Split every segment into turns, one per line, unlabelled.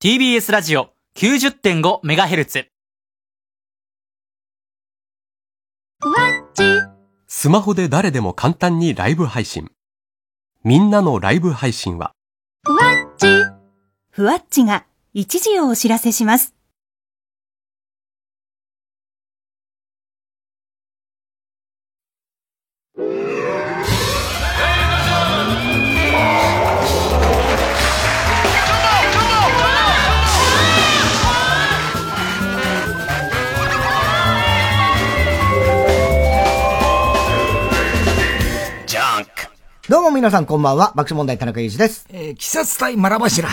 TBS ラジオ 90.5MHz
スマホで誰でも簡単にライブ配信。みんなのライブ配信は、
ふわっちが一時をお知らせします。
どうも皆さんこんばんは、爆笑問題田中裕二です。
えー、鬼殺 隊マラバシラ。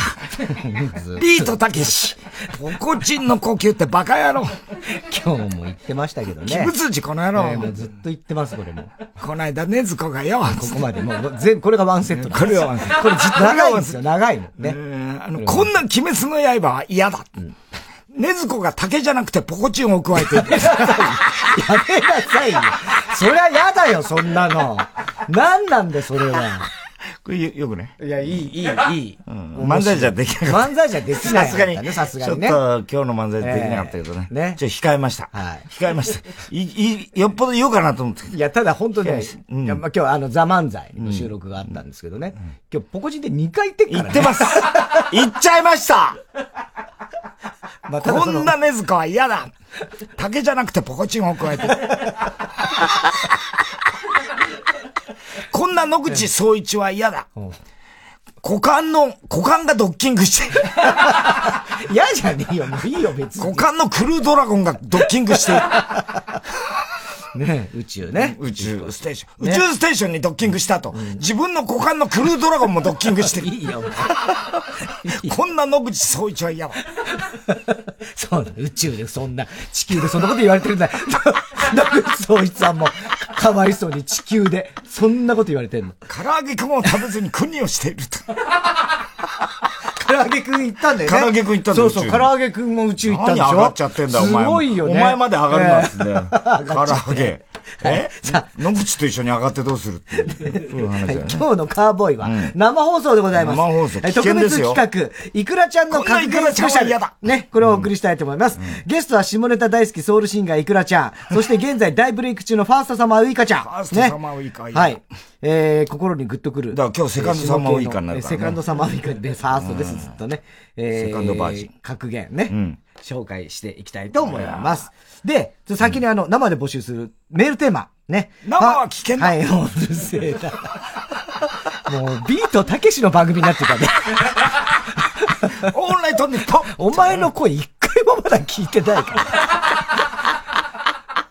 ビートたけし。ポコチンの呼吸ってバカ野郎。
今日も言ってましたけどね。
鬼物事この野郎。
えーもうずっと言ってます、これもう。
こないだねずこがよ。
ここまで。もう、全部これがワンセットなん
こ
です
れ
よ
はワンセット
これずっと長いんですよ、長いの。
え
ね。
ーあの、こんな鬼滅の刃は嫌だ。ねずこが竹じゃなくてポコチンを加え ている。
やめなさいよ。そりゃやだよ、そんなの。なんなんだよ、それは。
これよよくね。
いや、いい、いい、いい。
漫才じゃできなかっ
漫才じゃでき
た。
ない。
さすがに。
ね、さすがにね
ちょっ。と今日の漫才できなかったけどね。
えーね
ちょっと控えました。
はい
控えました。い、い、よっぽど言おうかなと思って。
いや、ただ本当ね、
うん
いやまあ今日あの、ザ・漫才の収録があったんですけどね。今日、ポコチンで2回行ってっか
言
ら
っ
ね。
てます。言っちゃいました。
まあただ
こ
その
んな根塚は嫌だ竹じゃなくてポコチンを 加えて。こんな野口聡一は嫌だ。股間の、股間がドッキングして、
嫌じゃねえよ、もういいよ、別に
股。間のクルードラゴンがドッキング している、
ね、宇宙ね。
宇宙ステーション、宇宙ステーションにドッキングしたと、自分の股間のクルードラゴンもドッキングしてる。
いいよ、もう
こんな野口聡一は嫌だ。
そうだ、宇宙でそんな、地球でそんなこと言われてるんだ。 野口聡一さんも、かわいそうに地球で、そんなこと言われてんの。
唐揚げくんを食べずに国をしていると。
唐揚げくん行ったんだよね。
唐揚げくん行ったんだ
そ
よ
うそう、
宇
唐
宙に
揚げくんも宇宙行ったんでしょ
何上がっちゃってんだ、お前
す
も。
ごいよね。
お前まで上がるなんです
え
ね。唐揚 げ。え野口と一緒に上がってどうするって いう話だよ
ー
ね。
今日のカーボーイは生放送でございます。
生放送
えー
危険ですよ
特別企画、イクラちゃんの格
こんなイクラ
言ス
ちゃん
ペ
は
シャ
嫌だ
ル。ね、これをお送りしたいと思います。ゲストは下ネタ大好きソウルシンガーイクラちゃん。そして現在大ブレイク中のファーストサマーウイカちゃん。フ
ァーストサマーウイカいいな
はい。えー、心にグッとくる。
だから今日セカンドサマーウイカになるからね
えーセカンドサマーウイカで、ファーストです、ずっとね。え
セカンドバージン
格言ね。
ん
紹介していきたいと思います。で、ちょっと先にあの、生で募集するメールテーマ。ね。
生は危険だ
はい、もううるせえな。 もう、ビートたけしの番組になってたね。
オールナイトニッポン
お前の声一回もまだ聞いてないから。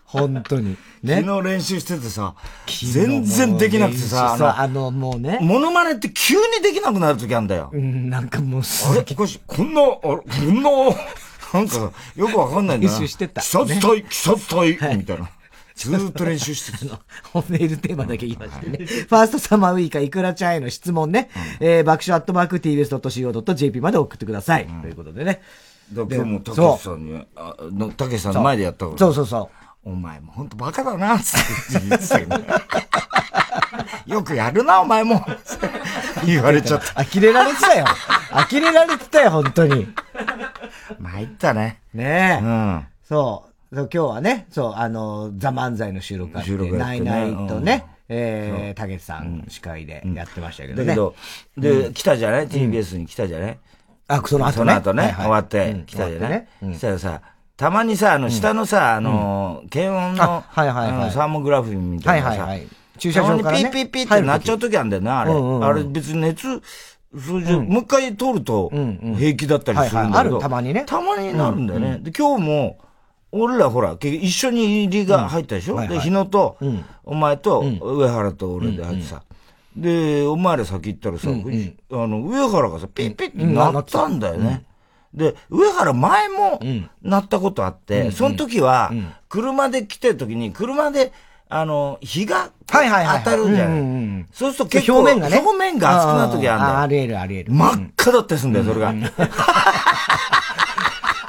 本当に。ね。
昨日練習しててさ、全然できなくてさ、
そう
あ
あの、もうね
の、。モノマネって急にできなくなる時あんだよ
う。ん、なんかもうす
あれおかしい。こんな、あれこんな、 なんか、よくわかんないんだな。
練習してた
鬼殺隊、鬼殺隊、みたい な。ずーっと練習してた。
メールテーマだけ言いましたね。ファーストサマーウイカ、イクラちゃんへの質問ね。えー爆笑アットマーク tbs.co.jp まで送ってください。ということでね。
だから今日もたけしさんに、あのたけしさんの前でやったから。
そうそうそ
お前もほんとバカだな、つって言ってたけどね。よくやるな、お前 も。言われちゃっ
う。呆れられてたよ。呆れられてたよ、本当に。
た。参ったね。
ねえ。
うん。
そう。そう今日はね、そう、あの、ザ・漫才の収録があって、
収録やっ
ナ
て
イ
ね
ナイとね、えー、たけしさん司会でやってましたけど
だ
ね。
けど、で、来たじゃない ?TBS に来たじゃない
あ、その
そ
後ね。
の後
はい
ね、
はい
終わっ
う
て
ん
来たじゃ
終わ
な
っ
い
てねうん
そしたらさ、たまにさ、あの、下のさ、あの、検温の、
あはいはいはい
あのサーモグラフィンみた
はいい
な
はい
さ
は、い。駐車場
た
か
ま
ら
に
ね。
ピーピーピーってなっちゃう
と。
時あるんだよね、あれ。
うんうんうん
あれ別に熱、それじゃ、もう一回通ると平気だったりするんだけど、
はいはいあるたまにね
たまになるんだよね。で、今日も、俺らほら、結局一緒に入りが入ったでしょ、
はいはい
で、日野と、お前と、上原と俺で入ってさ。で、お前ら先行ったらさ、あの、上原がさ、ピッピッってなったんだよね。で、上原前もなったことあって、その時は、車で来てる時に、車で、あの、日が当
はいはいはいはい
たるじゃない。
うんうんうん
そうすると結
表
構、
面がね。
表面が熱くなる時あるんだよ。
ありえるありえる。
真っ赤だったりするんだよ、それが。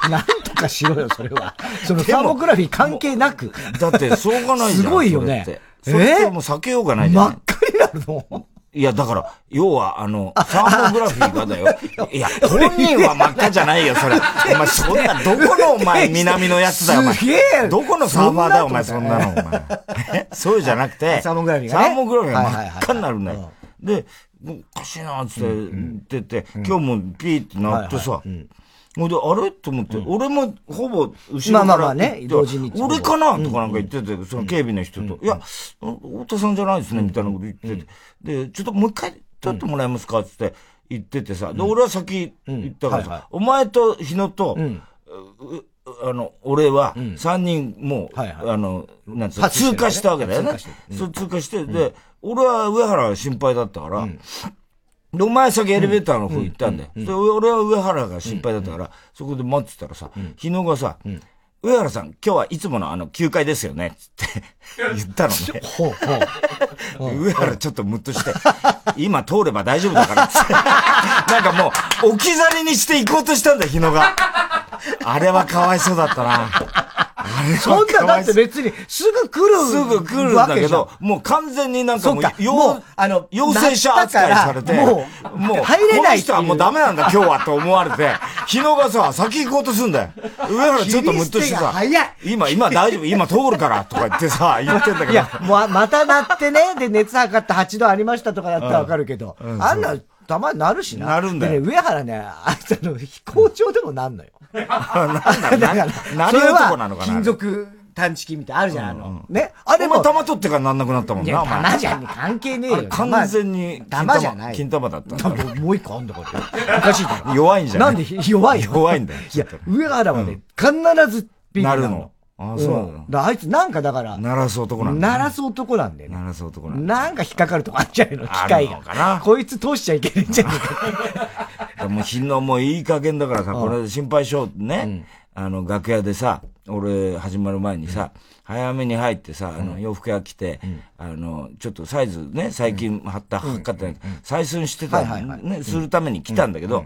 なんとかしろよ、それは。そのサーモグラフィー関係なく。
だって、しょうがないじゃん。
すごいよね
それってそれってもう避けようがないじゃ
真
な
っ
い。
赤になるの
いや、だから、要は、あ の、サーモグラフィーがだよ。いや、本人は真っ赤じゃないよ、 それ。お前、そんな、どこの、お前、南のやつだよ、お前。
すげえ
どこのサーバーだよ、お前、そんなの、お前。 えそうじゃなくて、
サーモグラフィーがね
サーモグラフィーが
はいは
真
いは
っ
い
赤になるんだよ。で、おかしいな、つって、言ってて、今日もピーってなってさ、ほんで、あれと思って、俺もほぼ後ろから。
まあまあまあね同時に
俺かなとかなんか言ってて、その警備の人と。いや、太田さんじゃないですね、みたいなこと言ってて。で、ちょっともう一回撮ってもらえますかつって言っててさ。で、俺は先行ったから
うんはいはい
さ、お前と日野と、ううあの、俺は、三人、もう、
はいはい
あの、なんつうの、
パスして
通
る
過したわけだよね
通過して。
そう、通過して、で、俺は上原が心配だったから、で、お前先エレベーターの方行ったんだよ。で、俺は上原が心配だったから、そこで待ってたらさ、日野がさ、上原さん、今日はいつものあの、休会ですよね、つって言ったのね。
ほうほう。
上原ちょっとムッとして、今通れば大丈夫だから、つって。 なんかもう、置き去りにして行こうとしたんだよ、日野が。あれはかわいそうだったな。
そんな、だって別に、すぐ来る。
すぐ来るんだけど、、もう完全になんかもう
そっか
よう
もうあの
陽性者扱いされて、
なったからもう入れないって
この人
いう
はもうダメなん だ今日はと思われて、日野がさ、先行こうとすんだよ。上原ちょっとムッとして
切り捨て
さ、
が早い
今、今大丈夫、今通るからとか言ってさ、言ってんだけ
い
ど
や、、もう、またなってね、で、熱測って8度ありましたとかだったらわかるけど、あんな、たまになるしな。
なるんだよ
でね、上原ね、あいつあの、飛行場でもな んのよ。
なんだろうな、何男なのか
それは金
な。
属探知機みたいなのあるじゃん、あの。ね。あ
あれ
れ
も
も、
玉取ってからなんなくなったもん
い
な、
や、
お前。
玉じゃん、関係ねえ
あ
よ
れ。完全に金
玉じゃな
玉
い
金玉だったんだ
玉。玉もう一個あんだから。おかしいだろ。
弱いんじゃな
ないんでひ弱いよ。
弱いんだよ
いや
ちょっ、と
上原はね、必ずピン
な
クな
るの
の。。
あ、
うん
そうな
だ
の。
からあいつなんかだから、
鳴らす男なんだ。
鳴らす男なんだよね
鳴。らす男なんだ。
なんか引っかかるとこあっちゃうの、機械
あるのか
が
な。
こいつ通しちゃいけないんじゃねえ か。
もう日野もいい加減だからさ、これ心配性ね、あの、楽屋でさ、俺始まる前にさ、早めに入ってさ、あの、洋服屋来て、あの、ちょっとサイズね、最近貼った、測ってない、採寸してた、
はいはい
ね、するために来たんだけど、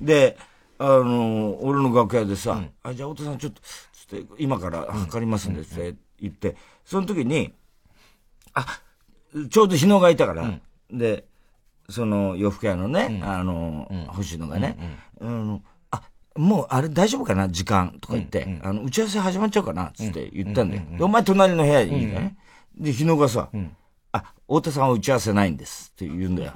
で、あの、俺の楽屋でさ、あ、じゃあ、太田さんちょっと、つって、今から測りますんで、って言って、その時に、ちょうど日野がいたから、で、その洋服屋のね、あの、星野がね、あの、あ、もうあれ大丈夫かな時間とか言って、あの、打ち合わせ始まっちゃうかなつって言ったんだよ。でお前隣の部屋にいるね。で、日野がさ、あ、太田さんは打ち合わせないんですって言うんだよ。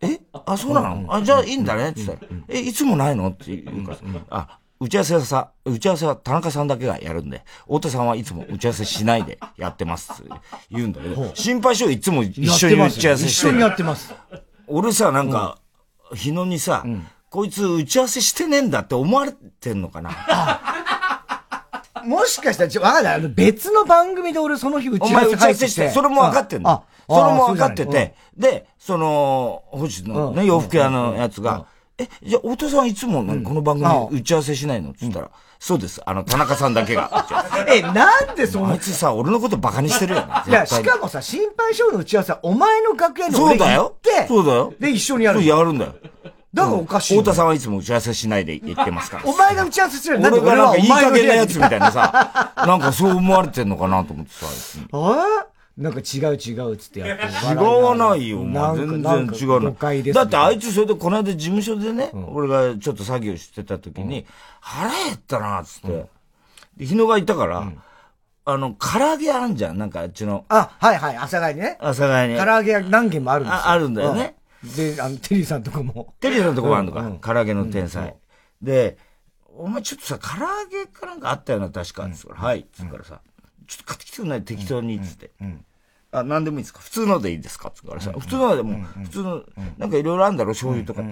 えあ、そうなのあ、じゃあいいんだねって言ったら、え、いつもないのって言うからさ、あ、打ち合わせはさ、打ち合わせは田中さんだけがやるんで、太田さんはいつも打ち合わせしないでやってますって言うんだけど、心配性いつも一緒に打ち合わせして
一緒
る
にやってます。
俺さ、なんか、日野にさ、こいつ打ち合わせしてねえんだって思われてんのかな
もしかしたらちょ、わかんない。あの別の番組で俺その日打
お
ち合
前
わ
打ち
せ
合
入
わ
っ
せ
て
して
て。、
それも分かってん
あ
の。それも分かっ。
あ
て
そうじゃない
て、で、その、星野のね、洋服屋のやつが、え、じゃあ、太田さんいつもこの番組で打ち合わせしないのって言ったら、そうです、あの、田中さんだけが。
うんえ、なんでそ
あ
の
い、つさ、俺のことバカにしてるよな。
いや、
絶対
し
に
かもさ、心配性の打ち合わせはお前の楽屋に
そ
俺
うだ
行っ
よ
て、。
そうだよ。
で、一緒にや
そ
る
う。やるんだよ。
だからおかしいよ
太。田さんはいつも打ち合わせしないで言ってますから。
お前が打ち合わせするよ。
俺がなんかいい加減なやつみ
い。
たいなさ、 なんかそう思われてんのかなと思ってさ、
あーなんか違う違うっつってやって
違わないよ、お
な
前。全
んかな
然
んか
違う
誤解で
の。
す
だってあいつ、それでこの間事務所でね、俺がちょっと作業してた時に、腹減ったな、つって。で、日野がいたから、あの、唐揚げあんじゃん、なんかあっちの、
あ、はいはい、朝帰りね。
阿佐ヶ谷に。
唐揚げ屋何軒もあるんですよ。
ああるんだよね
うん。で、あの、テリーさんとかも。
テリーさんのとこもあるの
うんうん
か、唐揚げの天才。で、お前ちょっとさ、唐揚げかなんかあったよな、確か。つうからはい。っつうからさ、ちょっと買ってきてくんない適当に、つって。あ、なんでもいいですか普通のでいいですかつうからさ、普通のでも、普通の、なんかいろいろあるんだろ、醤油とか。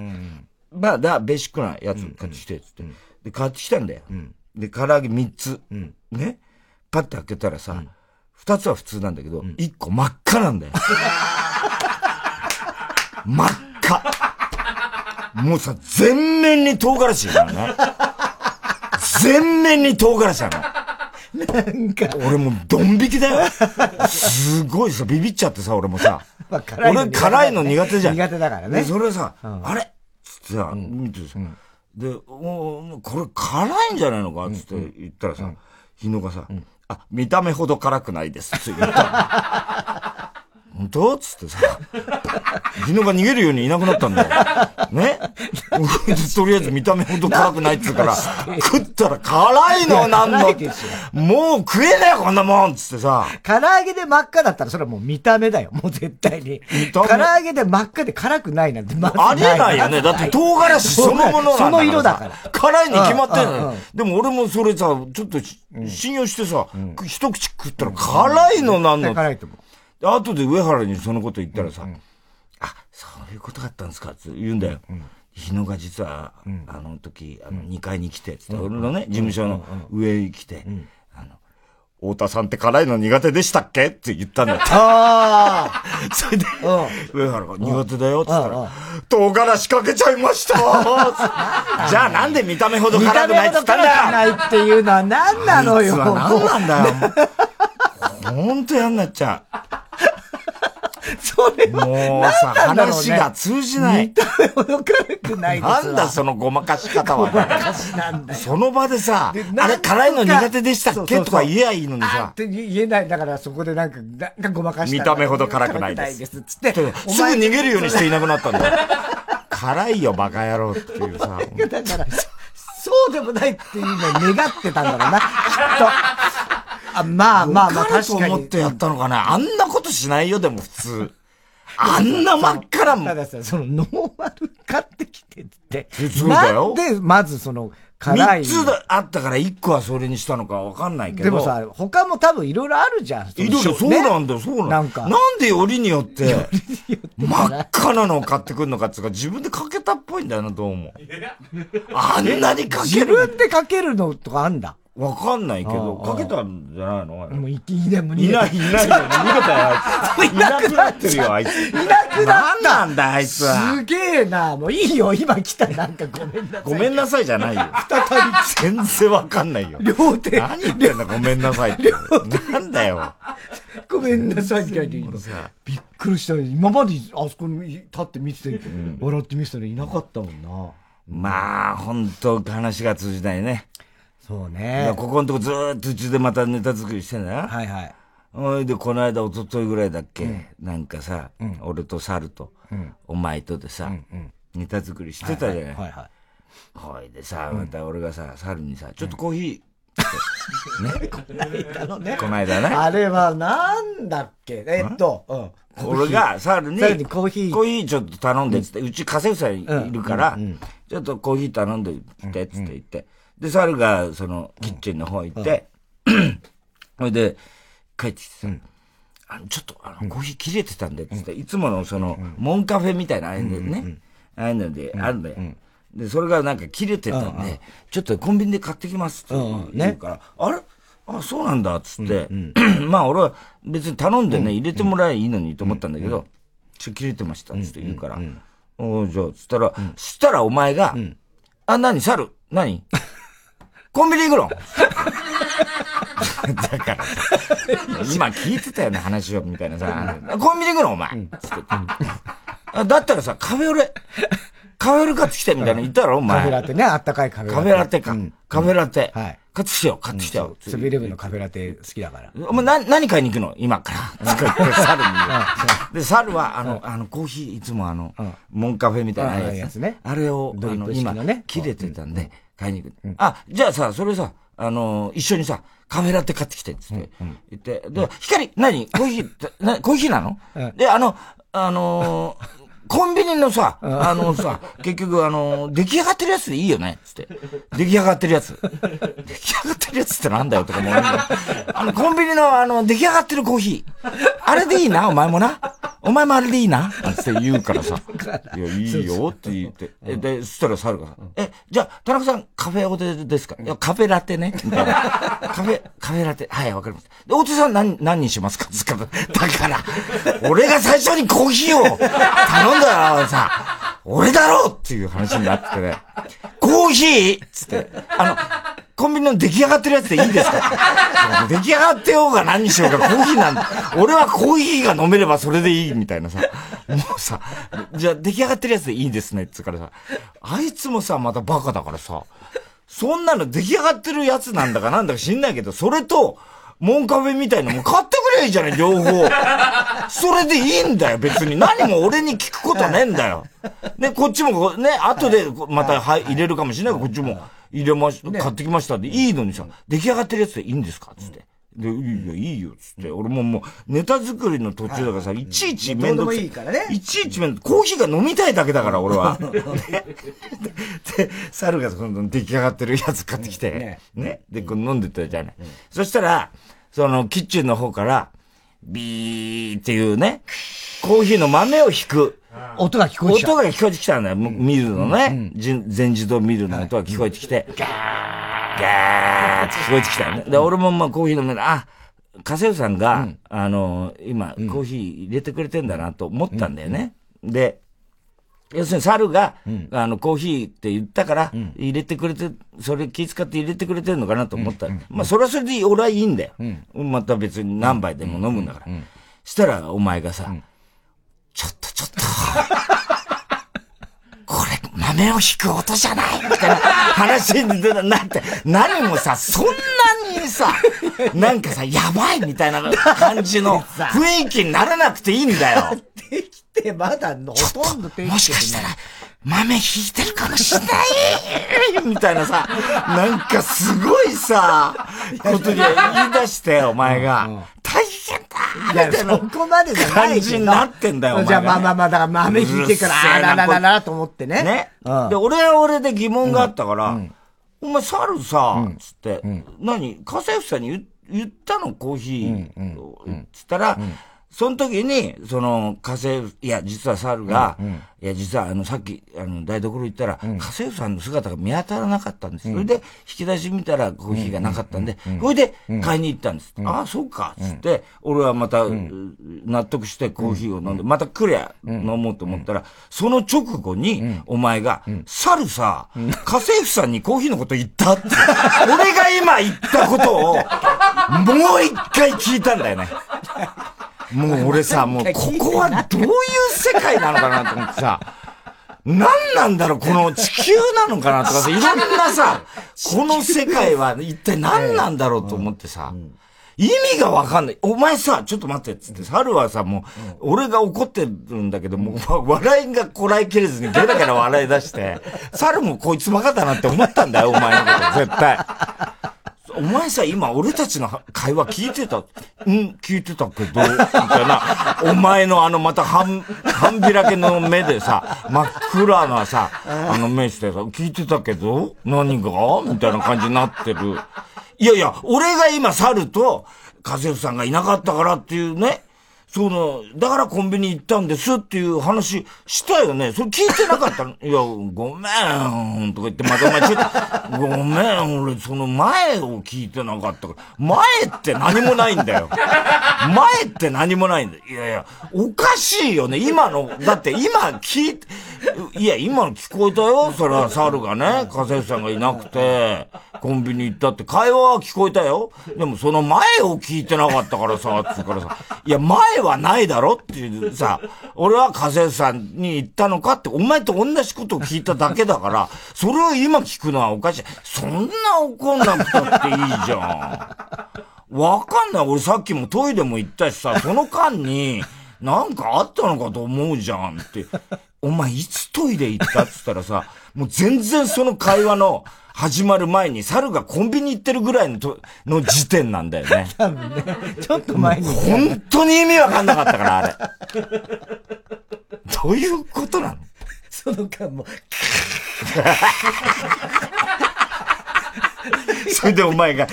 まあ、だ、ベーシックなやつ買ってきて、つって。で、買ってきたんだよ。で、唐揚げ3つ。ね。パッて開けたらさ、2つは普通なんだけど、1個真っ赤なん だよ。真っ赤。もうさ、全面に唐辛子だからね。全面に唐辛子な
なんか、
の。俺もうドン引きだよ。すごいさ、ビビっちゃってさ、俺もさ。
まあ辛いの
俺辛いの苦手じゃん。
苦手だからね
でそれさ、あれつってさ、見てさ、で、おーこれ辛いんじゃないのかつって言ったらさ、 日野がさ、あ、見た目ほど辛くないですって言ったの。本当つってさ、日野が逃げるようにいなくなったんだよ。 ねとりあえず見た目ほど辛くないっつうから、食ったら辛いのなんのってもう食えねえよこんなもんつってさ。
唐揚げで真っ赤だったらそれはもう見た目だよ。もう絶対に。唐揚げで真っ赤で辛くないなんてまず
ありえないよね。だって唐辛子そのものなんだからさ
その色だから。
辛いに決まってんの
うんう
よ。でも俺もそれさ、ちょっとし信用してさ、一口食ったら辛いのなんの
絶対辛いと思う。
後で上原にそのこと言ったらさ、あ、そういうことだったんですかって言うんだよ。日野が実は、あの時、あの、2階に来て、つって、俺のね、事務所の上に来て、あの、太田さんって辛いの苦手でしたっけって言ったんだよ。
あ
それで、
あ。
上原が苦手だよって言った
うんうん
ら、唐辛子かけちゃいま したじゃあなんで見た目ほど
見
辛
た
く
目
ない
ほ
って言っ
ど
たん
辛く
だよ
ないっていうのは何なのよ。
実は何なんだよ。ほんと嫌になっちゃ
それ
う。も
は
うさ、
何なんだろうね
話が通じない
見。た目ほど辛くないですわ
なんだそのごまかし方は。
なんだよ。
その場でさ
で、
あ
な
れ
んか
辛いの苦手でしたっ
そうそう
け
そう
とか言えばいいのに
あー
さ
っ。て言えない。だからそこでなんか、なんかごまかしたんだ。
見た目ほど辛くないです
辛つって。
すぐ
お前
逃げるようにしていなくなったんだよ。辛いよ、バカ野郎っていうさ。
だから、そうでもないっていうのを願ってたんだろうな、きっと。あまあまあまあ、
彼と
確か
思っ
に。
てやったのかなあんなことしないよ、でも普通。あんな真っ赤
た
な、
ださ、そのノーマル買ってきてって。
そうだよ
なんで、まずその、辛い。
三つだあったから一個はそれにしたのかわかんないけど。
でも、さ、他も多分いろいろあるじゃん。
いろいろそうなんだよ、そう
な
なんん
か
だよ。なんでよりによって、真っ赤なのを買ってくるのかっていうか、自分でかけたっぽいんだよな、どうも。あんなにかけ
自
る
分でかけるのとかあんだ。
わかんないけど、
ああ
かけたんじゃないのあれ
もう、いでも
いない、いないよ。逃げたよ、あいつ。
いなくなっ
ってるよ、あいつ。いな
くなった
なんだ、あいつは。
すげえな、もういいよ、今来た、なんかごめんなさい。
ごめんなさいじゃないよ。
再
全然わかんないよ。
び、両手、
何言ってんだ、ごめんなさいって。なんだよ。
ごめんなさいって書いて今びっくりしたよ今まであそこに立って見てて、笑って見てたのいなかったもんな。
まあ、本当話が通じないね。
そう
だから
ね。
ここのとこずーっとうちでまたネタ作りしてんだよ。
はいはい。
おいで、この間、一昨日ぐらいだっけ、なんかさ、俺と猿と、お前とでさ、ネタ作りしてたじゃない。
はいは
ほいでさ、また俺がさ、猿にさ、ちょっとコーヒ
い。あのね
ー、この間ね、
あれはなんだっけえっと、うん。
俺が猿に、
猿にコーヒー
コーヒーちょっと頼んでっつって、うち家政婦さんいるから、ちょっとコーヒー頼んできてっつって言って、で、猿がそのキッチンの方行って、ほいで、帰ってきてさ、あの、ちょっと、あの、コーヒー切れてたんで、つって、いつもの、その、モンカフェみたいな、ああいうのね、ああいうので、あるんだよ。で、それがなんか切れてたんで、ちょっとコンビニで買ってきます、って言うから、あれあ、そうなんだ、つって。 まあ、俺は別に頼んでね、入れてもらえばいいのにと思ったんだけど、ちょっと切れてました、つって言うから、おうじゃあ、つったら、したらお前が、あ、何、猿、何コンビニ行くの だからさ、今聞いてたよね、話を、みたいなさ、コンビニ行くの、お前。つってあだったらさ、カフェオレ、カフェオレ買ってきて、みたいな言ったろ、お
カフ
前。
ェラテね、あったかいカフェラテ。
カフェラテか。カフェラテ。
はい
買ってきてよ、買ってきてよ。
セブンイレブンのカフェラテ好きだから。
お前、な、何買いに行くの今 から。とか言って、猿に言う。 で、猿は、あの、あの、コーヒー、いつもあの、モンカフェみたいな
うん
や
や
つ
つ
ね
ね。
あれを、あ
ドリッ
の、
プ式
今
のね、
切れてたんで、買いに行く。あ、じゃあさ、それさ、あの、一緒にさ、カフェラテ買ってきて、つって、言って、で、光、何コーヒーって、 なコーヒーなので、あの、あのー、コンビニのさ、あのさ、結局あの、出来上がってるやつでいいよねつって。出来上がってるやつ。出来上がってるやつってなんだよとかもう。あの、コンビニのあの、出来上がってるコーヒー。あれでいいなお前もな。お前もあれでいいななんつって言う からさ。いや、いいよって言って。えで、そしたら猿がさ、え、じゃあ、田中さん、カフェオレですかいや、カフェラテね。みたいな。カフェ、カフェラテ。はい、わかります。で、大手さん何、何にしますかつかだから、俺が最初にコーヒーを頼んだらさ、俺だろうっていう話になってね。コーヒーつって、あの、コンビニの出来上がってるやつでいいです か出来上がってようが何にしようがコーヒーなんだ。俺はコーヒーが飲めればそれでいいみたいなさ。もうさ、じゃあ出来上がってるやつでいいですねってからさ、あいつもさ、またバカだからさ、そんなの出来上がってるやつなんだかなんだか知んないけど、それと、モンカフェみたいなのも買ってりゃいいじゃない、両方。それでいいんだよ、別に。何も俺に聞くことねえんだよ。ね、こっちもこう、ね、後でこうまたはい入れるかもしれないから、こっちも入れまし、買ってきましたで、いいのにさ、出来上がってるやつでいいんですかつって。で、いいよ、いいよ、つって。俺ももう、ネタ作りの途中だからさ、いちいちめんどくさ
どうでもいいからね
いちいちめんどコーヒーが飲みたいだけだから、俺 は。で、猿がどんどん出来上がってるやつ買ってきて、ね
ね。
で、こう飲んでたじゃない。そしたら、その、キッチンの方から、ビーっていうね、コーヒーの豆を引く。
音が聞こえちゃう。
音が聞こえてきたんだよ。もうミルのね、じん全自動ミルの音が聞こえてきて、ガーガーって聞こえてきたよね。で、俺もまあコーヒー飲める。あ、家政婦さんが、あの、今、コーヒー入れてくれてんだなと思ったんだよね。で、要するに猿が、あの、コーヒーって言ったから、入れてくれて、それ気遣って入れてくれてるのかなと思ったら、まあ、それはそれで俺はいいんだよ。また別に何杯でも飲むんだから。したら、お前がさ、ちょっとちょっと、 これ、豆を引く音じゃないみたいな話に出たなって、何もさ、そんなにさ、なんかさ、やばいみたいな感じの雰囲気にならなくていいんだ よ。
できて、まだの、ほとんどできてない
もしかしたら、豆引いてるかもしんない みたいなさ、なんかすごいさ、ことに言い出して、お前が、大変だみたい
いや、そ
な
こまでじゃないけど
感じになってんだよお前が
じゃあ、まあまあまあ、だから豆引いてから、あららららと思ってね。
ね。
うん
で、俺は俺で疑問があったから、お前猿さ、つって、何家政婦さんに言言ったのコーヒーを、つったら、その時に、その、家政婦、いや、実は猿が、いや、実は、あの、さっき、あの、台所行ったら、家政婦さんの姿が見当たらなかったんです。それで、引き出し見たらコーヒーがなかったんで、それで、買いに行ったんです。ああ、そうか、つって、俺はまた、納得してコーヒーを飲んで、また来りゃ、飲もうと思ったら、その直後に、お前が、猿さ、家政婦さんにコーヒーのこと言ったって、 俺が今言ったことを、もう一回聞いたんだよね。もう俺さ、もうここはどういう世界なのかなと思ってさ、何なんだろう、この地球なのかなとかさ、いろんなさ、この世界は一体何なんだろうと思ってさ、意味がわかんない。お前さ、ちょっと待ってっつって、猿はさ、もう、俺が怒ってるんだけど、もう、わ笑いがこらえきれずにゲラゲラ笑い出して、猿もこいつバカだなって思ったんだよ、お前のこと、絶対。お前さ、今俺たちの会話聞いてた うん、聞いてたけど、みたいな。お前のあのまた半、 半開けの目でさ、真っ暗なさ、あの目してさ、聞いてたけど、何がみたいな感じになってる。いやいや、俺が今猿と、家政婦さんがいなかったからっていうね、その、だからコンビニ行ったんですっていう話したよね。それ聞いてなかったのいや、ごめん、とか言って、またお前ちょっと、ごめん、俺その前を聞いてなかったから。前って何もないんだよ。前って何もないんだよ。いやいや、おかしいよね。今の、だって今聞いて、いや、今の聞こえたよ。それは猿がね、家政婦さんがいなくて、コンビニ行ったって会話は聞こえたよ。でもその前を聞いてなかったからさ、つうからさ、いや、前はないだろっていうさ、俺は家政婦さんに行ったのかって、お前と同じことを聞いただけだから、それを今聞くのはおかしい。そんな怒んなくたっていいじゃん。わかんない。俺さっきもトイレも行ったし さ、その間に、なんかあったのかと思うじゃんって。お前いつトイレ行ったっつったらさ、もう全然その会話の始まる前に猿がコンビニ行ってるぐらいのとの時点なんだよね。
ちょっと前に。
本当に意味わかんなかったから、あれ。どういうことなの
その間も、
それでお前が、や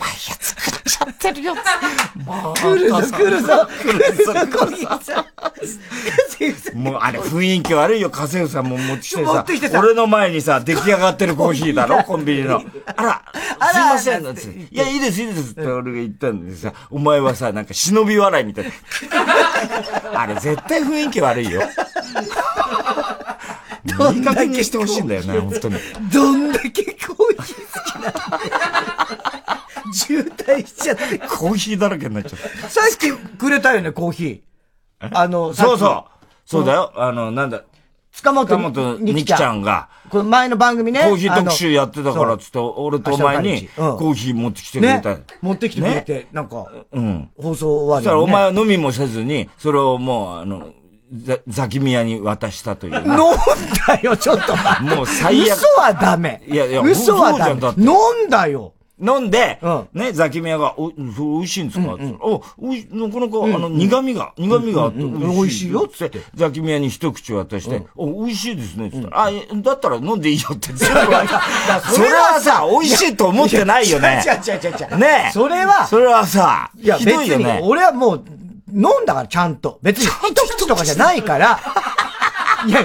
ばいやつ食っちゃってるよ。もう、来
来るぞ、来るぞ、来るぞ、
来るぞ
小木さん。
もうあれ雰囲気悪いよ、家政婦さんも持ってきてさ。
持ってきてさ
俺の前にさ、出来上がってるコーヒーだろ、コンビニの。あら、
ら
すいません、
な
な
ん
ん
て
つっていや、いいです、いいですって俺が言ったんでさ、お前はさ、なんか忍び笑いみたい な。あれ絶対雰囲気悪いよ。いい加減にしてほしいんだよね、本当に。
どんだけコーヒー好きなんだよ渋滞しちゃって。
コーヒーだらけになっちゃった。
さっきくれたよね、コーヒー。あの、さっ
そう
き
そう。そうだよ。あの、なんだ、
塚本
塚本美希ちゃんが、
この前の番組ね。
コーヒー特集やってたからっつって、俺とお前
明日
に
の彼氏うん
コーヒー持ってきて
あ
く
の
れた。
ね。持ってきてくれて、なんか、
うん。
放送終わ
そし
り
たらお
にね
前は飲みもせずに、それをもう、あの、ざザキミヤに渡したという。
飲んだよ、ちょっと待って。
もう最悪
嘘はダメ。
いやいや
嘘はダ
そうじゃんだって
メ。飲んだよ。
飲んで、
うん
ね、ザキミヤが、お、そう美味しいんですか、つってお、おいなかなか、あの、苦味が、苦味があって、
ん美味しいよっつって
ザキミヤに一口渡して、お、美味しいですね、っつったら、あ、えだったら飲んでいいよ って。それ
それ
は
は
さ、美味しいと思ってないよね
い。や違う違う違う違う。
ねえ
それは、
それはさ、
いや、
ひ
別
どいよ
に
ね。
俺はもう、飲んだから、ちゃんと。別に、一口とかじゃない から、いや、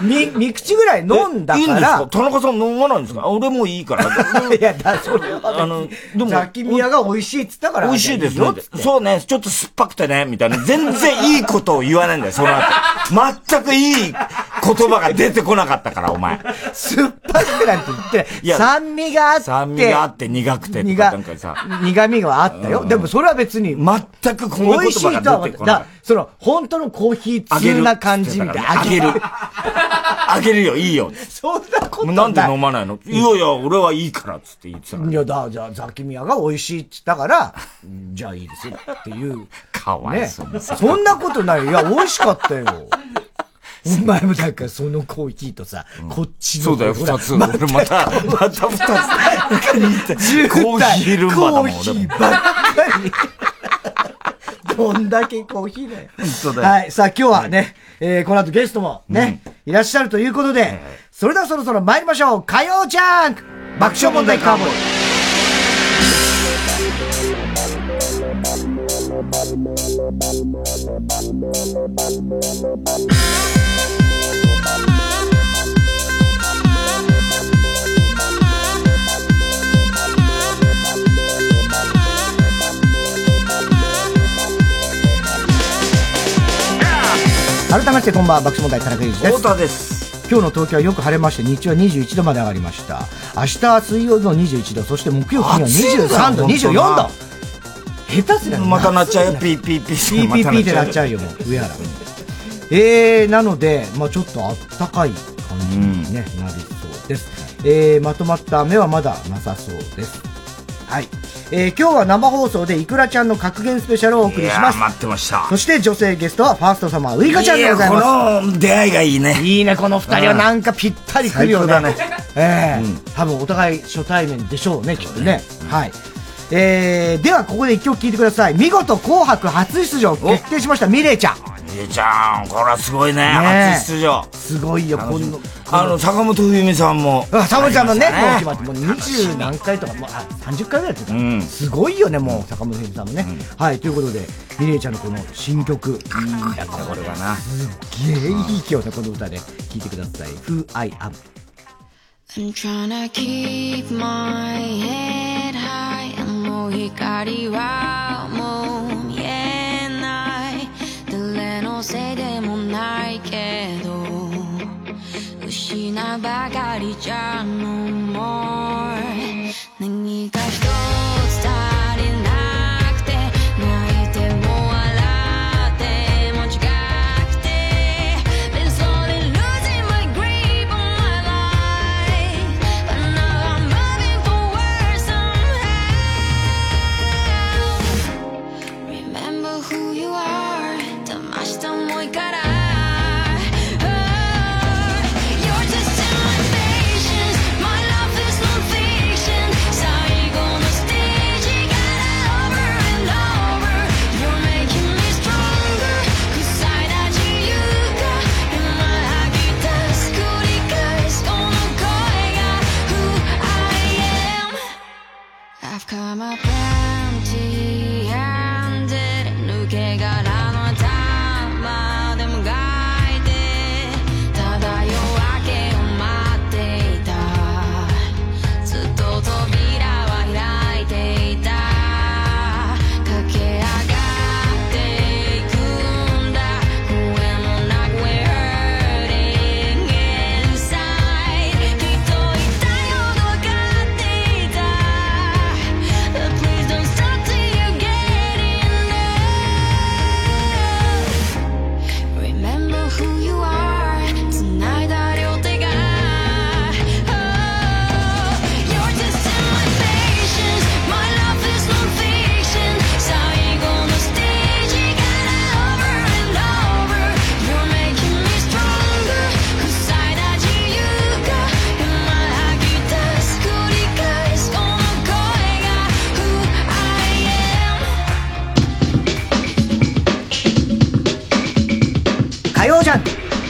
み、三口ぐらい飲んだ
いいん
か、
ですから田中さん飲まないんですかあ俺もういいから。
いや、だ、それは、
あの、でも、
ザキミヤが美味しいっつったから、
美味しいです
じゃ
ね
あよっつって。
そうね、ちょっと酸っぱくてね、みたいな。全然いいことを言わないんだよ、その後。全くいい言葉が出てこなかったから、お前。
酸っぱくてなんて言ってない
いや
酸味があって、
酸味があって苦くてとか、なんかさ。
苦、苦味があったよ。でもそれは別に、
全くこ
美
の言
味しいと
葉
は
が
思っ
出
て
てこ
だ
な
か
から
その、本当のコーヒー
あげ
通
る。
な感じみたいな。
あげる。あげるよ、いいよ。
そんなこと
もう
ない。
なんで飲まないのいやいや、俺はいいから、つって言ってたから
いや、だ、じゃあ、ザキミヤが美味しいって言ったから、うんじゃあいいですよっていう。
かわい
ね。
そうにさ。
そんなことない。いや、美味し かったよ。お前もなんか、そのコーヒーとさ、こっちの。
そうだよ、
ほら
二つ。俺また、また二つ。コーヒールンバだもん、
コーヒ
俺
ー
も。
ばっかり。どんだけコーヒーだよ。
当だよ
はい。さあ今日はね、えー、この後ゲストもね、いらっしゃるということで、それではそろそろ参りましょう。火曜ジャンク爆笑問題カーボーイ。改めてこんばんは、爆笑問題田中裕二です
太。田です。
今日の東京はよく晴れまして、日中は21度まで上がりました。明日は水曜日も21度、そして木曜日
暑い
に
んだ
は23度、
よ
24度
本。
下手すりゃ
またなっちゃうよ、
ピ
ピーピーピー
ーピーピーってなっちゃ
う。
うよ、もう、上原。えー、なので、まあちょっとあったかい感じに、ねなりそうです。えー、まとまった雨はまだなさそうです。はい。えー、今日は生放送でいくらちゃんの格言スペシャルをお送
い
り
や
します
ー、。待ってました。
そして女性ゲストはファーストサマーウイカちゃんでございます。
いやこの出会いがいいね。
いいね、この二人はなんかぴったりくるよね。
最高だね
ええ多分お互い初対面でしょうね、きっとね。はい。えー、ではここで一曲聴いてください。見事紅白初出場決定しましたミレイちゃん。
じいちゃん、これはすごいね。
ねえ
初出場。
すごいよ、こんな。
あの、坂本冬美さんも。
あ坂本ちゃんもね、
あり
もう
ました
決まって、もう20何回とか、もうあ30回ぐらいやってた、
ん
すごいよね、もう坂本先生さんもね、はい、ということで、ミレイちゃんのこの新曲、いや、これはな、すっげえいい曲だ、この歌で、聴いてください。Who I Am。
I'm tryna keep my head high もう光はもう見えない誰のせいでもないけど失ばかりじゃ no more 何か一つ足りなくて泣いても笑っても違くて Been slowly losing my grip on my life But now I'm moving forward somehow Remember who you are 騙したもいから You're just in my patience My love is non-fiction 最後のステージから over and over You're making me stronger 臭いな自由が今吐き出す繰り返すこの声が Who I am I've come up empty-handed 抜け殻の頭でもがいてただ夜明けを待っていたずっと扉は開いていた駆け上がっていくんだ声もなく We're hurting inside きっと痛いほど分かっていた Please don't stop till you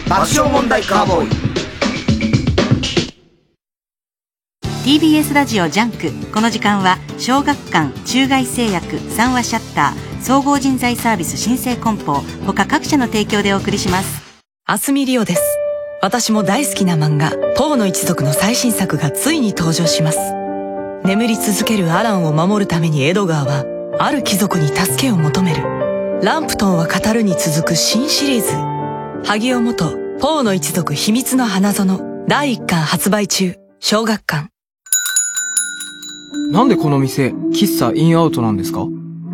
爆笑問題カーボーイ
TBS ラジオジャンクこの時間は小学館中外製薬三話シャッター総合人材サービス新生梱包他各社の提供でお送りします
あすみりおです私も大好きな漫画「ポーの一族」の最新作がついに登場します眠り続けるアランを守るためにエドガーはある貴族に助けを求めるランプトンは語るに続く新シリーズ萩尾元ポーの一族秘密の花園第1巻発売中小学館
なんでこの店、喫茶インアウトなんですか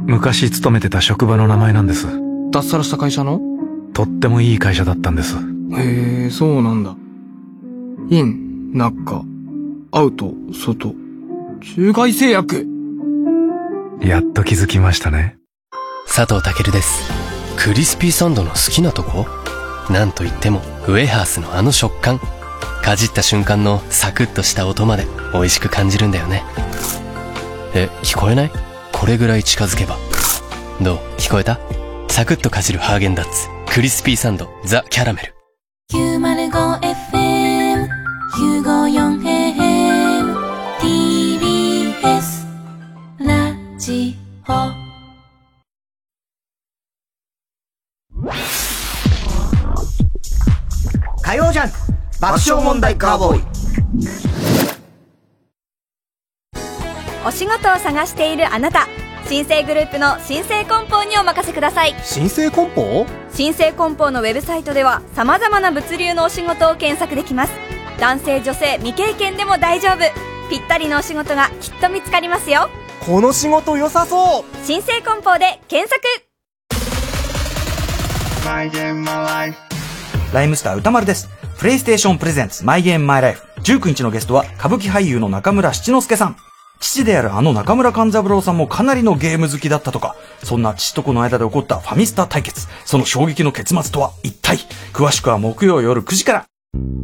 昔勤めてた職場の名前なんです。
脱サラした会社の
とってもいい会社だったんです。
へえ、そうなんだ。イン、中、アウト、外。中外製薬
やっと気づきましたね。
佐藤健ですクリスピーサンドの好きなとこなんといってもウェハースのあの食感かじった瞬間のサクッとした音まで美味しく感じるんだよねえ聞こえないこれぐらい近づけばどう聞こえたサクッとかじるハーゲンダッツクリスピーサンドザ・キャラメル
905FM 954AM TBS ラジオ
火曜ジャンク爆笑問題カーボーイ
お仕事を探しているあなた新生グループの新生梱包にお任せください
新生梱包
新生梱包のウェブサイトではさまざまな物流のお仕事を検索できます男性女性未経験でも大丈夫ぴったりのお仕事がきっと見つかりますよ
この仕事良さそう
新生梱包で検索
ライムスター歌丸です。プレイステーションプレゼンツマイゲームマイライフ。19日のゲストは歌舞伎俳優の中村七之助さん。父であるあの中村勘三郎さんもかなりのゲーム好きだったとか、そんな父と子の間で起こったファミスタ対決、その衝撃の結末とは一体詳しくは木曜夜9時から。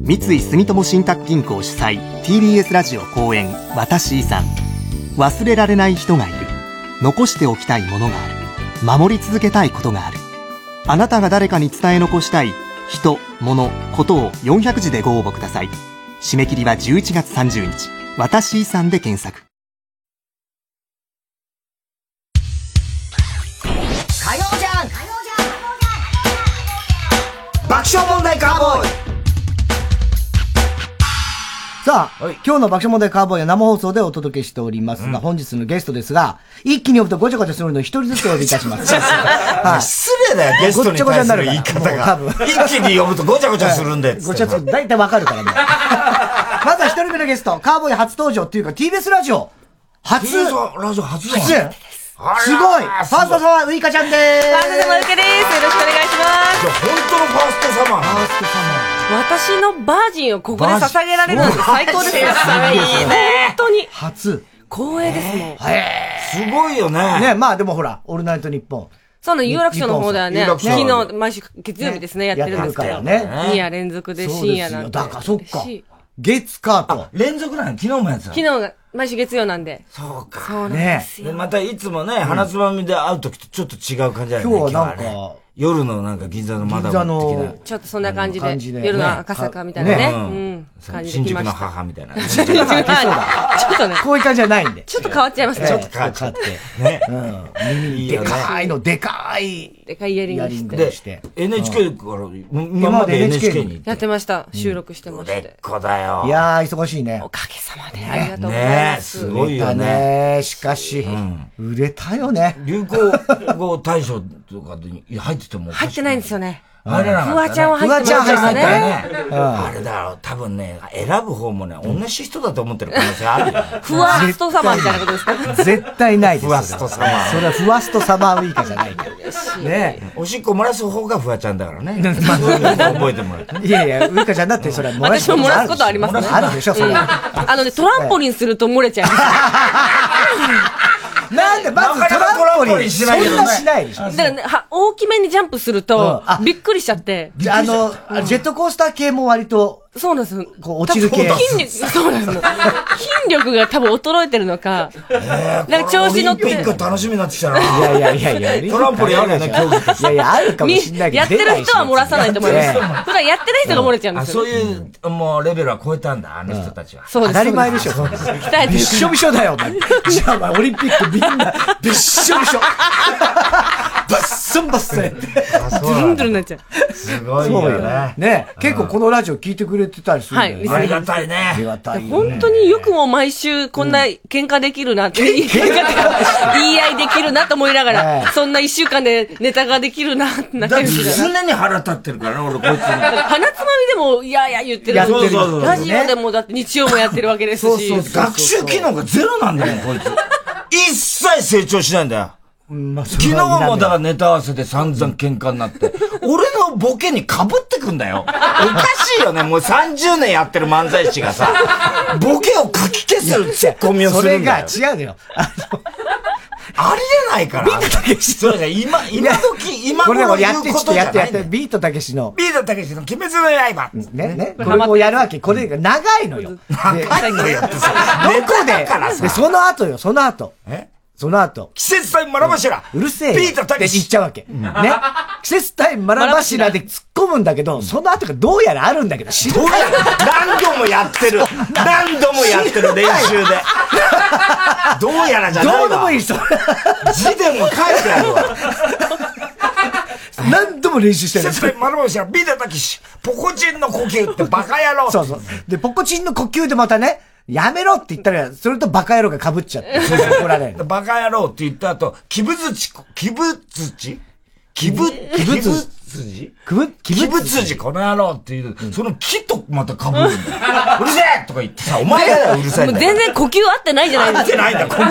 三井住友信託銀行主催 TBS ラジオ公演「私遺産」忘れられない人がいる残しておきたいものがある守り続けたいことがあるあなたが誰かに伝え残したい人物ことを400字でご応募ください締め切りは11月30日「私遺産」で検索
火曜ジャンク爆笑問題カーボーイさあ、今日の爆笑問題カーボーイは生放送でお届けしておりますが、本日のゲストですが、一気に呼ぶとごちゃごちゃするので一人ずつお呼びいた します。はい
失礼だよ、ゲストに対する言い方が。
ごっちゃごちゃになるか
一
らもう多分
気に呼ぶとごちゃごちゃするんで。
ごちゃごちゃ、大体わか るからね。まずは一人目のゲスト、カーボーイ初登場っていうか TBS ラジオ、初
TBS ラジオ初だ
初すごいファーストサマーウイカちゃんです
ファーストサマーウイカですよろしくお願いします
いや本当のファーストサマーフ
ァーストサ
私のバージンをここで捧げられるなんて最高ですよ。
バージンすごい
本当に。
初。
光栄ですもん。
すごいよね。
ね、まあでもほら、オールナイトニッポン。
そうなの、有楽町の方ではね、
有
昨
楽町
日、毎週月曜日ですね、やってるんですけ
や
ど。
ってるからね
2夜連続で深夜なんで。
そうですよだからそっか
嬉しい
月かと。
連続なの昨日もやつ
昨日が、毎週月曜なんで。
そうか。
そうなんで
ね
す
え。
よ。
でまたいつもね、花つまみで会うときとちょっと違う感じだよね。
今日はなんか
今日はね、夜のなんか銀座のマダム的
銀座の
な。
ちょっとそんな感じ
あの
で
感じ、で
夜
ね
の赤坂みたいなね、
ね
うん、感じで
新
来
宿
ま
の
した。
母みたいな。
新宿の母 ちょっとね、
こういう感じじゃないんで。
ちょっと変わっちゃいますね。
ちょっと変わっちゃって。ね。
耳に
いい
で
よね
かいの、でかい。
でかいイヤリングして。
グ
で
して、
NHK から、今まで NHK に。
やってました。収録してまして。
こだよ。
いやー、忙しいね。お
かげさまで。ありがとうござい
ね
ま
え、
す。
すごいよ
売れた
ね。
ねしかし、売れたよね。
流行語大賞とかに入っててもおか
入
しく
ってないんですよね。
入らなかったね
フワちゃんは入ってました
フワちゃん
ね
入。ってたねあれだろう、多分ね、選ぶ方もね、同じ人だと思ってる可能性あるよ。
フワスト様みたいなことですか
絶対ないです。
フワスト様
それはフワストサマーウイカじゃないから。ね
おしっこ漏らす方がフワちゃんだからね。覚えてもらって。
いやいや、ウイカちゃんだってそれは漏ら
私
すこ
も
と
漏
あ
らす
るで
こ
しょ
とありますね。
あるでしょ、それ
うん
は。
あのね、トランポリンすると漏れちゃいま
なんで、まず
な
トランポリン
かなかトランポリンしないけどね
そんなしないでしょ。
す。だからね、は大きめにジャンプすると
うんあ、
びっくりしちゃって。
あの、ジェットコースター系も割と
そうなんですよ。
こう落ちる系
多分筋力、そうなんですよ。筋力が多分衰えてるの か、なんか調子乗って。
オリンピック楽しみになってきたな。
いやいやいやいやいや
トランポリンあるよね、競技
いやいや、あるかもしんない
み
けど。
やってる人は漏らさないと思います。
出
普
ないし
段やってない人が漏れちゃうん
あ、
ですよ
そう
ね。
いう、もう、レベルは超えたんだ、あの人たちは。
そうです当たり前
でしょ、そう
です。
鍛えてる
びっしょびしょだよ、お前じゃあ、お前、オリンピックみんな、びっしょびしょ。バッサンバッサン。
ドゥルンドゥルンになっちゃう。
すごい
そう
よ
よ
ね
ね。。結構このラジオ聞いてくれてたりするんだよね。
はいありが
たいね。
ありがたいよね。
本当によくも毎週こんな喧嘩できるなって、喧嘩ってか言い合いできるなと思いなが
ええ
ら、そんな一週間でネタができるなってなっ
だってて
るし
常に腹立ってるからね、俺、こいつに。
鼻つまみでも、いやいや言ってる
やってるそうそうそう
ラジオでもだって日曜もやってるわけですし。
学習機能がゼロなんだよ、こいつ。一切成長しないんだよ。昨日もだからネタ合わせで散々喧嘩にな って、俺のボケに被ってくんだよ。おかしいよね、もう30年やってる漫才師がさ、ボケをかき消すツッコミをするんだよ。
それが違うのよ。
ありえないから。ビートたけし。それが今、今時、今
これで
頃
も
言
や
う
って、
こ
ちょっ
と
と
じ
や
ゃ
って
な
やっ
いんだ
て、
よ。
ビートたけしの。
ビートたけしの鬼滅の刃。
ね、ね、これをやるわけ。これが長いのよ。長いのよ。どこで、で、その後よ、その後。
え
その後。
季節タイムラ柱。
うるせえよ。
ビートたけし
って言っちゃうわけ。ね。季節タイムラ柱で突っ込むんだけど、その後がどうやらあるんだけど、知らない
何度もやってる。何度もやってる、練習で。 どうやらじゃないわ。
どうでもいい、それ。
字でも書いてあるわ。
何度も練習してる。
説明丸星はビデタキシ、ポコチンの呼吸ってバカ野郎。
そうそう。で、ポコチンの呼吸でまたね、やめろって言ったら、それとバカ野郎が被っちゃって、それで怒られる。
バカ野郎って言った後、キブツチ、キブツチキブ、キブツチ
キブ、
キブツチ、この野郎って言う。その木とまた被るんだよ。うるせえとか言ってさ、お前がだよ、うるさいん
もう
だよ
全。然呼吸合ってないじゃないですか。
合ってないんだ呼吸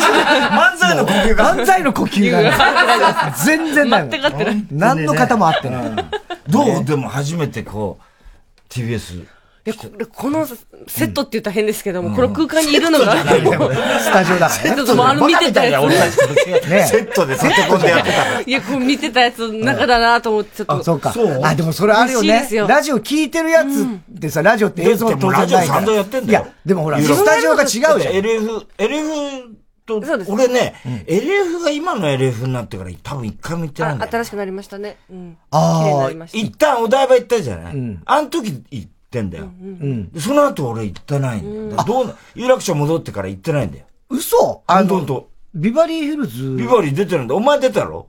漫才の呼吸が
漫才の呼吸がね全然ないの。
全く合ってない。
何の方も合ってない。
どうでも初めてこう、TBS。
でこれこのセットって言ったら変ですけども、この空間にいるのが、
スタジオだ
セットともあの見てたやつ。
セットで立て込んでやってた から。
いや、こう見てたやつの中だなと思って、ちょっと。
そうか。あ、でもそれあるよ
嬉しい
ね
ですよ。
ラジオ聞いてるやつってさ、ラジオって映像
で
当
も
然な
ラ
い
ジオ
から。
散々やってんだよ。
いや、でもほら、スタジオが違うじゃん。
LF、LF と、俺ね、LF が今の LF になってから多分一回も行ってないんだよ。
新しくなりましたね。うん。綺麗に
あ
な
あ
りまし、た
一旦お台場行ったじゃない、あの時行ってんだよ。でその後俺行ってないんだよ。だからどうな、有楽町戻ってから行ってないんだよ。
嘘
あの、と
ビバリーヒルズ。
ビバリー出てるんだ。お前出たろ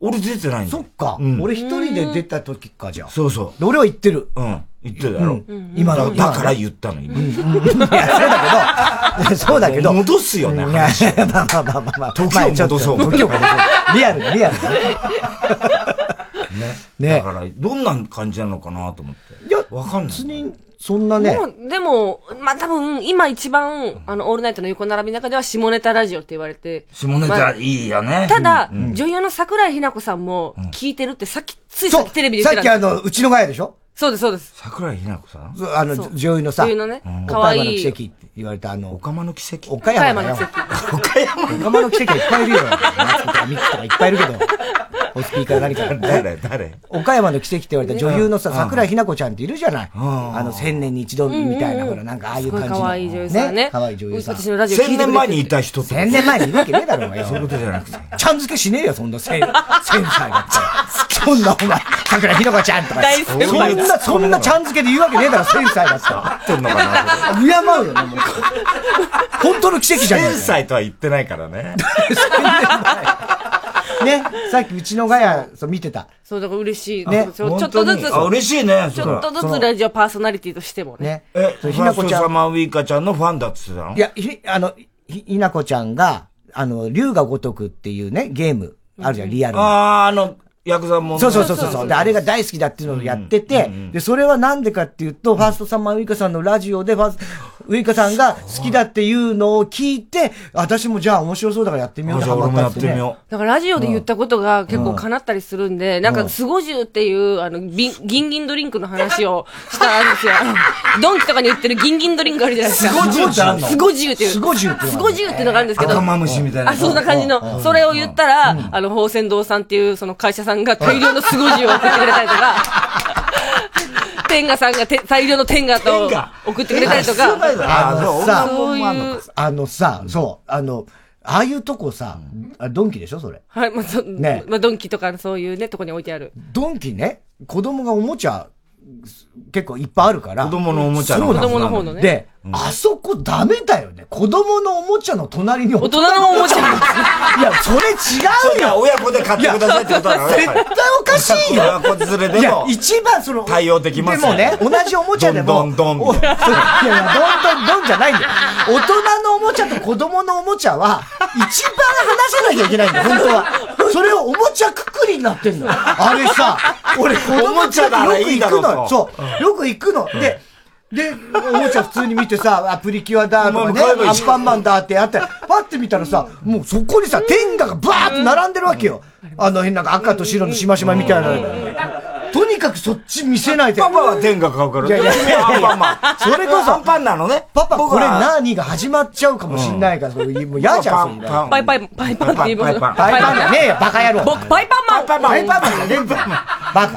俺出てないんだそっ
か。俺一人で出た時かじゃん。
そうそう。
で、俺は行ってる。
うん。言ってるだろ
う。今の
だだから言ったの、今。
いやそうだけど。
戻すよね。
いや、いやまあまあまあまあまあ。
時を戻そう
まあちょっと時を戻そう。リアル、リアル。
ね。だから、どんな感じなのかなと思って。いや、わかんない。別
に、そんなね。
もうでも、まあ、多分、今一番、あの、オールナイトの横並びの中では、下ネタラジオって言われて。
下ネ
ま
タ
あ
いいよね。
ただ、
うんうん
女優の桜井日奈子さんも、聞いてるってさっき、ついさっきテレビで言
さ
って
ったきあの、うちのガヤでしょ
そうです、そうです。
桜井日奈子さん
そうあの
そう、
女優のさ、
女優のね
うん
可愛い
岡山の奇跡って言われたあの、岡
山の奇跡
岡山だよ。
岡山
岡山の奇跡はいっぱいいるよ。夏とかミキとかいっぱいいるけど、おスピーカー何か。
誰誰
岡山の奇跡って言われた女優のさ、
ね
桜井日奈子ちゃんっているじゃない。あの、千年に一度みたいな、
うんうん
ほら、なんかああいう感じ
す
の。
ごい可愛い女優さんね
可愛い女優さん。
私のラジオ聞いてくれてる千年前にい
た人
千年前にいるわけねえだろ、お前。
そういうことじゃなくて。
ちゃん付けしねえよ、そんな千、千歳だって。そんなお前、桜井日奈子ちゃんとか。
大先輩
そんな、そんなちゃん付けで言うわけねえだろ、千歳だって。
ってんのかな
敬うよね、もう。本当の奇跡じゃねえか
天才とは言ってないからね。
ね、さっきうちのガヤ、そう見てた。
そう、だから嬉しい。
ね
そうちょっとず
本当
つ。
にあ嬉しいね
ちょっと
そ
ず
の
つラジオパーソナリティとしてもね。
え、ファ
ひ
ー
な
スト
こちゃん
サマーウイカちゃんのファンだって言ってたの
いや、ひ、あの、ひ、ひなこちゃんが、あの、竜が如くっていうね、ゲーム、あるじゃん、リアル
あ
な。
あ、あの、ヤクザもん
そうそうそうそうそう。で、あれが大好きだっていうのをやってて、で、それはなんでかっていうと、ファーストサマーウイカさんのラジオで、ファースト、ウイカさんが好きだっていうのを聞いて、私もじゃあ面白そうだからやってみよう
あじゃあ
ハマた
俺もやってみよ
だからラジオで言ったことが結構叶ったりするんで、なん
うん
か、スゴジュウっていう、あの、びギンギンドリンクの話をしたんですよ。ドンキとかに売ってるギンギンドリンクあるじゃないですか。
スゴジュウってあんの
スゴジュウっていう。
スゴジュウっていうの
スゴジュウっていうのがあるんですけど。
赤マムシみたいな
あ、そんな感じ
うんう
の。
ん
それを言ったら、あの、宝仙堂さんっていう、その会社さんが大量のスゴジュウを送ってくれたりとか。天下さんがて大量の天下と送ってくれたりとか。
あのさ、
そういう。
あのさ、そう、あの、ああいうとこさ、あドンキでしょ、それ。
はい、まあ、そ
ね
まあ、ドンキとかそういうね、とこに置いてある。
ドンキね、子供がおもちゃ、結構いっぱいあるから。子供
のおもちゃの
そうな
子供の方のね
で、あそこダメだよね。子供のおもちゃの隣に大
人のおもちゃ。
いや、それ違
そう
う
だ
よ。
親子で買ってくださいってことだろ
いや絶対おかしいよ。
親子連れでも
いや一番その、
対応できます
でもね、同じおも ちゃでも。
どんどんどんみたい
そういやいや、どんどんどんじゃないんだよ。大人のおもちゃと子供のおもちゃは、一番話さなきゃいけないんだよ、本当は。それをおもちゃくくりになってんのよ。あれさ、俺子供ちゃんとよく行くのよ。そう。よく行くの。で、で、おもちゃ普通に見てさ、あプリキュアだと
ま
かね、
あ買えばいい
アンパンマンだってやって、パッて見たらさ、もうそこにさ、天下がバーって並んでるわけよ。あの変なんか赤と白のしましまみたいな。とにかくそっち見せないで。パパは天下買うからいやいやいや
アンパンマン
それこそ。
アンパンなのね。
パパ、
僕
こ
は
れ何が始まっちゃうかもしんないから、そういうもう嫌じゃん、そんな
パイパイ、パイパンって言います
パイパンだねえよ、バカ野郎。
僕、パイパンマン
パイパンマンだね、バカ。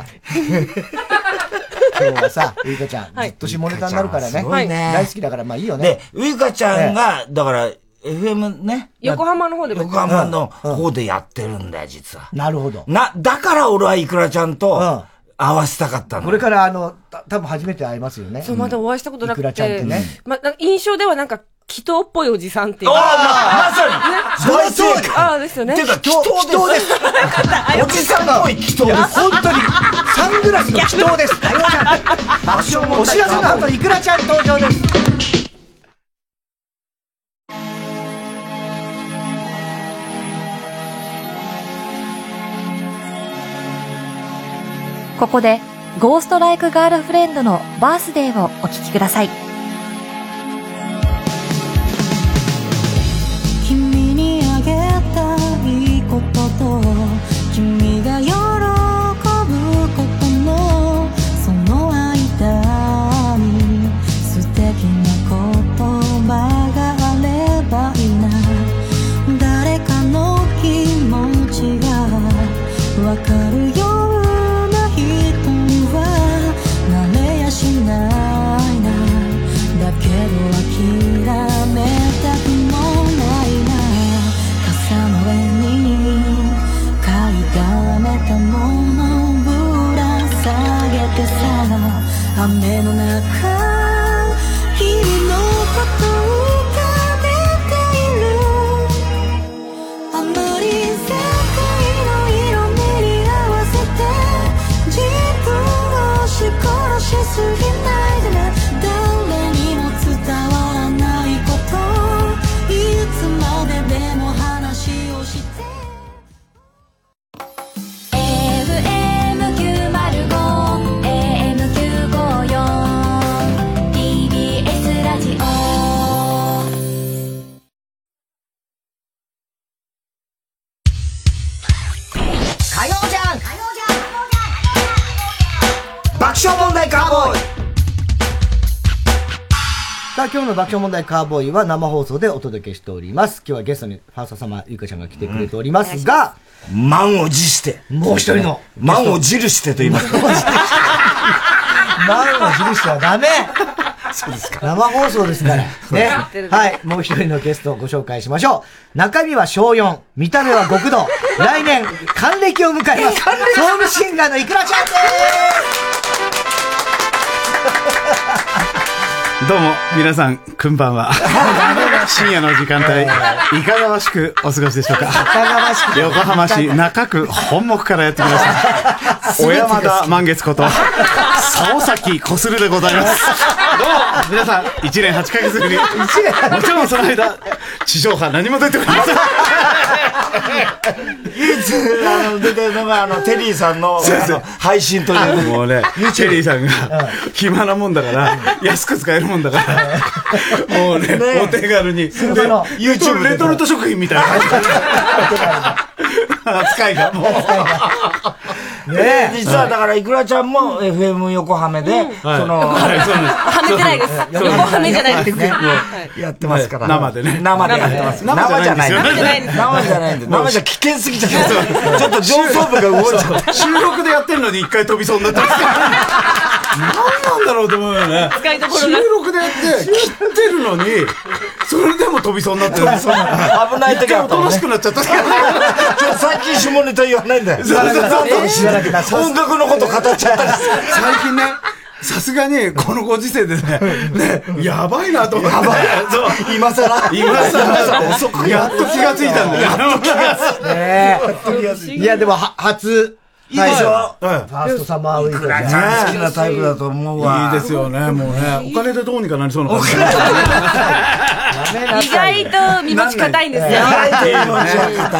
今日はさ、ゆいか ちゃん、ずっと下ネタになるから
ゆいかちゃん
ね。
すごいね
大好きだから、まあいいよね
で。、ウイカちゃんが、だから、FM ね。
横浜の方でも
横浜の方でやってるんだよ、実は。
なるほど。
な、だから俺はいくらちゃんと合わせたかったの。
これから、あの、た多分初めて会えますよね。
そう、まだお会いしたことなく
いくら
て。
ちゃんってね
まあ、なんか印象ではなんか、祈祷っぽいおじさんっていう。
あ
あ
まさに大正解
ああ、ですよね。
てか祈祷です祈祷です
よかった
おじさんっぽい祈祷です本当にサングラスの祈祷です お知らせの後、いくらちゃん登場です。
ここで、ゴーストライクガールフレンドのバースデーをお聴きください。
君にあげたいいことと君が喜ぶことのその間に素敵な言葉があればいいな誰かの気持ちがわかるような人にはなれやしないなだけど諦めたくもないな傘の上に買いだめたものぶら下げてさ雨の中君のこと浮かべているあまり世界の色味に合わせて自分をし殺しすぎないでね誰にも伝わらないこといつまででも話をして
火曜じゃん
爆笑問題カーボーイさあ、今日の爆笑問題カーボーイは生放送でお届けしております。今日はゲストにファースト様、ゆかちゃんが来てくれておりますが、
満を持して。
もう一人の
満を持してと言います。
満を持してはダメそうですか。生放送ですから。ね
そうですね。
はい。もう一人のゲストをご紹介しましょう。中身は小4、見た目は極道。来年、還暦を迎えます。ソウルシンガーのいくらちゃんです
どうも、皆さん、こんばんは。深夜の時間帯、いかがわしくお過ごしでしょうか。横浜市中区本木からやってきました。小山田満月こと、竿崎こするでございます。どうも、皆さん、1年8ヶ月ぶり。もちろんその間、地上波何も出ておりません。
唯一、あの、出てるのが、あの、テリーさんの、
そう
あ
そう
の配信という。
も うね、チェリーさんが、暇なもんだから、安く使えるもんだから、もうね、お手軽に。で、YouTube レト ルト食品みたいな感じ。扱いがもう。
ね
ね
実はだから、いくらちゃんも FM 横浜で、そ
はい
の、
はいそうです
はめてないです横はめじゃないです
ねやってますから。生でね。生でやってます。生
生
じ
じ
ゃ
ゃ
な
ないい。
生じゃないんです。生じゃないんです。生じゃ危険すぎちゃって。ちょっと上層部が動いちゃった。
収録でやってるのに一回飛びそうになって ます。何なんだろうと思うよね。
使いどころ
収
が
録でやって、切ってるのに、それでも飛びそうになってる。
飛びそうになる危ない時あ
あ
っ
ったた。
もん
楽
ね
しくなっちゃった。
ちょ最近下ネタ言わないんだよ。
そうそうそう
音楽のこと語っちゃったりする
最近ね、さすがに、このご時世でね、ね、やばいなと思って。
やばい
そう
今更
今更
遅く
やっと気がついたんだよ。
やっと気がついた
ねえ。いや、でも、は、初。
いいでしょ
ファーストサマーウイークだね
いくらちゃん好きなタイプだと思うわ
いいですよね、もうね。お金でどうにかなりそうな感じ。
意外と身持ち硬いんですよ。
いいよ
ね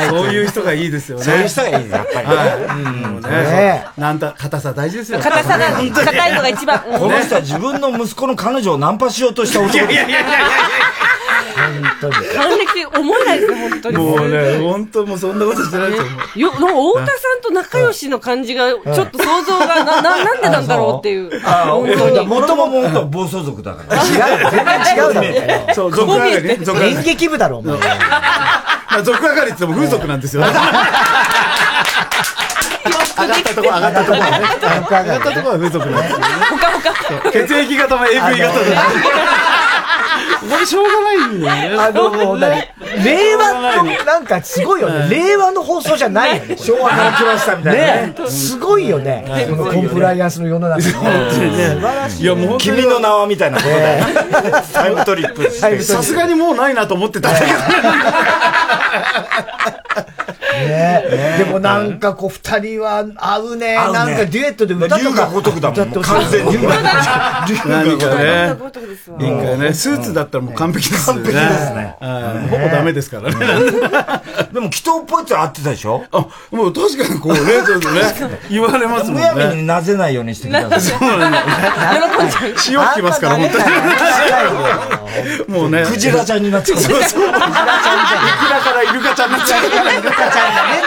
そういう人がいいですよね。
そういう人がいいねやっぱりね
はいうんねそうなんた、硬さ大事ですよ。
硬さが、硬いのが一番。
この人は自分の息子の彼女をナンパしようとした男。
いやいやいやいや
本当に。
還暦思えないですね、本当に。
もうね、本当もうそんなことしてないと思う。
よ、なんか太田さんと仲良しの感じが、ちょっと想像が、な、な、なんでなんだろうっていう。
ああ、
本
俺
当に。
もとももと暴走族だから。
違うだろ。
そう、
こ
俗
う見
上
えて
がりね、俗上
演
がり。
劇部だろ、お前。
まあ俗上がりって言っても風俗なんですよ。上がったとこ、上がったとこはね。上がったとこは風俗なんですよね。血液型も AV 型で。これしょうがないんだよね。
あの、もう何令和の、なんかすごいよね。令和の放送じゃないよ ね。
昭和から来ましたみたいなね
ねえすごいよね。このコンプライアンスの世の中ね。
いや、もう本当に
君の名はみたいなことだよ。タイムトリップして。
さすがにもうないなと思ってたんだけど。
ねでもなんかこう、二人は合うね。
合うね
なん かデュエットで歌と
龍が
か。
如くだもん。もう
歌って
完
ほしい
全に。龍が如く
何かね。
です
一回ね、スーツだったらもう完璧ですよね。
完璧ですね
はいほぼダメですからね。
でも、祈祷っぽいっての合ってたでしょ
あ、もう確かにこうね、ちょっとね、言われますもん
む
ね。
やみになぜないようにしてきたんですよ
そうなんだよね。塩吹きますから、本当に。もうね。
クジラちゃんになっちゃう。
そうそう。イクラからイルカちゃんになっちゃう。
イルカちゃんがねえ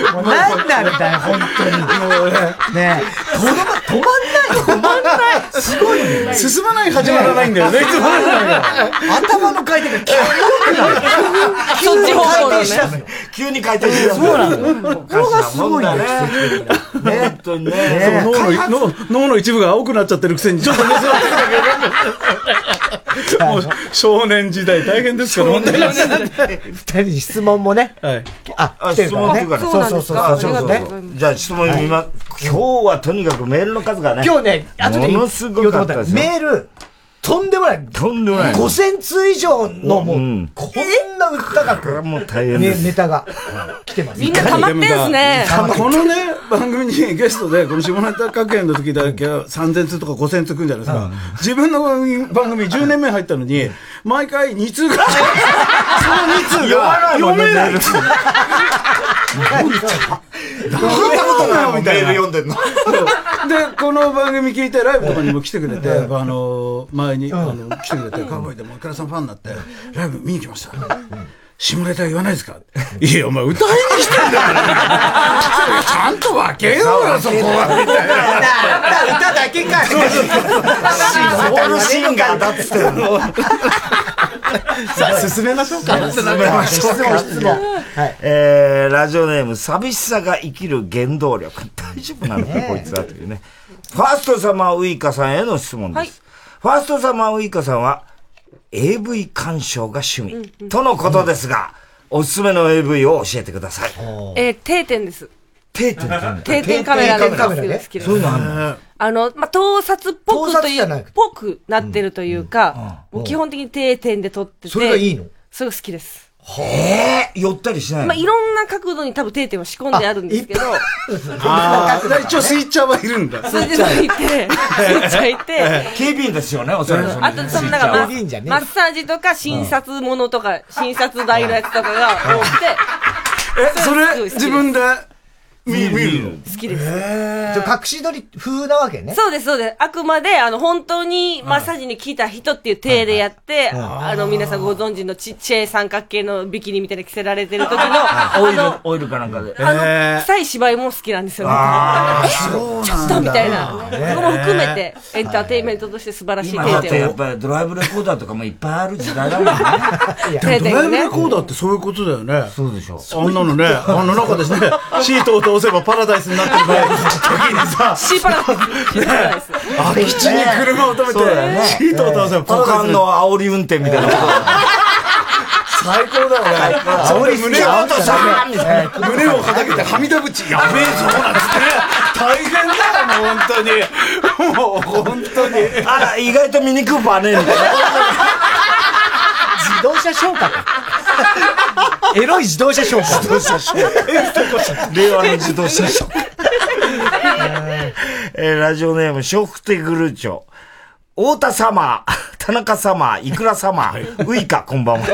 んだよ。もう何なんだよ、本当に。もうね。ねえ止ま、止まんない。止まんない。すごいね。
進まない、始まらないんだよね。
ね
進まないのよ
頭の回転が急に
そっち方向だね
急に回転したの
急に回
よ
転してた
そうなの
んだよ。これがすごいね。本当にね。
そう脳の脳の脳の一部が青くなっちゃってるくせに、ちょっとね、もう少年時代大変ですから、本当に。
二人に質問もね。
はい。
あ、
あ
来て
質
る
問
か
来るか
らね。
ら
そうそうそう
あ
そ
そう
う
そう
ね。
そうじゃあ質問見ます今日はとにかくメールの数がね
今日ね、あとで
ものすごかったですよ
メール、とんでもない。
とんでもない
5000通以上のもう、
うん
こんな高く、
もう大
ね、
変です
ネタが来てます。
みんな溜まってんすね。
このね、番組にゲストで、この下ネタ学園の時だけは3000通とか5000通くんじゃないですか。自分の番組番組10年目入ったのに、毎回2通ぐ らい。その2通が読めない。
読め聞いたことないもんメール読んで んの
で、この番組聞いて、ライブとかにも来てくれて、あの、前に、あの、来てくれて、カウボーイでも、倉さんファンになって、ライブ見に来ました。下ネタ言わないですか いや、お前歌いに来てんだから。それちゃんと分けようよ、そこは。みたいな。
歌だけかそうそう
オールシンガーだっつってんの
さあ、進めましょうか。
進めましょうか
質問質問はい
えーラジオネーム寂しさが生きる原動力大丈夫なのかこいつはというねファーストサマーウイカさんへの質問です、ファーストサマーウイカさんは AV 鑑賞が趣味、とのことですが、おすすめの AV を教えてください。
えー、定点です。
定点カメラ
定点カメラで
定点カメラね
好きです
そういうのあんの
あの、まあ、盗撮っぽくと
盗撮
い
じゃな
う
く、
ぽくなってるというか、
うんうん
もう基本的に定点で撮ってて。
それがいいの
それが好きです。
へえ、寄ったりしない
まあ、
の
いろんな角度に多分定点は仕込んであるんですけど、
ああ、一応スイッチャーはいるんだ。
それで抜いて、抜いちゃいて、
警備員ですよね、おそらくその。
あと、その、なんか、マッマッサージとか、診察ものとか、診察台のやつとかが多くて、
え、それ、自分で
見る見る
好きです。
じゃあ隠し撮り風なわけね。
そうです、そうです。あくまで、あの、本当に、マッサージに来た人っていう体でやって、
はいはい
あの、皆さんご存知のちっちゃい三角形のビキニみたいな着せられてる時の、
あ
あ
オイル
の、、
オイルかなんかで。
あの、臭い芝居も好きなんですよ。
あー
え
そうなんだ
ちょっとみたいな。
ね
そこも含めて、エンターテインメントとして素晴らしい
今だ
経
って
験
や
を
っ。ぱりドライブレコーダーとかもいっぱいある時代だもんね。
定点
ドラ
が
イブレ
ね。
コーダーってそういうことだよね。
そうでしょ。
あんなのね、あの中ですね、シートを通せばパラダイスになってるぐらいの時にさ、
シーパラダイス。
空き地に車を止め
そうだよね
て、シートを通せばパ
股
ラダイス
間の煽り運転みたいなこと。最高だよね。
それで胸を叩
さーみたい
け胸を叩けてはみ出口やべえぞなんつって大変だよもう本当にもう本当に
あら意外とミニクーパーねみたいな
自動車消火か。エロい自動車消火。
令和の自動車ショック。えーラジオネーム、ショフテグルーチョ。太田様、田中様、イクラ様、ウイカ、こんばんは。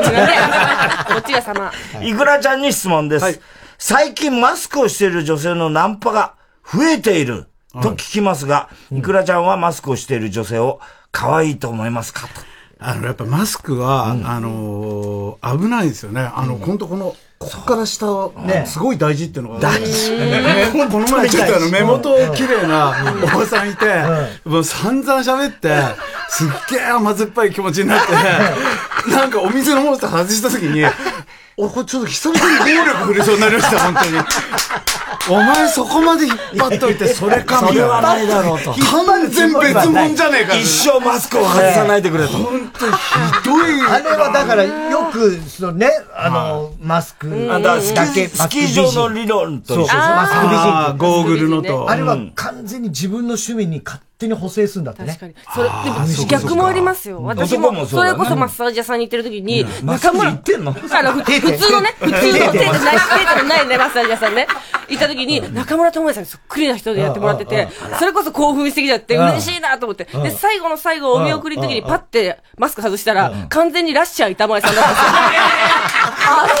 どちら様。
イクラちゃんに質問です。最近マスクをしている女性のナンパが増えていると聞きますが、イクラちゃんはマスクをしている女性を可愛いと思いますかと。
あのやっぱマスクは、あのー危ないんですよねあの、本当このここから下は、
ね
すごい大事っていうのが
大事
ね
うん
この前ちょっとあの目元綺麗な
うん
おばさんいて、もう散々喋ってすっげえ甘酸っぱい気持ちになってなんかお店のモンスター外した時に俺これちょっと久々に暴力振りそうになりました本当に。お前そこまで引っ張っといて、それか
それはないだろうと
完全別物じゃねえか
一生マスクを外さないでくれと。
ひ
どい。
あれはだから、よく、そのね、あの、マスク
あだからスキ
だけ、
スキー場の理論と一緒
そうそうそう
あー
マスク美人
あーゴーグルのと
あれは
うん
完全に自分の趣味に勝手に補正するんだってね。
それ、でも逆もありますよ。私
男
も、
も
そ
そう
れ
だね
こそマッサージ屋さんに行ってる時に、
マ
中村、
てんの
あの、ふ普通のね、普通の手じゃない、手じゃないね、マッサージ屋さんね。行った時に、中村智也さんにそっくりな人でやってもらってて
うんうんうん、
それこそ興奮してきちゃって、
うん
嬉しいなと思って。
うん
で、最後の最後、お見送りの時に
うん
パッてマスク外したら、完全にラッシャー板前さんだったんですよ。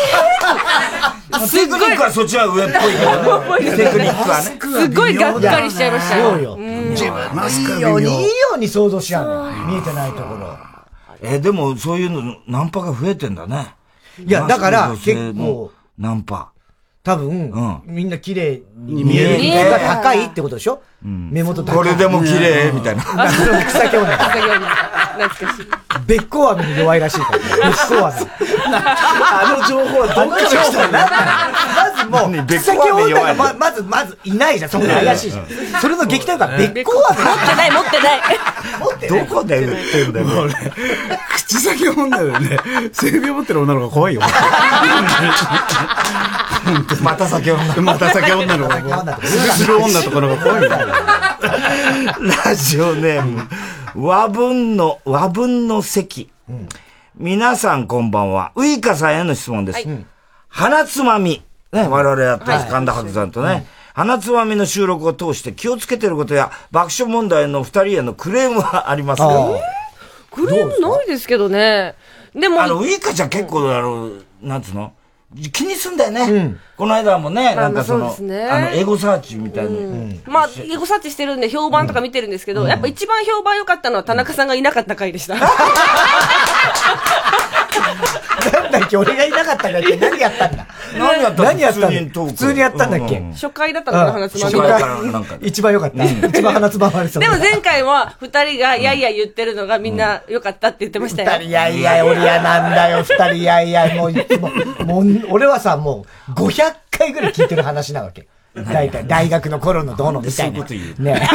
あれ
テクニックはそっちは上っぽいけどね。テクニックはね。
すっごいがっかりしちゃいましたよ
そうよ。自分のいい
微
よ
妙
うに、いいように想像しちゃうのよ見えてないところ。
えーでもそういうの、ナンパが増えてんだね。
いやだから
マスクの女性の
結構。
ナンパ。
多分、みんな綺麗に
見
見
える
える率が高いってことでしょ目元高い。
これでも綺麗みたいな。
あそう草木女。べっこう飴に弱いらしいからね。べっこう飴。
あの情報は
どっから来たのまずもう、草木女がままず、まずいないじゃん。そんな怪しいじゃん。それの撃退がべっこう飴。持って
ない、持ってない。
どこで売ってんだよ。
もうね、口先女だよね。性病持ってる女の子が怖いよ。
また酒女。
また酒女の子。する女とかの方が怖いよ。
ラジオネーム、和文の、和文の席。皆さんこんばんは。ウイカさんへの質問です。
はいうん
花つまみ。ね、我々やってます。神田伯山とね。花つまみの収録を通して気をつけてることや爆笑問題の二人へのクレームはありますか
クレームないですけどね。でも、
あの、ウイカちゃん結構、あの、なんつうの気にすんだよね。この間もね、
まあ
なんかそ
ま
の、
あそうですね
あの、エゴサーチみたいな。
まあ、エゴサーチしてるんで評判とか見てるんですけど、やっぱ一番評判良かったのは田中さんがいなかった回でした。
なんだっけ俺がいなかったんだっけ何やったんだ
何やったの
何やった
普通にトー
の
ク
普通にやったんだっけ
初回だったのかな、花つまみ
うん
が。
なんか
一番良かった。一番鼻つままれそう
でも前回は二人がやいや言ってるのがみんな良かったって言ってましたよ。
二人やいやい、俺嫌なんだよ、二人やいやい、もういつも、もう、俺はさ、もう、500回ぐらい聞いてる話なわけ。大体、大学の頃のどうのみたいな。
そういうこと
言う。ね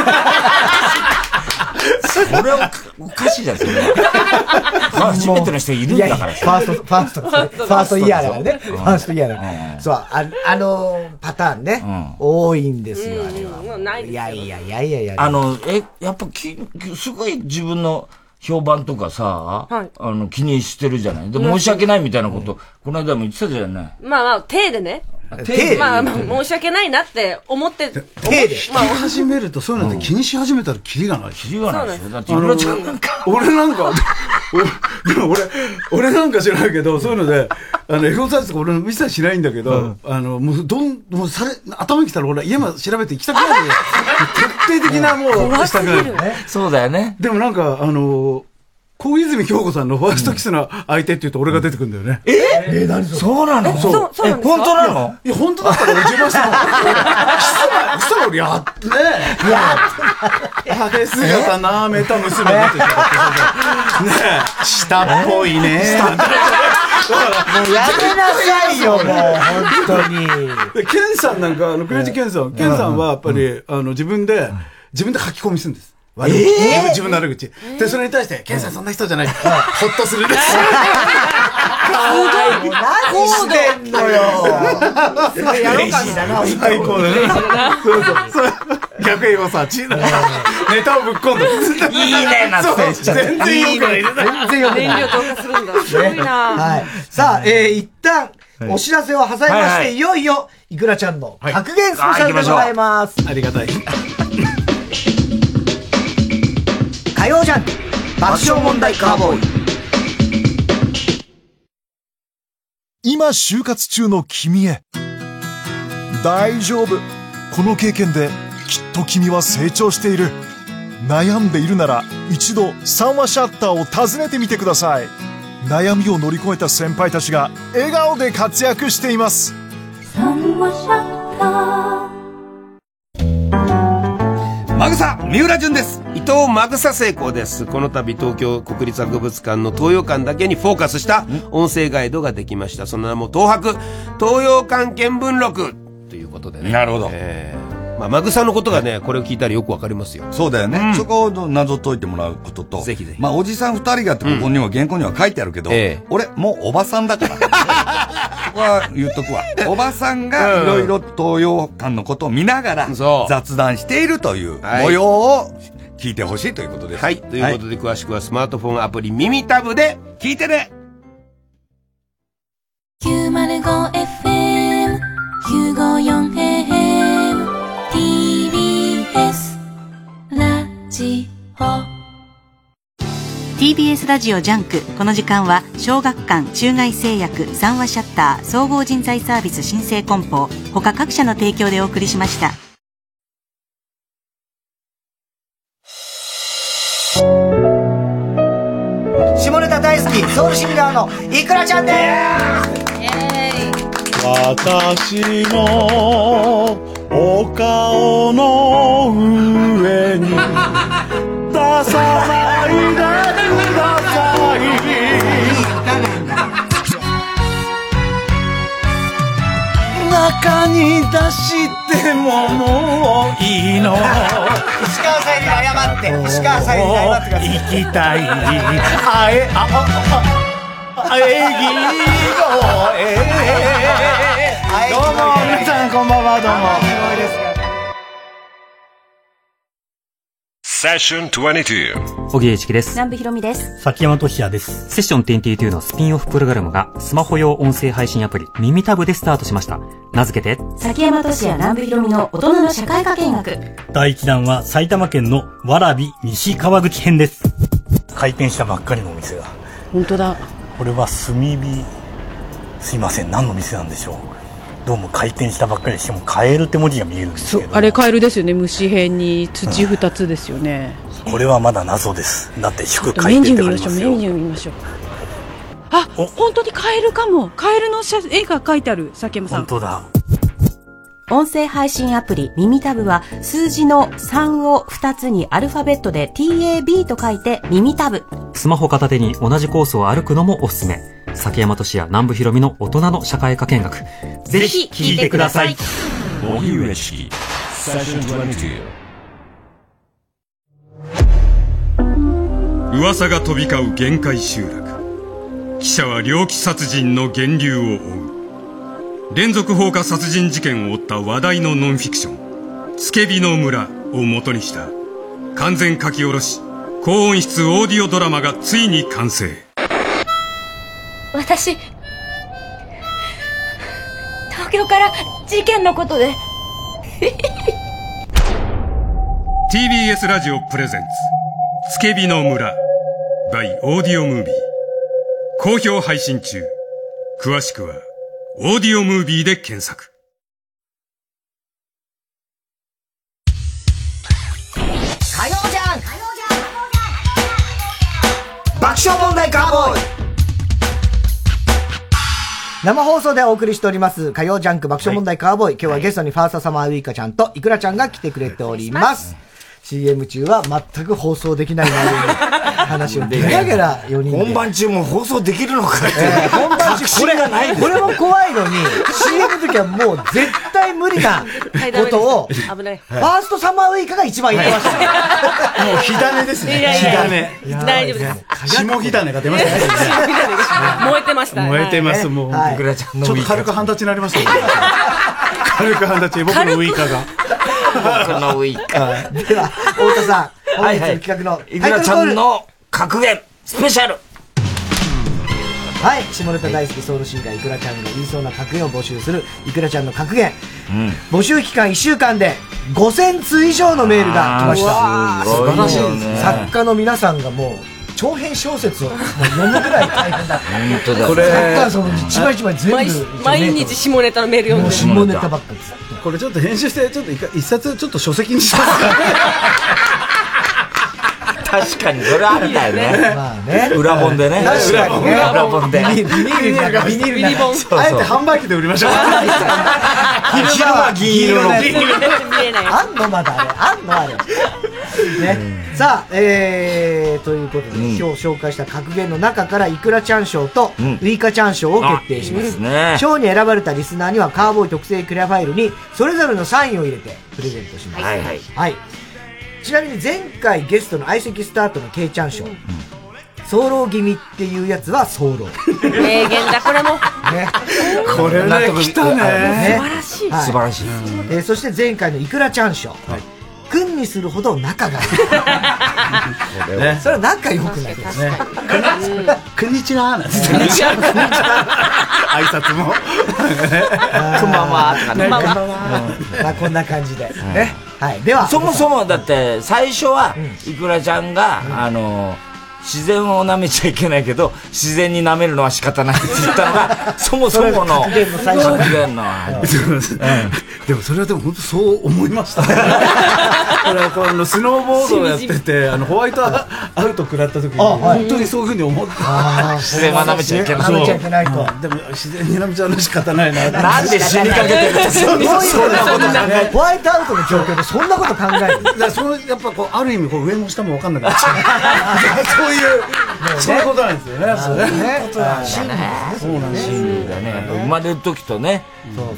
それはおかしいじゃん、それは。初めての人いるんだから
ファースト、ファースト、ファーストイヤーだからね。フ
うん
ァーストイヤーだから。そう、ああのー、パターンね。多いんですよ、あれは。
もうない
いやいやいやいやいや。
あの、え、やっぱき、すごい自分の評判とかさ、
はい
あの、気にしてるじゃない。で、
うん
申し訳ないみたいなこと、この間も言ってたじゃない。
まあまあ、手でね。
手まあ、まあ申し訳ないなって思って、
手で聞き始めるとそういうのって気にし始めたらキリがない。キリ
がないですよそうなんです
あ
よ
の俺なんか、俺でも俺、俺なんか知らないけど、そういうので、あの、エゴサイズとか俺一切しないんだけど、あの、もう、どん、もうされ、頭に来たら俺は家まで調べて行きたくないのよ徹底的なもう、
怖
した
す
く
ぎ
な
る
い。
そうだよね。
でもなんか、あの、小泉京子さんのファーストキスの相手って言うと俺が出てくるんだよね。ええ何そうなのそう。え、本当なのいや、本当だったら俺自慢したの。キスは、キスは俺やってねえ。派手姿なめた娘になってるねえ。下っぽいね。下っぽい。
もうやめなさいよもう本当に。
でケンさんなんか、あの、クレイジーケンさん、ケンさんはやっぱり、あの、自分で、自分で書き込みするんです。悪口
えー
自分の悪口。で、それに対して、ケンさんそんな人じゃない。ほっとするです。
もう何してんのよ。すごいやろうかしらな。
最高だね。そうそう。そう逆英語さ、ちネタをぶっ込んで。
いいねな
そう
って
全然よくない。
全然良くない。
投下するんだ。すごいな。
はい。さあ、えー、一旦、お知らせを挟みまして、
はい
いよ
はい
いよ、いくらちゃんの格言スペシャルでございます。
ありがたい。
火曜ジャンク、爆笑問題カーボーイ。
今就活中の君へ大丈夫この経験できっと君は成長している悩んでいるなら一度三話シャッターを訪ねてみてください悩みを乗り越えた先輩たちが笑顔で活躍しています
マグサ三浦淳です伊藤マグサ成功ですこの度東京国立博物館の東洋館だけにフォーカスした音声ガイドができましたその名も東博東洋館見聞録ということでねなるほど、えーまあ、マグサのことがねこれを聞いたらよくわかりますよ
そうだよね、そこを謎解いてもらうことと、ぜひぜひまあ、おじさん二人がってここにも原稿には書いてあるけど、俺、もうおばさん だから、ここは言っとくわ。おばさんがいろいろ東洋館のことを見ながら、雑談しているという
はい
模様を聞いてほしいということです。
はいということで詳しくはスマートフォンアプリ耳タブで聞いてね
905FM 954AM TBS ラジオ
TBS ラジオジャンクこの時間は小学館中外製薬三話シャッター総合人材サービス新生梱包他各社の提供でお送りしました
下ネタ大好き、ソウルシンガーの、いくらちゃんです
私のお顔の上に出さないでください中に出してももういいの
石川さんに謝って、石川さんに謝ってください。
行きたいあえああああえぎのえどうも皆さんこんばんはどうも
セッション22
小木栄一樹です。
南部ひろみです。
崎山俊也です。セッション22のスピンオフプログラムがスマホ用音声配信アプリ耳タブでスタートしました。名付けて、
崎山俊也 南部ひろみの大人の社会科見学。
第1弾は埼玉県のわらび西川口編です開店したばっかりのお店が
本当だ。
これは炭火すいません何の店なんでしょうどうも開店したばっかりでしかもカエルって文字が見えるんですけど
あれカエルですよね。虫辺に土二つですよね。
これはまだ謎ですだって祝
メ
開
ニュ
店っ
ー
て
見
書いて
まし
ま
ょう。
す
メ
よ
ニュー見ましょう。あ、本当にカエルかも。カエルの写絵が描いてある、崎山さん。
本当だ
音声配信アプリ耳タブは数字の3を2つにアルファベットで TAB と書いて耳タブ。
スマホ片手に同じコースを歩くのもおすすめ。崎山俊也南部ひろみの大人の社会科見学。ぜひ聞いてください。
荻上チキセッション22
噂が飛び交う限界集落記者は猟奇殺人の源流を追う連続放火殺人事件を追った話題のノンフィクション「つけびの村」を元にした完全書き下ろし高音質オーディオドラマがついに完成
私東
京から事件のことで
TBS ラジオプレゼンツつけびの村 by オーディオムービー好評配信中詳しくはオーディオムービーで検索
火曜じゃん
爆笑問題カーボーイ生放送でお送りしております、火曜ジャンク爆笑問題カーボーイ。今日はゲストにファーストサマーウイカちゃんとイクラちゃんが来てくれております。CM 中は全く放送できない内容の話 をゲラゲラ4人で。
本番中も放送できるのかって。
本番
確
中、こ
信
れ
がない、
これも怖いのに、CM の時はもう絶対無理なことを、
危ない。
ファーストサマーウイカが一番言ってました。
もう火種ですね。
いやい
火
や
種。
大丈夫です。
下火種が出ましたね。
燃えてました。
燃えてます、
はい
もう。
はい
ちょっと軽く半立ちになりましたね。 軽く半立ち、僕のウイカが。
僕のウイカ。
では、太田さん、本
はい
日
はい
の企画のタイ
イク
トルコール、
ラちゃんの格言、スペシャル
はい、下ネタ大好きソウルシンガーイクラちゃんが言いそうな格言を募集する、イクラちゃんの格言。募集期間1週間で5000通以上のメールが来ました。
あーうわーすごいよね
素晴らしいです作家の皆さんがもう、長編小説をもう読むぐらい大変だ。
本当
作家はその一枚一枚全部
毎
一応
日
ね、
毎日下ネタのメール読んで
もう
る
下ネタばっかりです。
これちょっと編集して、ちょっと一回一冊、ちょっと書籍にしますか。
確かに、それはあるんだよね。
まあね
裏本でね。
確かにね
裏本で。
ビニールの中ビニールの中
そうそう
あえて販売機で売りましょう。
昼間銀色の。
あんのまだあれあんのあれねさあえー、ということで、今日紹介した格言の中からイクラちゃん賞とウイカちゃん賞を決定しま
あいいで
す
すね
賞に選ばれたリスナーにはカーボーイ特製クリアファイルにそれぞれのサインを入れてプレゼントします
はいはい
はいちなみに前回ゲストの相席スタートのケイちゃん賞早漏気味っていうやつは早漏
名言だ、これも。
ね
これね、来たね。
素晴
素晴らしい。
えーそして前回のイクラちゃん賞、君にするほど仲がいい
ね
それは仲良くないですね
こんにちは、なんつって。挨拶も。
こんばんはとかね
こんばん
こんばん
はまあこんな感じで、ねはい、では
そもそもだって最初は、イクラちゃんが、あの自然を舐めちゃいけないけど自然に舐めるのは仕方ないって言ったのがそもそもの
それが格言の最初
格言の
でもそれはでも本当そう思いましたねこれはこのスノーボードをやって てあのホワイトアアウト食らった時に
はい
本当にそういうふうに思って
自然は舐めちゃいけない
そう
舐めちゃ
いけないと
うんでも自然に舐めちゃうの仕方ないな
なんで死にかけてるん だ
そうそうそんなことじゃない
ホワイトアウトの状況でそんなこと考える
だからそのやっぱこうある意味こう 上も下も分かんなくなっちゃうそういうそういうことなんですよねそういうことなんですよね
そうなんですよね生まれる時とね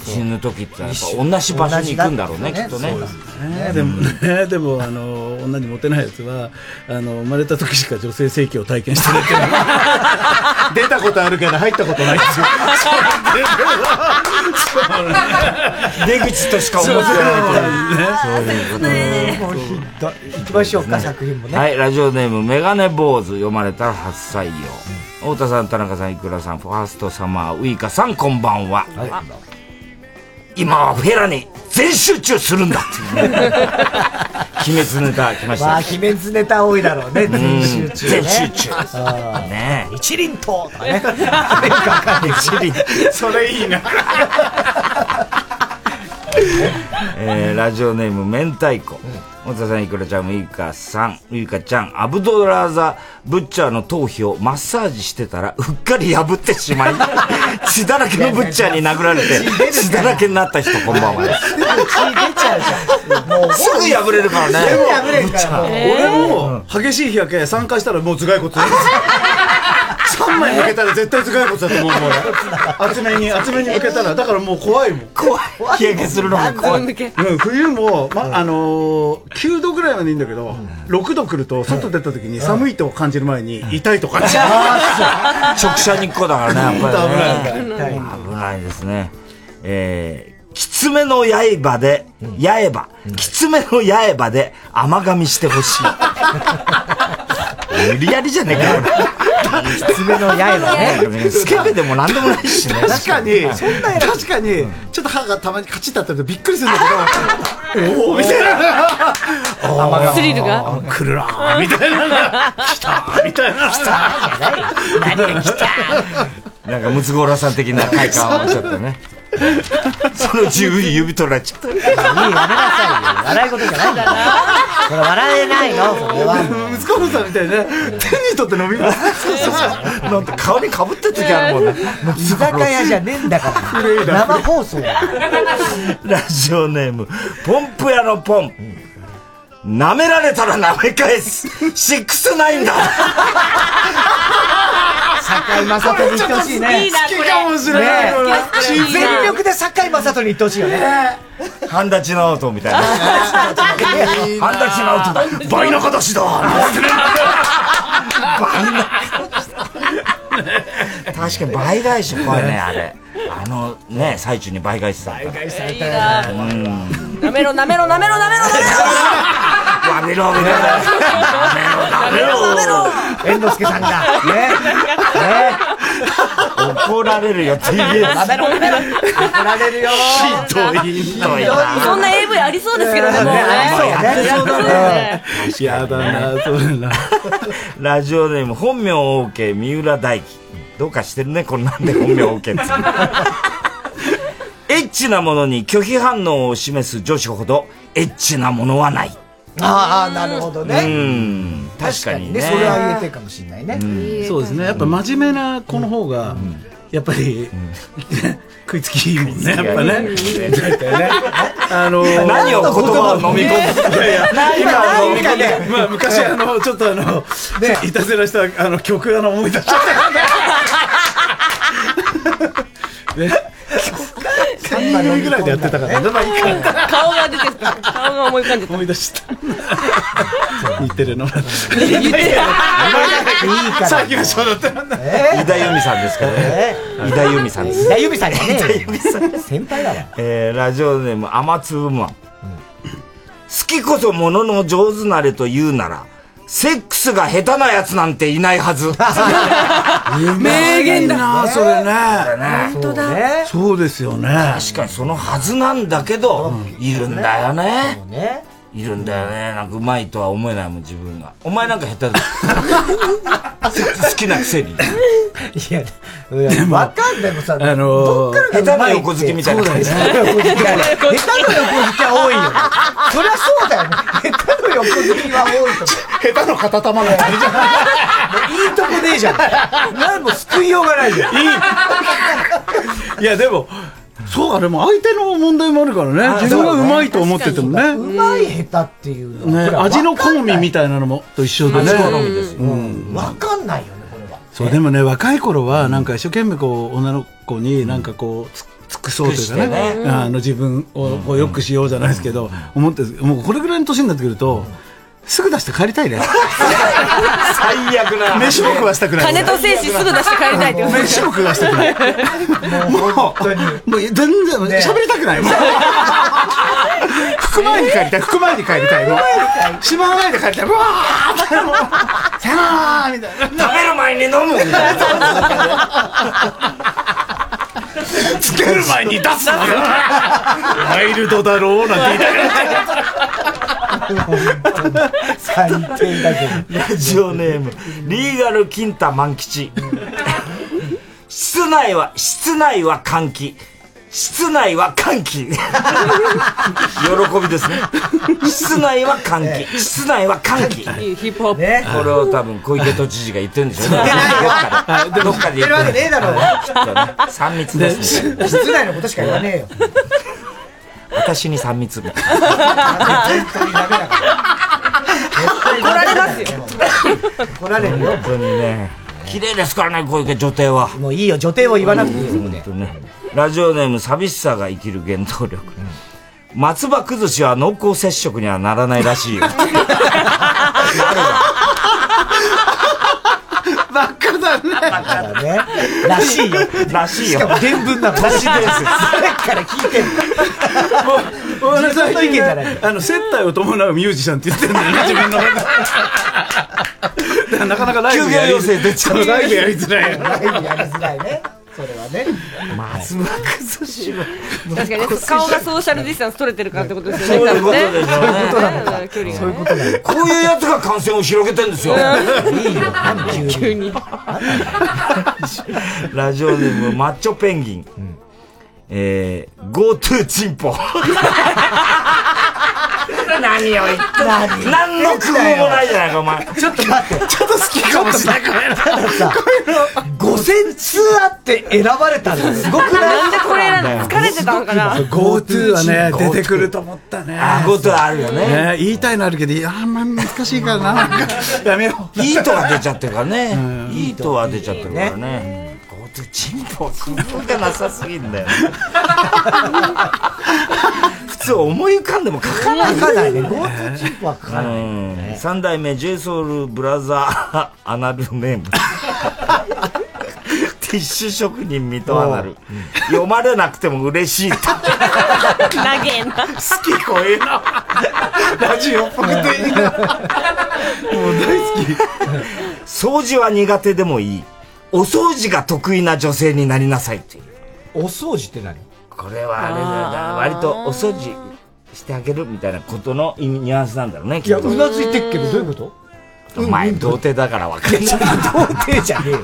死ぬ時ってやっぱ同じ場所に行くんだろうねきっとね
そうですねでもね、でもあの女にモテないやつはあの生まれた時しか女性性器を体験してないっていうのは出たことあるけど入ったことないんですよ。
出口としか思ってない
そう
いうことね
もうひどい行きましょうか、作品もね、
はい、ラジオネーム、メガネ坊主、読まれたら初採用。太田さん、田中さん、いくらさん、ファーストサマーウイカさん、こんばんは。今はフェラに全集中するんだって いうね鬼滅ネタ来まし
まあ
た。
鬼滅ネタ多いだろうね全集中ね
全集中
あ
ね
ー一輪 刀とかね
一輪
それいいな
えーラジオネーム明太子、太田さんいくらちゃんウイカさんウイカちゃんアブドラーザブッチャーの頭皮をマッサージしてたらうっかり破ってしまい血だらけのブッチャーに殴られて血だらけになった人こんばんはです
すぐ血出ちゃうじゃんもう
すぐ破れるからね
すぐ破れるからもう
俺も激しい日焼け3回したらもう頭蓋骨です3枚抜けたら絶対頭蓋骨だと思うもん俺厚めに厚めに抜けたらだからもう怖いもん
怖い日焼けするのも怖い
うん、冬も、まあのー、9度ぐらいまでいいんだけど、6度来ると外出た時に寒いと感じる前に痛いと感じる、
直射日光だからね、やっぱりね。
危ない
危ない。ですね。えー、きつめの刃で、刃、きつめの刃で甘噛みしてほしい。 無理やりじゃねえかよ
爪の刃ね
俺、スケベでも何でもないしね。
確かに、
はい
確かに、
ちょっと歯がたまにカチッと当たるとびっくりするんだけど、おおみたいな。
スリルが
あ来るなーみたいな。来たーみたいな。来たー何が来た
なんかムツゴロウさん的な快感をちょっとねその自分に指取られちゃった
いい、やめなさいよ。笑い事じゃないんだよ。それ笑えないの、それは。
ムツゴロウさんみたいにね、手に取って飲みます。そうそうそう。なんて顔にかぶってる時あるもんね。
居酒屋じゃねえんだか
レイ
ら。
だ
生放送だ
ラジオネーム、ポンプ屋のポン。舐められたら舐め返す。シックスナインだ。
堺井雅人に言ってほしいね。
ちょっと好きかもしれない
ね
いいな
全力で堺井雅人に言ってほしいよね。
ハンダチのアウトみたいな。ハンダチのアウトだ。倍仲だしだ。確かに倍返し怖いね、あれ。あのね、最中に倍返しされた。
いいなぁ
うん。
なめろなめろなめろなめろ
わびろみたいな。
なめろなめろ
猿之助さんが。ね。
怒られる よ、TBS。
ダメろダメろ怒られるよ
ひどい。ひどいな。
そんな AV ありそうですけどね、もうね。
そう ね。
やだな、それな。
ラジオネーム、本名 OK、三浦大輝。どうかしてるね、こんなんで本名 OK って。エッチなものに拒否反応を示す女子ほど、エッチなものはない。
ああ、なるほど
う
ね。
ん。確かに
ね、
ね。
それは言えてるかもしれないね。
そうですね。やっぱ真面目な子の方が、やっぱ り、食いつきいいもん ね、やっぱね。あのー
何を言葉を飲み込む
いやいや
今
今
なんかね
まあ昔あのちょっとあのいたずらしたあの曲あの思い出しちゃった。ね。三年ぐらいでやってたから、ね、まあいいか
顔が出てきた。顔が思い浮かんでた。
思い出した。似てる の。
いいから。
さっきの人だったらね。
井田由美さんですからね。井田由美さんです。
いや、ゆみさんがね。先輩だわ。
えーラジオネーム、雨粒マン。好きこそものの上手なれと言うなら、セックスが下手なやつなんていないはず。
名言だな、それね。
本当だ。
そうですよね。
確かにそのはずなんだけど、いるんだよね。
ね。
いるんだよね。なんかうまいとは思えないもん、自分が。お前なんか下手だ。好きなくせに。
いや、わかんないもんさ、
あの
下
ー、
手な横好きみたいな感じ。
下手の横好きは多いよ。そりゃそうだよね。下手の横好きは多いと思
下手の片玉のやつじゃん。
う。いいとこねえじゃん。何も救いようがないじゃん。
いやでもそうあれも相手の問題もあるからね自分がうまいと思っててもね
うまい下手っていうの
ね
は。ほら
味の好みみたいなのもと一緒でね
味好みですよ
うん
わかんないよね、これは。
そうでもね若い頃はなんか一生懸命こう女の子になんかこうつ尽くそうというかね
尽くして
あの自分をこうよくしようじゃないですけど思ってもうこれぐらいの年になってくるとすぐ出して帰りたいね
最悪な。
飯も食わしたくない
金と精子すぐ出して帰りたいってこと
飯も食わしたくないもうもう全然喋りたくないもう服前に帰りたい服前に 帰りたいもうしまわないで帰りたいうわーってさあみたいな
食べる前に飲むみたいな。
つける前に出すワイルドだろうなんて言いた くない
最低だけど。
ラジオネーム、リーガル金太万吉。室内は、室内は換気。室内は換気。喜びですね。室内は換気。室内は換気。こ
いいヒップホップ。
ね。
れを多分小池都知事が言ってるんで しょうね。どっかで
言ってるわけねえだろうよ
きっとね。3密ですね。
室内のことしか言わねえよ。
私に3密みたいな
怒られますよ。
怒られるよ。
本当にね。綺麗ですからね、小池女帝は。
もういいよ、女帝を言わなくていいよ、そこ
本
で。
当ね。ラジオネーム、寂しさが生きる原動力。松葉崩しは濃厚接触にはならないらしいよ。
バッカだね
だからね。らしいよ。
らしい
し
よ
か。も伝聞なの。都市伝説。誰から聞いてんの
俺
自分
最
の意見じ
近ね
ゃない
あの接待を伴うミュージシャンって言ってるんだよね自分のだからなかなかライブやり
休業要請出ちゃう
そうライブやりづらいよね
ライブやりづらいね。それはね。
松
幕寿司は。確かにね、顔がソーシャルディスタンス取れてるからってことですよね。
そういうことでしょうね
ね。距離がね。
こういうやつが感染を広げてんですよ。
いいよ急に。
ラジオネーム、マッチョペンギン。えー、GoTo チンポ。何を言って
何
何の工夫もないじゃないか、お前。
ちょっと待って。
ちょっと好きかもしれない。
たださ、5000通あって選ばれたのすごくない
なんでこれ疲れてたのかな
GoTo はね、出てくると思ったね。
あ、GoTo あるよね。
ね言いたいのあるけど、いや あんま難しいからな。なんかやめよう。
いいとは出ちゃってるからね。いいとは出ちゃってるからね。
GoTo
チンポ、工夫がなさすぎんだよ。 普通思い浮かんでも書かない。
書かないね。GoTo チンポは書かない。
うん三代目 JSOUL ブラザー アナルネーム。ティッシュ職人水戸アナル。読まれなくても嬉しいと。
長えな。
好き怖えな。
ラジオっぽくていいな。
もう大好き。掃除は苦手でもいい。お掃除が得意な女性になりなさいっていう。
お掃除って何
これはあれだな。割とお掃除してあげるみたいなことの意味ニュアンスなんだろうね、き
いや、
っと。
うなずいてっけど、どういうこと
お前、童貞だから分かっちゃう。
童貞じゃねえよ。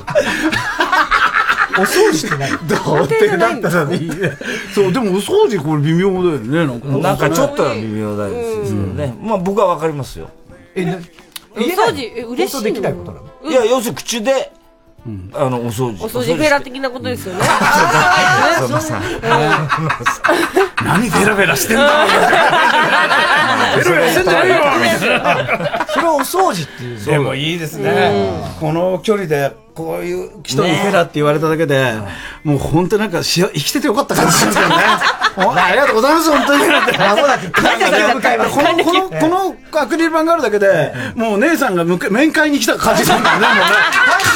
お掃除って何
童貞だったらいいね。そう、でもお掃除これ微妙だよね、なんか。
なんかちょっとは微妙だですよね。まあ僕はわかりますよ。
え、な、
お掃除、え嬉しいの。
できないことなの
いや、要するに口で、あの、お掃除。
お掃除フェラ的なことですよね。
そのさ、
何ベラベラしてんだベラベラしてんじゃねえよみたいな。
それはお掃除っていう
でもいいですね。この距離で、こういう人にフェラって言われただけで、もう本当なんかしあ生きててよかった感じします よね。おありがとうござい ます、本当に。なんて
まもなく感謝を迎え ます
この、この、このアクリル板があるだけで、もう姉さんが向け面会に来た感じなんだよね、もうね。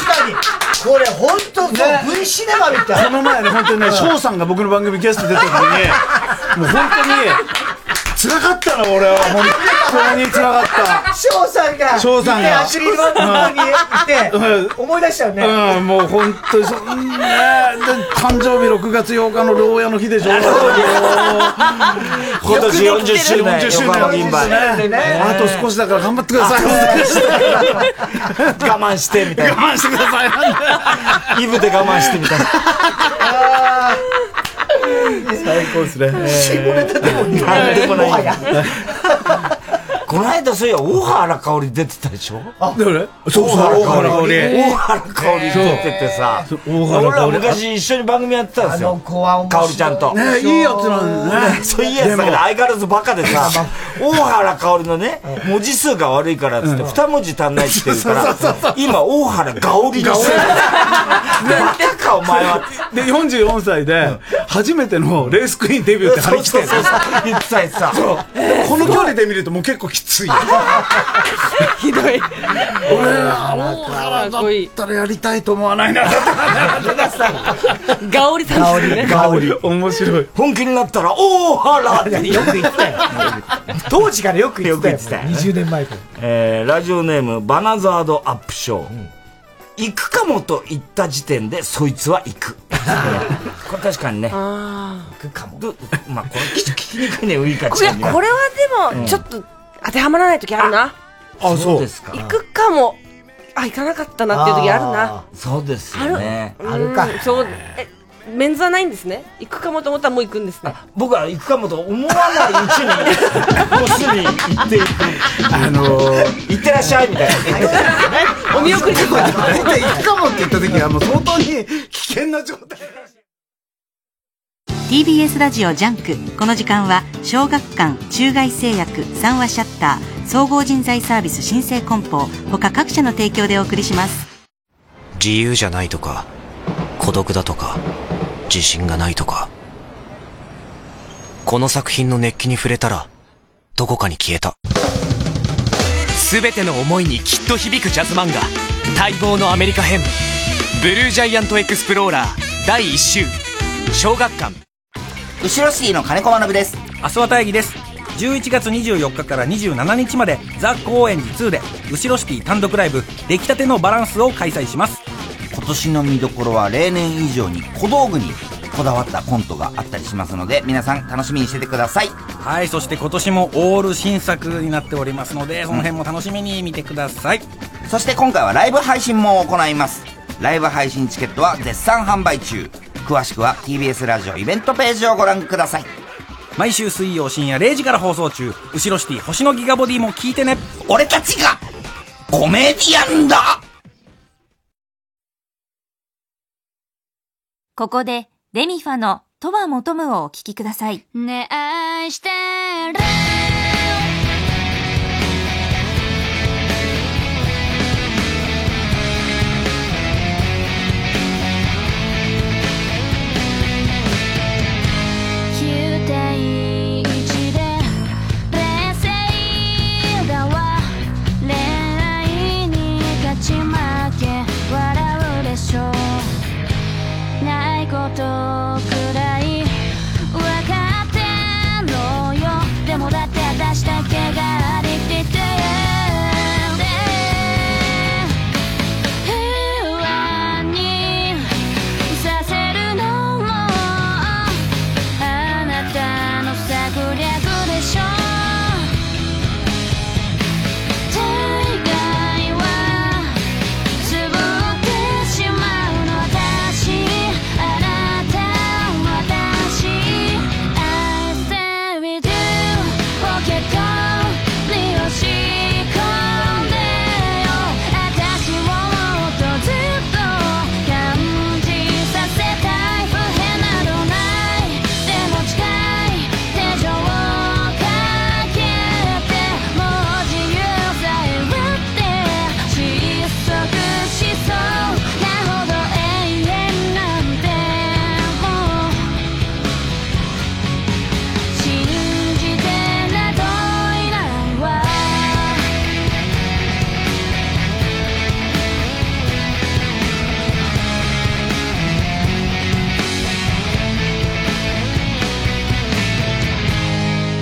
確かにこれ本当そう、
ね
V シネマみたい
この前ね、本当にね、翔さんが僕の番組ゲスト出た時に、もう本当に、辛かったな、俺は。本当に辛かった。
翔さんが
翔さんが
見てアクリル板の方にいて思い出しちゃうね、
うん、もう本当にそんな、で誕生日6月8日の牢屋の日 でしょ。
今年40周年、
40周
横浜
年
銀杯。
ですね。あと少しだから頑張ってください。
我慢して、みたい
我慢してください。
な。イブで我慢して、みたいな。
最高ですね。
なんでもない。この間、そういや、大原香織出てたでしょ
あ、でもね、そうそう、大原香織。
大原香織出ててさ、
大
俺
原香
ら
織。
昔一緒に番組やってたんで
あ
す
の
よ。
子は面
香
白い
織ちゃんと。
ね、いいやつなんだね。
そういいやつだけど相変わらずバカでさ、大原香織のね、文字数が悪いからっつって、二文字足んないって言うか
そうそうそう
ら、今、大原香織にしてる。バカか、お前は。
で、44歳で、初めてのレースクイーン デビューって張り切ってる
そうそうそう言ってた言ってた。
でもこの距離で見るともう結構きつい。
ひどい。
俺は大原だったらやりたいと思 わないな。
ガオリさんですね。
香り。面白い。
本気になったら、大原って
よく言ってたよ当時からよく言ってたよ
よく言ってたよ
20年前か
えーラジオネーム、バナザードアップショー。行くかもと言った時点で、そいつは行 く。これ確かにね。
あ
らかも
ど まあ、これ聞きにくいね、ウイカ
あ。い
ちゃ
や、
んには。
これはでも、ちょっと当てはまらない時あるな。
あ、
そう
そう
で。すか。
行くかも。あ、行かなかったなっていう時あるな。
そうですよね。
あるか
うんそう、え、メンズはないんですね。行くかもと思ったらもう行くんですね。
僕は行くかもと思わないうち に、もうすぐに行っていく。
あ のー、
行ってらっしゃいみたいな。
お見送りできた。
絶対行くかもって言った時はもう相当に危険な状態。
TBS ラジオジャンクこの時間は小学館中外製薬三話シャッター総合人材サービス新生梱包他各社の提供でお送りします
自由じゃないとか孤独だとか自信がないとかこの作品の熱気に触れたらどこかに消えた全ての思いにきっと響くジャズ漫画待望のアメリカ編「ブルージャイアントエクスプローラー」第1週小学館
後ろシティの金子学です
阿諏訪大義です11月24日から27日までザ・高円寺2で後ろシティ単独ライブ出来たてのバランスを開催します
今年の見どころは例年以上に小道具にこだわったコントがあったりしますので、皆さん楽しみにしててください。
はい、そして今年もオール新作になっておりますので、その辺も楽しみに見てください。
そして今回はライブ配信も行います。ライブ配信チケットは絶賛販売中。詳しくは TBS ラジオイベントページをご覧ください。
毎週水曜深夜0時から放送中、後ろシティ星のギガボディも聞いてね。俺たちがコメディアンだ
ここで、レミファのとは求むをお聞きください。
ね愛してる9対1で冷静だわ恋愛に勝ち負け笑うでしょうないことくらい分かってろよでもだって私だけがありきて不安にさせるのもあなたの策略でしょ大概はつぶってしまうの私あなた私 I stay with you ポケットに押し込んでよ私をもっとずっと感じさせたい不変などないでも近い手錠をかけてもう自由さえ打って失速しそうなほど永遠なんてもう信じてなどいないわ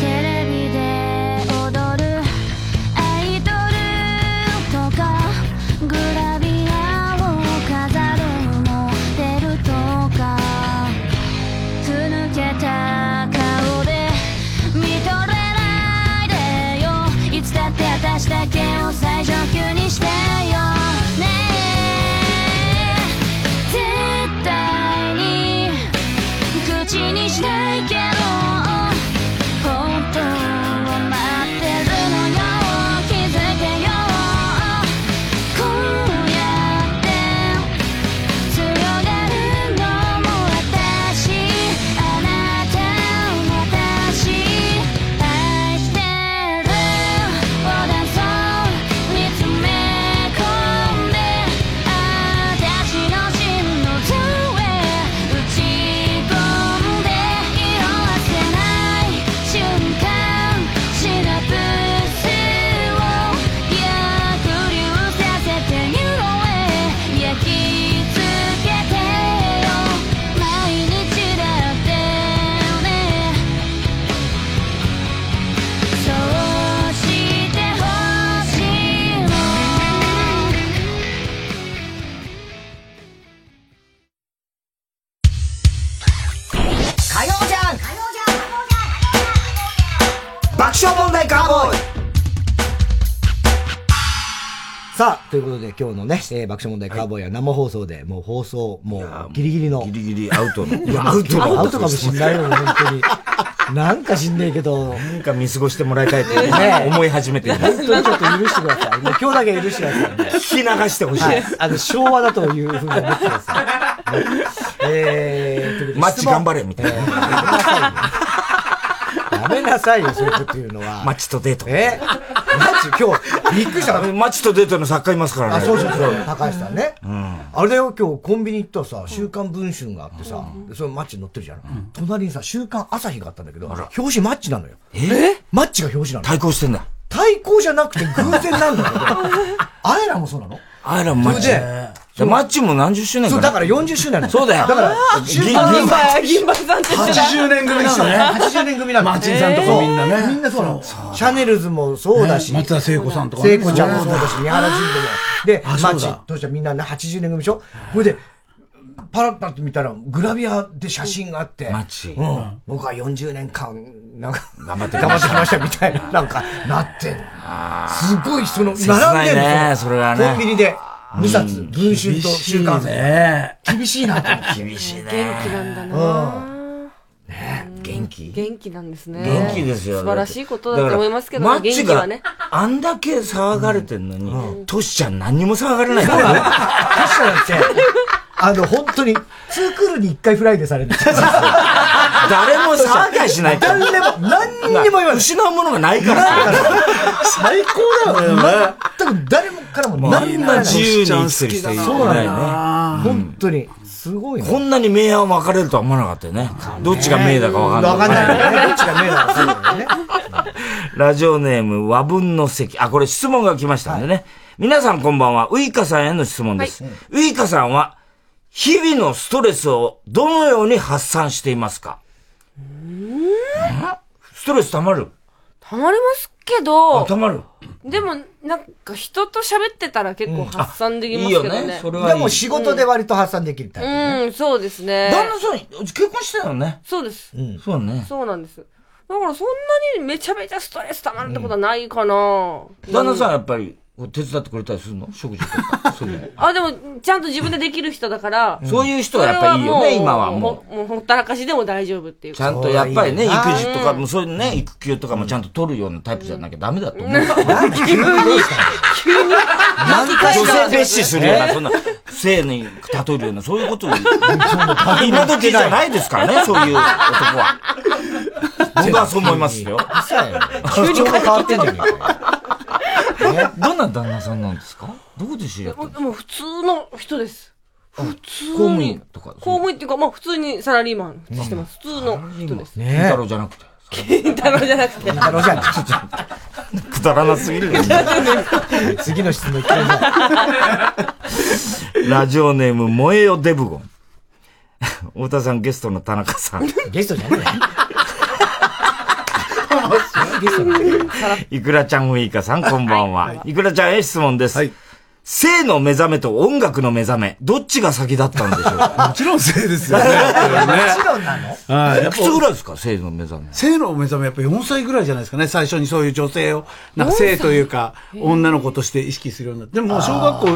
テレビで踊るアイドルとかグラビアを飾るのも出るとかふぬけた顔で見とれないでよいつだって私だけを最上級にしてよねえ絶対に口にしないけど本当は待ってるのよ気づけよこうやって強がるのも私あなた私愛してるオーダンソー見つめ込んで私の心の中へ打ち込んで色褪せない瞬間シナプスを逆流させて You know it 焼き付けてよ毎日だってねそうしてほしいの
火曜じゃん
爆笑問題カーボーイ
さあ、ということで今日のね、えー爆笑問題カーボーイは生放送で、もう放送、もうギリギリの。ギリ
ギリアウトの。
いや、アウトアウトかもしんないよ、本当に。なんかしんねえけど。なんか見過ごしてもらいたい
と思い始めてる
本当にちょっと許してください。もう今日だけ許してください、ね。聞き流してほ
しい
あの、昭和だというふうに思ってください。えー、
マッチ頑張れみたい
な。やめなさいよ、そういうこと言うのは。
マッチとデート。
えマッチ、今日、びっくりした。
マッチとデートの作家いますからね。
あ、そうそうそう。高橋さんね。あれだよ、今日コンビニ行ったらさ、週刊文春があってさ、でそのマッチに載ってるじゃん。隣にさ、週刊朝日があったんだけど、表紙マッチなのよ。えマッチが表紙なの
対抗してんだ。
対抗じゃなくて偶然なんだけど、あえらもそうなの
あら、マッチ
それ。で、
じゃあマッチも何十周年か
そう、
な
だから40周年なの
そうだよ
だから、
銀
順番に
銀
回
銀馬さんって
80年組なのね。80年組なの。
マーチンさんとかみんなね
そうみんなそうなの。シャネルズもそうだし。
ね松田聖子さんとかね
聖子ちゃんもそうだし、
そうだ
宮原淳子も。で、
あ
マ
そう
ー
だ
チン、当時はみんなね80年組でしょそれで、パラッパッと見たら、グラビアで写真があって、マ
チ
ン。うん。僕は40年間、なんか、
頑張って
頑張ってきましたみたい な、なんか、なってんのすごい、その、
切な
並
い
んでる
ねそれはね
コンビニで、2冊、文春と週刊誌。厳しいなと思って。
厳しいね
元気なんだな。元気元気なんですね。
元気ですよ。
素晴らしいことだと思いますけど、
だから
元気はね
マ。ッチがあんだけ騒がれてんのに、トシちゃん何にも騒がれないんだよね。
確かなんて、あの、本当に、ツークールに一回フライデーされるんですよ。
誰も騒がしない
誰にも、何にも言わない。
失うものがないから。
最高だよね。全く誰もからも何にも言わない。
自由に生きてる人いる
そうなんだよね。
ね。
本当に。すごいね。
こんなに明暗分かれるとは思わなかったよね。どっちが明だか分かんない。
わかんないよね。どっちが目だかわかんないよね。
ラジオネーム、和文の関。あ、これ質問が来ましたんでね。皆さんこんばんは。ウイカさんへの質問です。ウイカさんは、日々のストレスをどのように発散していますかストレス溜まる
たまりますけ
あ
ど、
溜まる
でも、なんか人と喋ってたら結構発散できますけどね。
でも仕事で割と発散できるタイプ。
うん、そうですね。
旦那
さん、結婚してたのね。
そうです。
うん。
そうね。
そうなんです。だからそんなにめちゃめちゃストレス溜まるってことはないかな、
旦那さん
う
はやっぱり、手伝ってくれたりするの食事と か。そういうの
あ、でも、ちゃんと自分でできる人だから。
そういう人はやっぱいいよ
そ
ね
れ
今はも
もう。もうほったらかしでも大丈夫っていう
ちゃんとやっぱりね、育児とかも
そ
そういうね、育休とかもちゃんと取るようなタイプじゃなきゃダメだと思う。
急に、急に、
なん
巻き
か
返し
女
た
性蔑視するような、そんな、性に例えるような、そういうことを、今時じゃないですから ね、そういう男は。僕はそう思いますよ。
急に変わってんじゃ ね
どんな旦那さんなんですかどこで知り合ったの
もうもう普通の人です。
公務員とか。
公務員っていうか、まあ普通にサラリーマンしてます。普通の人です。
金太郎じゃなくて。
金太郎じゃなくて。
太郎じゃん。
くだらなすぎ るよ。
次の質問行きましょう
ラジオネーム、燃えよデブゴン。太田さん、ゲストの田中さん。
ゲストじゃねえよ。
いくらちゃんウイカさん、こんばんは。いくらちゃんへ質問です。性の目覚めと音楽の目覚め、どっちが先だったんでし ょうかもちろん性です
よね
もちろんなの
はい
いくつぐらいですか、性の目覚め。
性の目覚めやっぱ4歳ぐらいじゃないですかね、最初にそういう女性を、なんか性というか、
4歳
女の子として意識するようになって、でももう小学校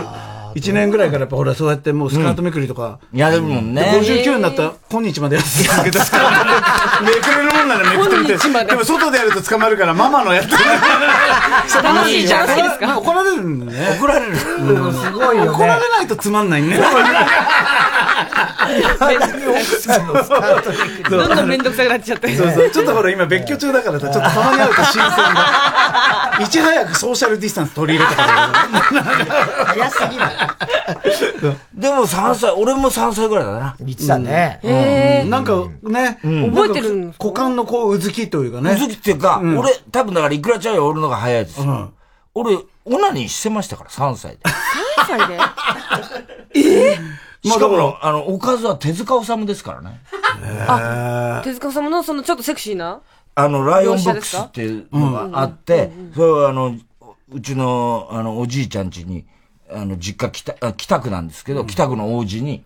1年ぐらいからやっぱほら、そうやってもうスカートめくりとか、
やるもんね
59になったら今日までやってたんだけど、スカートめくれるもんならめくってみ今日まて、ででも外でやると捕まるから、ママのやってる。 楽しいじゃん怒ら怒られるんだね。
怒られる。
すごいよ、ね。怒られないとつまんないね。
どんどんめんどくさくなっちゃって。
そうそう。ちょっとほら、今、別居中だからさ、ちょっとたまに会うと新鮮だ。いち早くソーシャルディスタンス取り入れたから。
早すぎる。
でも3歳、俺も3歳ぐらいだな。言
ってたねうんへーうんなんかね、覚えてる股間のこう、うずきというかね。
うずきっていうか、俺、多分だから、いくらちゃんより俺のが早いですよ。俺、オナニーしてましたから、3歳で。
3歳で
しかも、あの、おかずは手塚治虫ですからね。あ
手塚さんのそのちょっとセクシーな
あの、ライオンボックスっていうのがあって、それはあの、うちの、あの、おじいちゃん家に、あの、実家北、あ北区なんですけど、北区の王子に、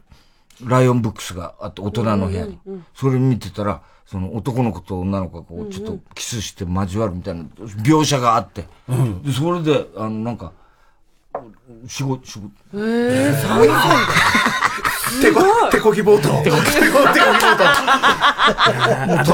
ライオンボックスがあって、大人の部屋に。それ見てたら、その男の子と女の子が
うん
こ
うん
う、ちょっとキスして交わるみたいな描写があって、でそれで、あの、なんか、仕事、仕事。
えー、3歳
手
す
こ
ごい、
手こぎボート。手こぎボート。手こぎボート。も
大
う
変
あと、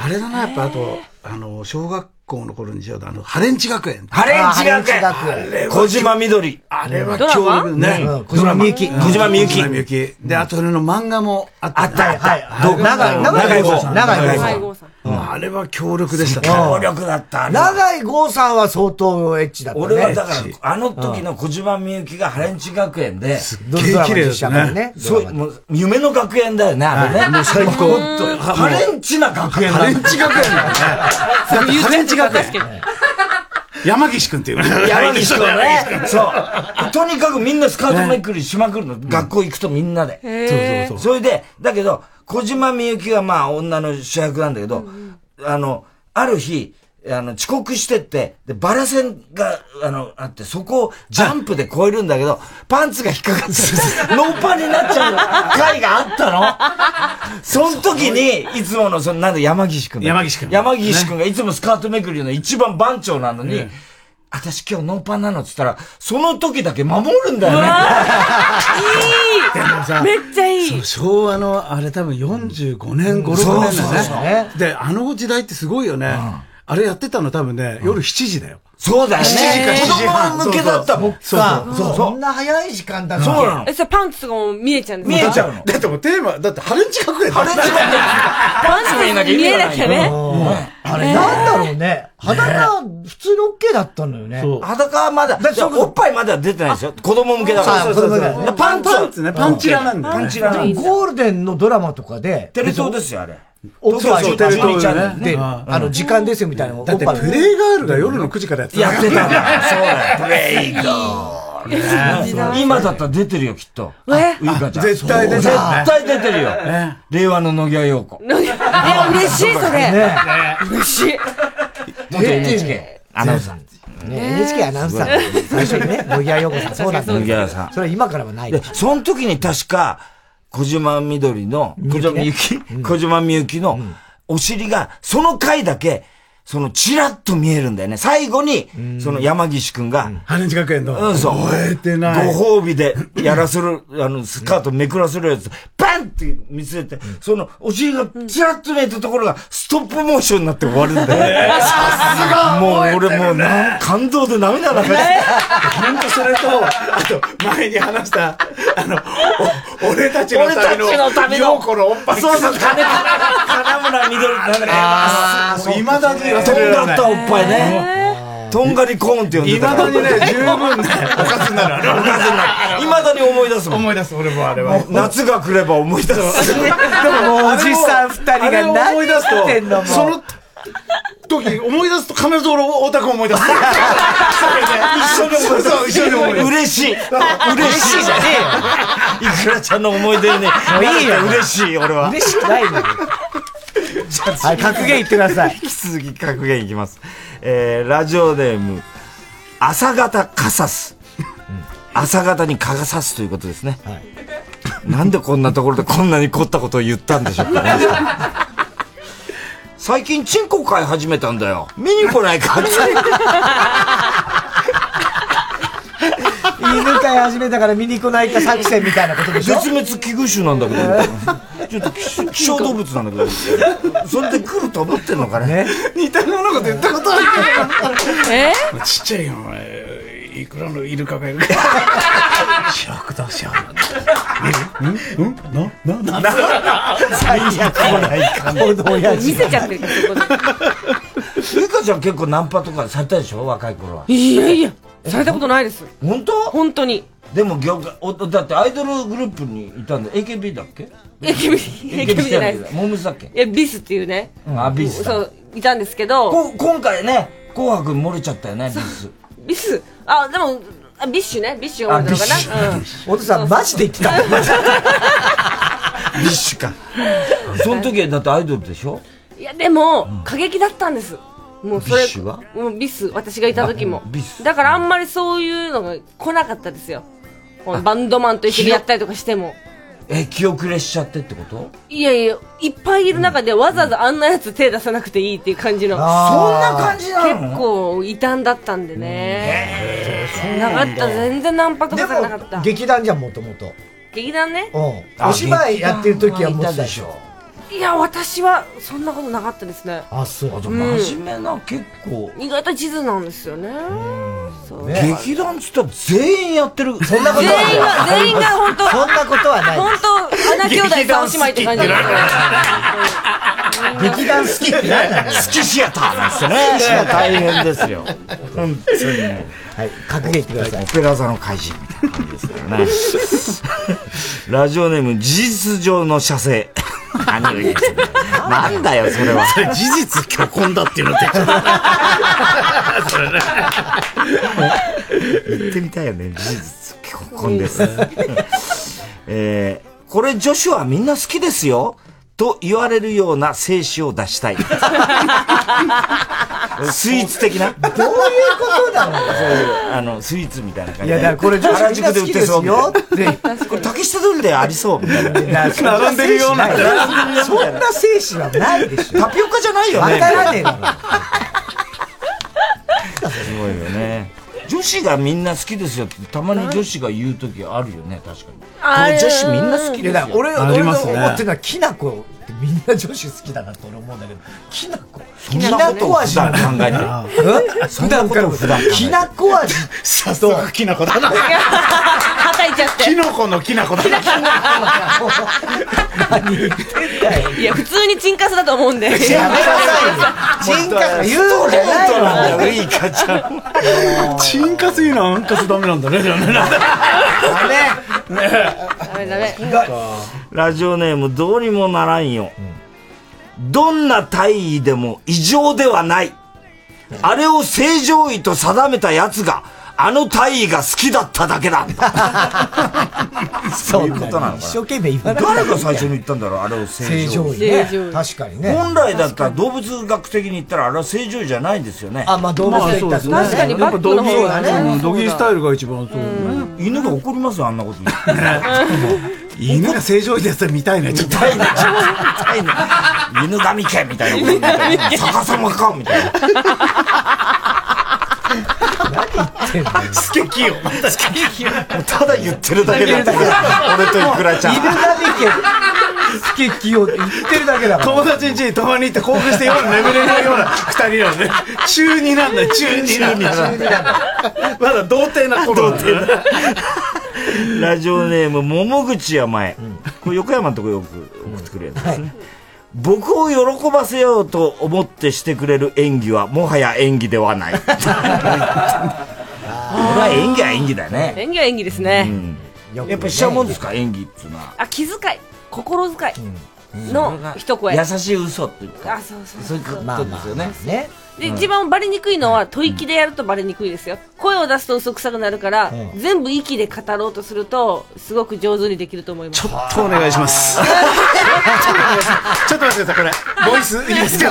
あれだな、やっぱあと、あの、小学校の頃にしようと、あの、ハレンチ学園。
ハレンチ学園小島みどり。
あれは
ドラマ
教育ね
うん。小島みゆき
ドラマ
小島みゆき
小島みゆき。で、あとそれの漫画もあった。あった、
はい長い長い郷さん長い郷さん
郷さん。うんあれは強力でしたね。
強力だったあれは
長井剛さんは相当エッチだったね。
俺はだから、あの時の小島みゆきがハレンチ学園で、す
っげえ綺麗だったね
そう、もう、夢の学園だよね、あれね。
はいもう最高
もう本当ハレンチな学園
ハレンチ学園だ
だ
ねハレンチ学園。 山岸君っていうの。
山岸君ねそう。とにかくみんなスカートめくりしまくるの。学校行くとみんなで。
へーそう
それで、だけど、小島みゆきはまあ女の主役なんだけど、あの、ある日、あの、遅刻してって、で、バラ線が、あの、あって、そこをジャンプで越えるんだけど、パンツが引っかかって、ノーパンになっちゃう 回があったの。その時に、いつもの、その、なんで山岸くんだ
山岸くん
山岸くんがいつもスカートめくりの一番番長なのに、私今日ノーパンなのって言ったら、その時だけ守るんだよね。
でもさ
め
っちゃい
い昭和のあれ多分45
う
年56
ん
年
そうそうそう
だねであの時代ってすごいよねあれやってたの多分ね夜7時だよ
そうだよね
7時か7時半
子供向けだったもん
そうそ
そ
うそうう
そんな早い時間だ
そうなの
え、それパンツとかも見えちゃうんです
見
か
えちゃうのだってもうテーマだってハレンチ隠れ
ハレンチ隠れパンツ見えなきゃ意味がないよ見えなきゃね
ね
あれ、なんだろうね。裸、普通の OK だったのよね。
裸はまだ、だからおっぱいまだ出てないですよ。子供向けだから。
そうそうそうそう
でパンツは
パンツねパンチラなんだよね
パンチラなんだ
ゴールデンのドラマとかで。
テレ東ですよ、あれ。
おっぱい
そうそう
テレ東
12チャンネルね
で、
うん
あの、時間ですよみたいなの
だって
おぱい
プレイガールが夜の9時からやってた
やってたの。そうだよ。
プ
ブ
レ
レ
イ
イ
ガ
ガ
ー
ー。今だったら出てるよ、きっと。
え
ウイカちゃん。
絶対出てる
絶対出てるよ。令和の野際陽子。
え、嬉しい、それ。
ね
嬉しい。
元 NHK アナウンサー。
ね NHK アナウンサー。最初にね、野際陽子さん。そうなんだ
野際さん。
それは今からはない。
で、その時に確か、小島みどりの、小島みゆき、小島みゆきの、お尻が、その回だけ、その、チラッと見えるんだよね。最後に、その山岸くんが、
ハレンチ学園の
うん、そう。
覚えてない
ご褒美で、やらせ る、あの、スカートめくらせるやつ、バンって見せて、その、お尻がチラッと見えたところが、ストップモーションになって終わるんだよ ね。
さすが
もう
覚えてるね
俺もうな、感動で涙流して。
ほんとそれと、あと、前に話した、あの、お俺たちのための、
俺たちのための
陽子のおっぱい。
そうそう金金村緑なんだっけ
あーそう
い
未だに忘
と
れ
ん
ら
が
れない
ったおっぱいね。とんがりコーンって呼んでたから。
未だにね十分
ね、おかずになる。おかずになる。未だに思い出すもん。
思い出す、俺もあれは。
夏が来れば思い出す。
あれもあれを思い出す
言ってんのもう
と、そ の時、思い出すと必ず俺、オタクを思い出す。
一緒に思い出す
それでそうそう一緒に思い出す。
嬉しい嬉しいじゃねえよいくらちゃんの思い出にね、
もういいよ
嬉しい、俺は。
嬉しくないのよ。はい、格言言ってく ださい。
引き続き格言いきます。えー、ラジオネーム、朝方かさす。朝方に蚊が刺すということですね。なんでこんなところでこんなに凝ったことを言ったんでしょうかね。 最近チンコ飼い始めたんだよ。見に来ないかって
犬飼い始めたから見に来ないか作戦みたいなことでしょ
絶滅危惧種なんだけど、 ちょっと希希少動物なんだけど、それで来ると思ってんのかね。
似たようなこと言ったことある
え
ちっちゃいよ、お前いくらのイルカがいるか。ショックどうしよう。んんんな、な、な、
最悪来ないかも。
見せちゃってるからそういうこと
ゆかちゃん結構ナンパとかされたでしょ若い頃は。
いやいや、されたことないです。
本当
本当に。
でも業界お、だってアイドルグループにいたんだ。AKB だっけ
AKB、AKB じゃないです。
モームスだっけ
いや、ビスっていうね。
うんあ、ビース
そ
だ。
う、いたんですけど、
こ今回ね、紅白漏れちゃったよね、ビース。
ビス、あ、でも、あビッシュね、ビッシュが
あ、
多い
ビ
の
ッ
かな。
シ
うん
ュ。
お父さん、マジで言ってた。
ビッシュか。 その時はだってアイドルでしょ
いや、でも、過激だったんです。もうそれ
ビッシュは、
もうビス、私がいた時も
あビス。
だからあんまりそういうのが来なかったですよ。このバンドマンと一緒にやったりとかしても。
え、気遅れしちゃってってこと
いやいや、いっぱいいる中でわざわざあんなやつ手出さなくていいっていう感じの。
あーそんな感じなの
結構異端だったんでね。なかった、全然ナンパとかされなかった。
劇団じゃん、もともと。
劇団ね。
うん。お芝居やってる時はもうでしょ。
いや、私はそんなことなかったですね。
あ、そう。
じ
う
ゃあ
ん
真面目な、結構。
意外と地図なんですよね。そう
劇団っつったら全員やってる。そんな
全員が、全員が本当。
そんなことはない
本当、穴兄弟三姉妹って感じ。
劇団好きってなんだよ。
好きシアターなんですね。
シアター
大変ですよ。本当にね。
はい、格言言ってください
オ。ペラ座の怪人み たいな感じですからね。ラジオネーム、事実上の射精。
何を言ってんの なんだよ、それは。
それ事実虚婚だっていうのってちょっ
言ってみたいよね、事実。
虚
婚です。
えー、これ女子はみんな好きですよ。と言われるような精子を出 したい。スイーツ的な。どういうことなのそういう、あの、スイーツみたいな感じ
いやだからこれ女子
原宿で売ってそうみたいな。
み
でこれ竹下通りでありそうみたい
いや
な。
そんな 並んでるような
そんな精子はないでしょ。タピオカじゃないよね。
わからねえ
すごいよね。女子がみんな好きですよって、たまに女子が言う時あるよね、確かに。
あ
こ
る
れ女子みんな好き
いや
です
だ
よ
から。俺
ありますね
俺の思ってるのはきなこってみんな女子好きだなと俺思うんだけどきなこ
そんなことを普段考えてる
えそんなことを普段考えてるきなこ味
早速きなこ だな
はたいちゃって。
キノコのきなこだな
いや、普通にチンカスだと思うんで。やめな
さいよ
チンカス
言うんじゃないよなんだよいい
かち
ゃんチンカスいいなアンカスダメなんだねじゃあね
ダメダメ。
ラジオネームどうにもならんよ。どんな体位でも異常ではない。あれを正常位と定めた奴が、あの体位が好きだっただ けだ。そういうことなのかな。
一生懸命言わな
誰が最初に言ったんだろうあれを正
正
常
常
位。
位ね確かにね
本来だったら動物学的に言ったらあれは正常位じゃないんですよね。
あまあ動物で言ったらそうねまあそうですね確かに
やっぱドギー
バックの方がね
うんドギースタイルが一番そう。
うん
犬が怒りますよ、あんな こと言って
犬が正常位でやったら見たいね ちょっと
犬神家みたいなことになって
犬神家
逆さまかみ たいな。
スケキよ
ただ言ってるだけだ ったから俺とイクラちゃん
犬神家スケキヨって言ってるだけだから
友達ん家に泊まりに行って興奮して夜眠れないような二人なのね中二なんだよ中二なんだ
中二なん
まだ童貞な頃なんだよ
ラジオネーム、桃口や前。これ横山のとこよく送ってくるやつですね。僕を喜ばせようと思ってしてくれる演技は、もはや演技では ない。これは演技は演技だね。
演技は演技ですね。
やっぱしちゃうもんですか、演技っていうのは。
あ、気遣い、心遣いの一声。
優しい嘘っていうか。
あ、そうそう。
そういうことですよね。
で、
うん
一番バレにくいのは、吐息でやるとバレにくいですよ。声を出すと嘘くさくなるから、
うん
全部息で語ろうとすると、すごく上手にできると思います。ちょっ
とお願いします ちょっと待ってくださいこれボイスいいです か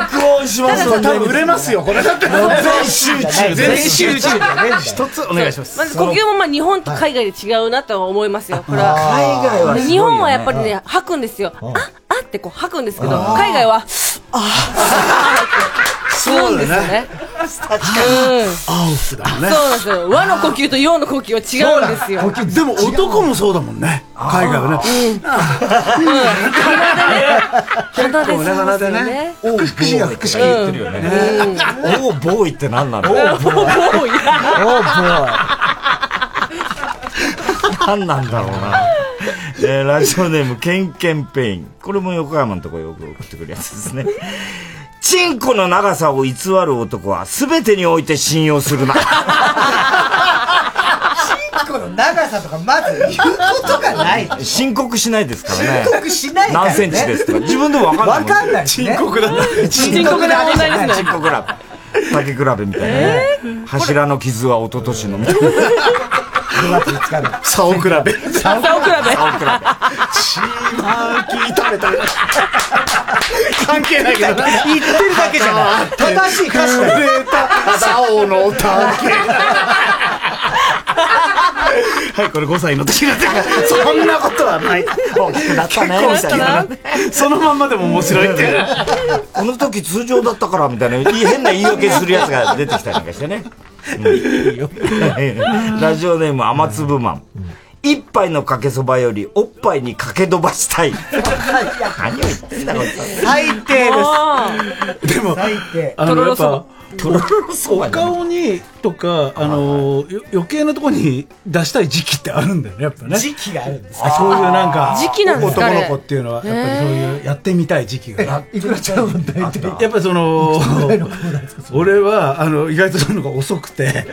録音します
多分売れますよこれだって
全集中
全集中
全集
一つお願いします
まず呼吸もまあ日本と海外で違うなとは思いますよ。これは
あー海外はすごいよね
日本はやっぱりね吐くんですよ。ああってこう吐くんですけど海外はあ
そうだね
あ
オフだ
そう
ね
なんですよ。和の呼吸と洋の呼吸は違うんですよ。
そうだでも男もそうだもんね海外はね
鼻でそうですよね。
おう、福祉が福祉言ってるよね。おう、ボーイって何なのおう、ボーイ。
おう、ボ
何なんだろうな。えーラジオネーム、ケンケンペイン。これも横山のとこよく送ってくるやつですね。チンコの長さを偽る男は全てにおいて信用するな。
チンコの長さとかまず言うこと がない
申告しないですからね。
申告しないからね
何センチですとか。自分でも分かんないも。
分か んないしね申告だ 申告だ申告だ
申告だ。竹比べみたいなね。柱の傷は一昨年のみたいな。
竿比べ
竿比べ
竿比べ
あー聞いたれたれ関係ないけど
言ってるだけじゃない正しい歌詞だ
震えた竿のおたけはいこれ5歳の時だってそんなことはない大きくなった
ね
そのまんまでも面白いっていう
この時通常だったからみたいな、いい変な言い訳するやつが出てきたりなんかしてね。うんラジオネーム、雨粒マン。一杯のかけそばよりおっぱいにかけ飛ばしたい。何を言ってんだろう
最低です
でも
最低
あのやっぱ
とろろそば
お顔に
とか、あのよ余計なところに出したい時期ってあるんだよね、やっぱね。
時期があるんです
あそういうなんか、
時期なんですか
男
ね
の子っていうのは、やっぱりそういう、やってみたい時期が。
いくらちゃうもん大体。
やっぱりその、俺は、あの、意外とそういうのが遅くて、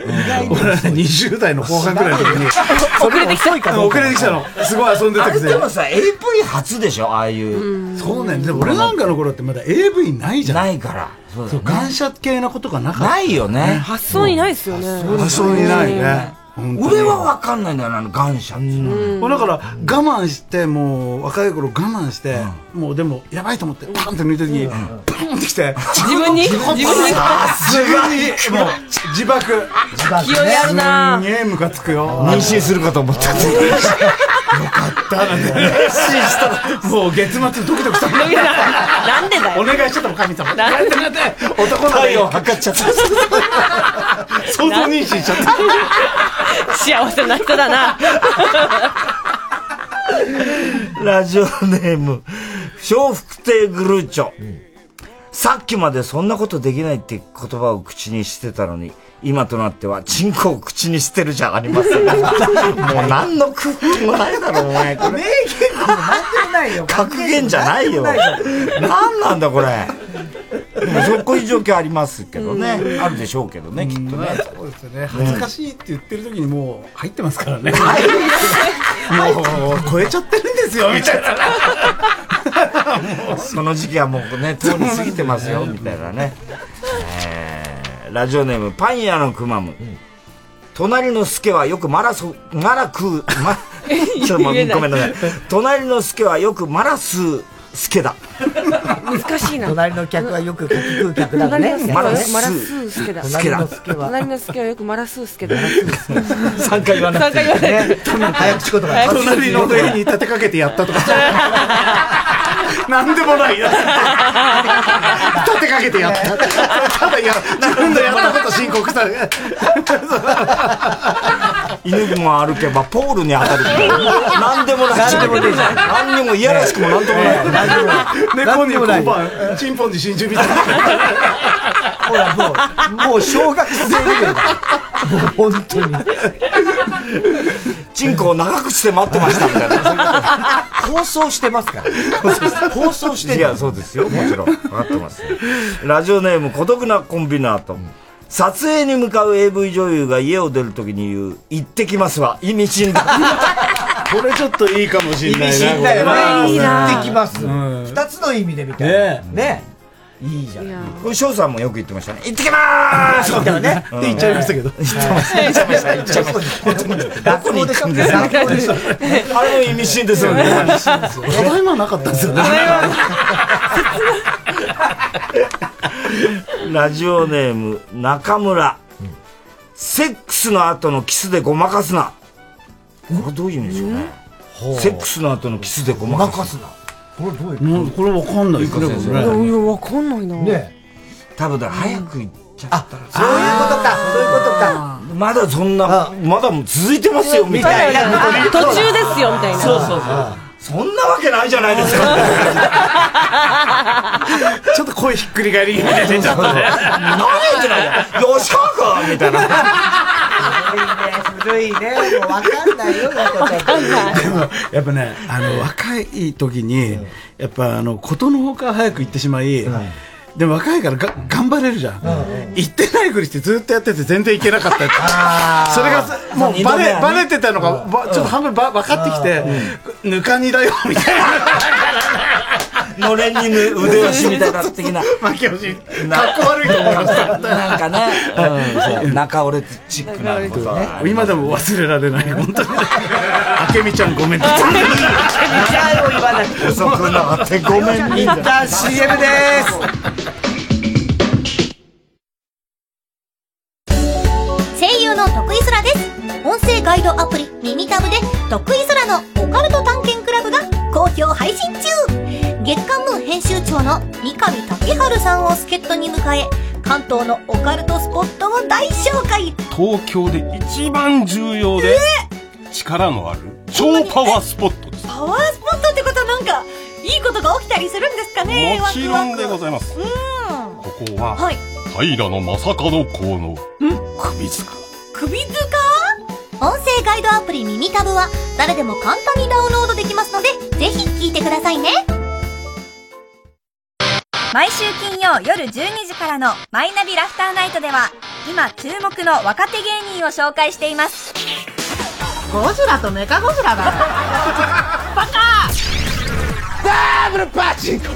俺はね20代の後半くらいの時 に、
遅れてきた
遅れてきたの。すごい遊んでたく
あ
て。
れでもさ AV 初でしょああいう
そうね、でも俺なんかの頃ってまだ AV ないじゃん。ない、
から。そう
感謝系なことがなかった。
ないよね
発想にないですよね。
発想にないね。
俺は分かんないんだよなあの感謝っていうの
もうだから我慢してもう若い頃我慢して、もうでもやばいと思ってパンって抜いた時に、パンってきて
自分に
自分に
自分に
自分にもう自爆自
爆器用やるな
すんげえムカつくよ
妊娠するかと思った
だなんて妊娠したらもう月末ドキドキした
なんでだよ
お願いしちゃったもん神様
なんでなん
で男の体温測っちゃった想像妊娠しちゃった
幸せな人だな。
ラジオネーム、笑福亭グルーチョ。さっきまでそんなことできないって言葉を口にしてたのに、今となっては、チンコを口にしてるじゃありません か。もう何の苦ッもないだろ、お前。これ。
でもないよ。
格言じゃないよ。何なんだ、これ。でも、そうこういう状況ありますけどね
う。ん
あるでしょうけどね、きっとね。
そうですよね恥ずかしいって言ってる時にもう入ってますからね もう超えちゃってるんですよ みたいな
その時期はもうね、通り過ぎてますよ、みたいなね。えーラジオネーム、パン屋のくまむ。隣の助はよくマラソ、マラ食う、 ま、ちょっともう
言えない
ごめんなさい。隣の助はよくマラス助だ。
難しいな。
隣の客はよく柿食う客だね。
隣のマラスマラスースケだ。
隣の助は。
隣のスケはよくマラスースケだ。
3回言わ
なくていい三回言わな
早口言葉。
隣の上に立てかけてやったとかなんでもない よ立てかけてやったただや自分のやったこと申告され
犬も歩けばポールに当 たる。なんでもない。
なんでもねえじゃん
なんにもいやらしくもなんともない。
猫に交番チンポンに真珠みたいな
ほら、もう、もう小学生レベルだ。もう本当に。
チンコを長くして待ってましたみたいな。
放送してますから。放送して
いや、そうですよ。もちろん。分かってますよ。ラジオネーム、孤独なコンビナート。撮影に向かう AV 女優が家を出るときに言う、行ってきますわ。意味深だ。
これちょっといいかもしれない
意味
な
深だよね
これは
意味深行ってきます
うん
二つの意味でみたいな。ね。いいじゃん。
これ翔さんもよく言ってましたね。行ってきまーす
そうだよね
ん
って言っちゃいましたけど
言ってました。言っちゃいました。言っちゃいました。学校に行くんですよ
学校でしょ
あれも意味深ですよね。
ただいまなかったんですよね
ラジオネーム、中村。セックスの後のキスでごまかすな。これどういう意味でしょうね。セックスの後のキスでごまかすな。
これどういう
うんこれわかんない
ゆうか先生
いや、いやわかんないな。
多分だから早く行っちゃったら。
そういうことか。そういうことか。
まだそんな、まだ続いてますよ、みたいな。
途中ですよみたいな。
そうそうそう。そんなわけないじゃないですか。
ちょっと声ひっくり返り気味で出ちゃったね
何言ってないじゃん。吉川君みたいな。
古いね。もうわかんないよ。 わかんない。
でもやっぱねあの若い時にやっぱあのことのほか早く行ってしまい、でも若いからが頑張れるじゃん、行ってないふりしてずっとやってて全然行けなかったやつそれがさもうバレ,、バレてたのが、ばちょっと半分ば分かってきて、ぬかにだよみたい
のれんにぬ腕押しみたいな的な。
な負け惜しいかっこ悪いと思いました
なんかね、うん、中折れチックなことは
今でも忘れられない本当にあけみちゃんごめん
遅くなってごめん
一旦 CM です。
声優の徳井そらです音声ガイドアプリ「耳タブ」で徳井そらのオカルト探検クラブが好評配信中月刊ムー編集長の三上竹春さんを助っ人に迎え関東のオカルトスポットを大紹介
東京で一番重要で力のある超パワースポットです
パワースポットってことはなんかいいことが起きたりするんですかね
もちろんでございます
ワクワク
ここ
うんは
はい平将門公の
首塚
首塚音声ガイドアプリ耳タブは誰でも簡単にダウンロードできますので、ぜひ聞いてくださいね。
毎週金曜夜12時からの「マイナビラフターナイト」では今注目の若手芸人を紹介しています
ゴジラとメカゴジラだよ
バカダブルパチンコ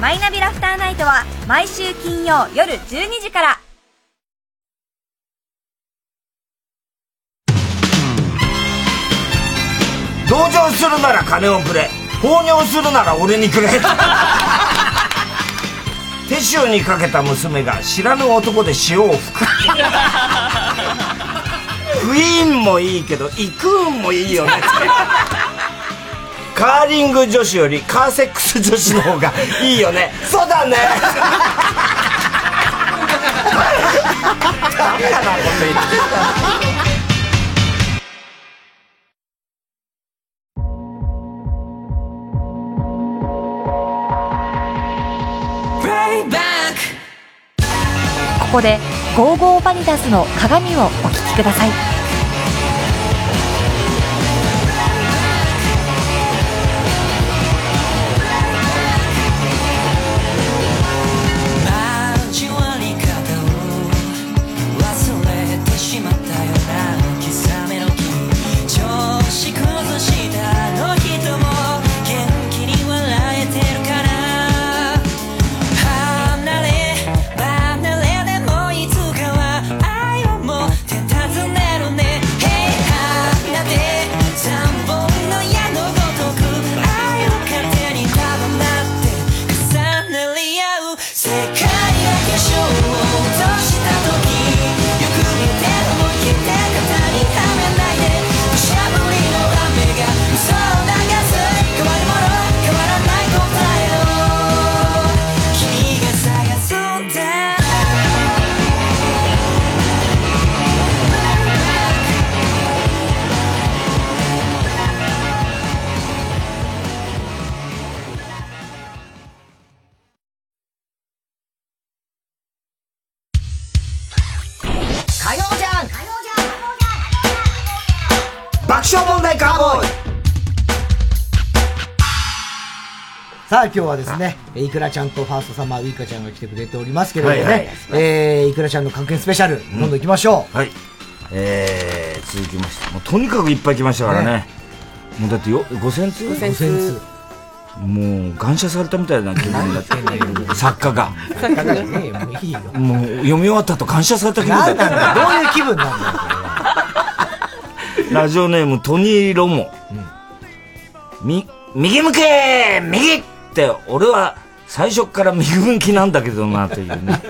マイナビラフターナイトは毎週金曜夜12時から
同情するなら金をくれ放尿するなら俺にくれ手塩にかけた娘が知らぬ男で塩を吹くクイーンもいいけどイクーンもいいよねカーリング女子よりカーセックス女子の方がいいよねそうだねバカなこと言って
ここでゴーゴーバニダスの鏡をお聞きください
交わり方を忘れてしまったよな刻めの木調子崩したあの人も元気に笑えてるかな離れ離れでもいつかは愛を持って尋ねるね Hey 花で三本の矢のごとく愛を糧に束なって重なり合う世界が化粧を落とした時よく見て思い切って肩にはめないで土砂降りの雨が嘘を流す変わるもの変わらない答えを君が探すんだ
火曜じゃん
爆笑問題カーボーイ
さあ今日はですね、えーいくらちゃんとファーストサマーウイカちゃんが来てくれておりますけれどもね、
はいはい
えーいくらちゃんの関係スペシャル、どんどん行きましょ
はい。えー、続きまして。もうとにかくいっぱい来ましたからね。もうだってよ、5000通
5000通
もう、感謝されたみたいな気分になって 作家が。
う。だからね、もういいよ。
もう、読み終わった後感謝された気分だっ
なん なんだ
た。
よどういう気分なんだよ
ラジオネーム、トニー・ロモ。み、右向け右って、俺は、最初っから右向きなんだけどな、という ね。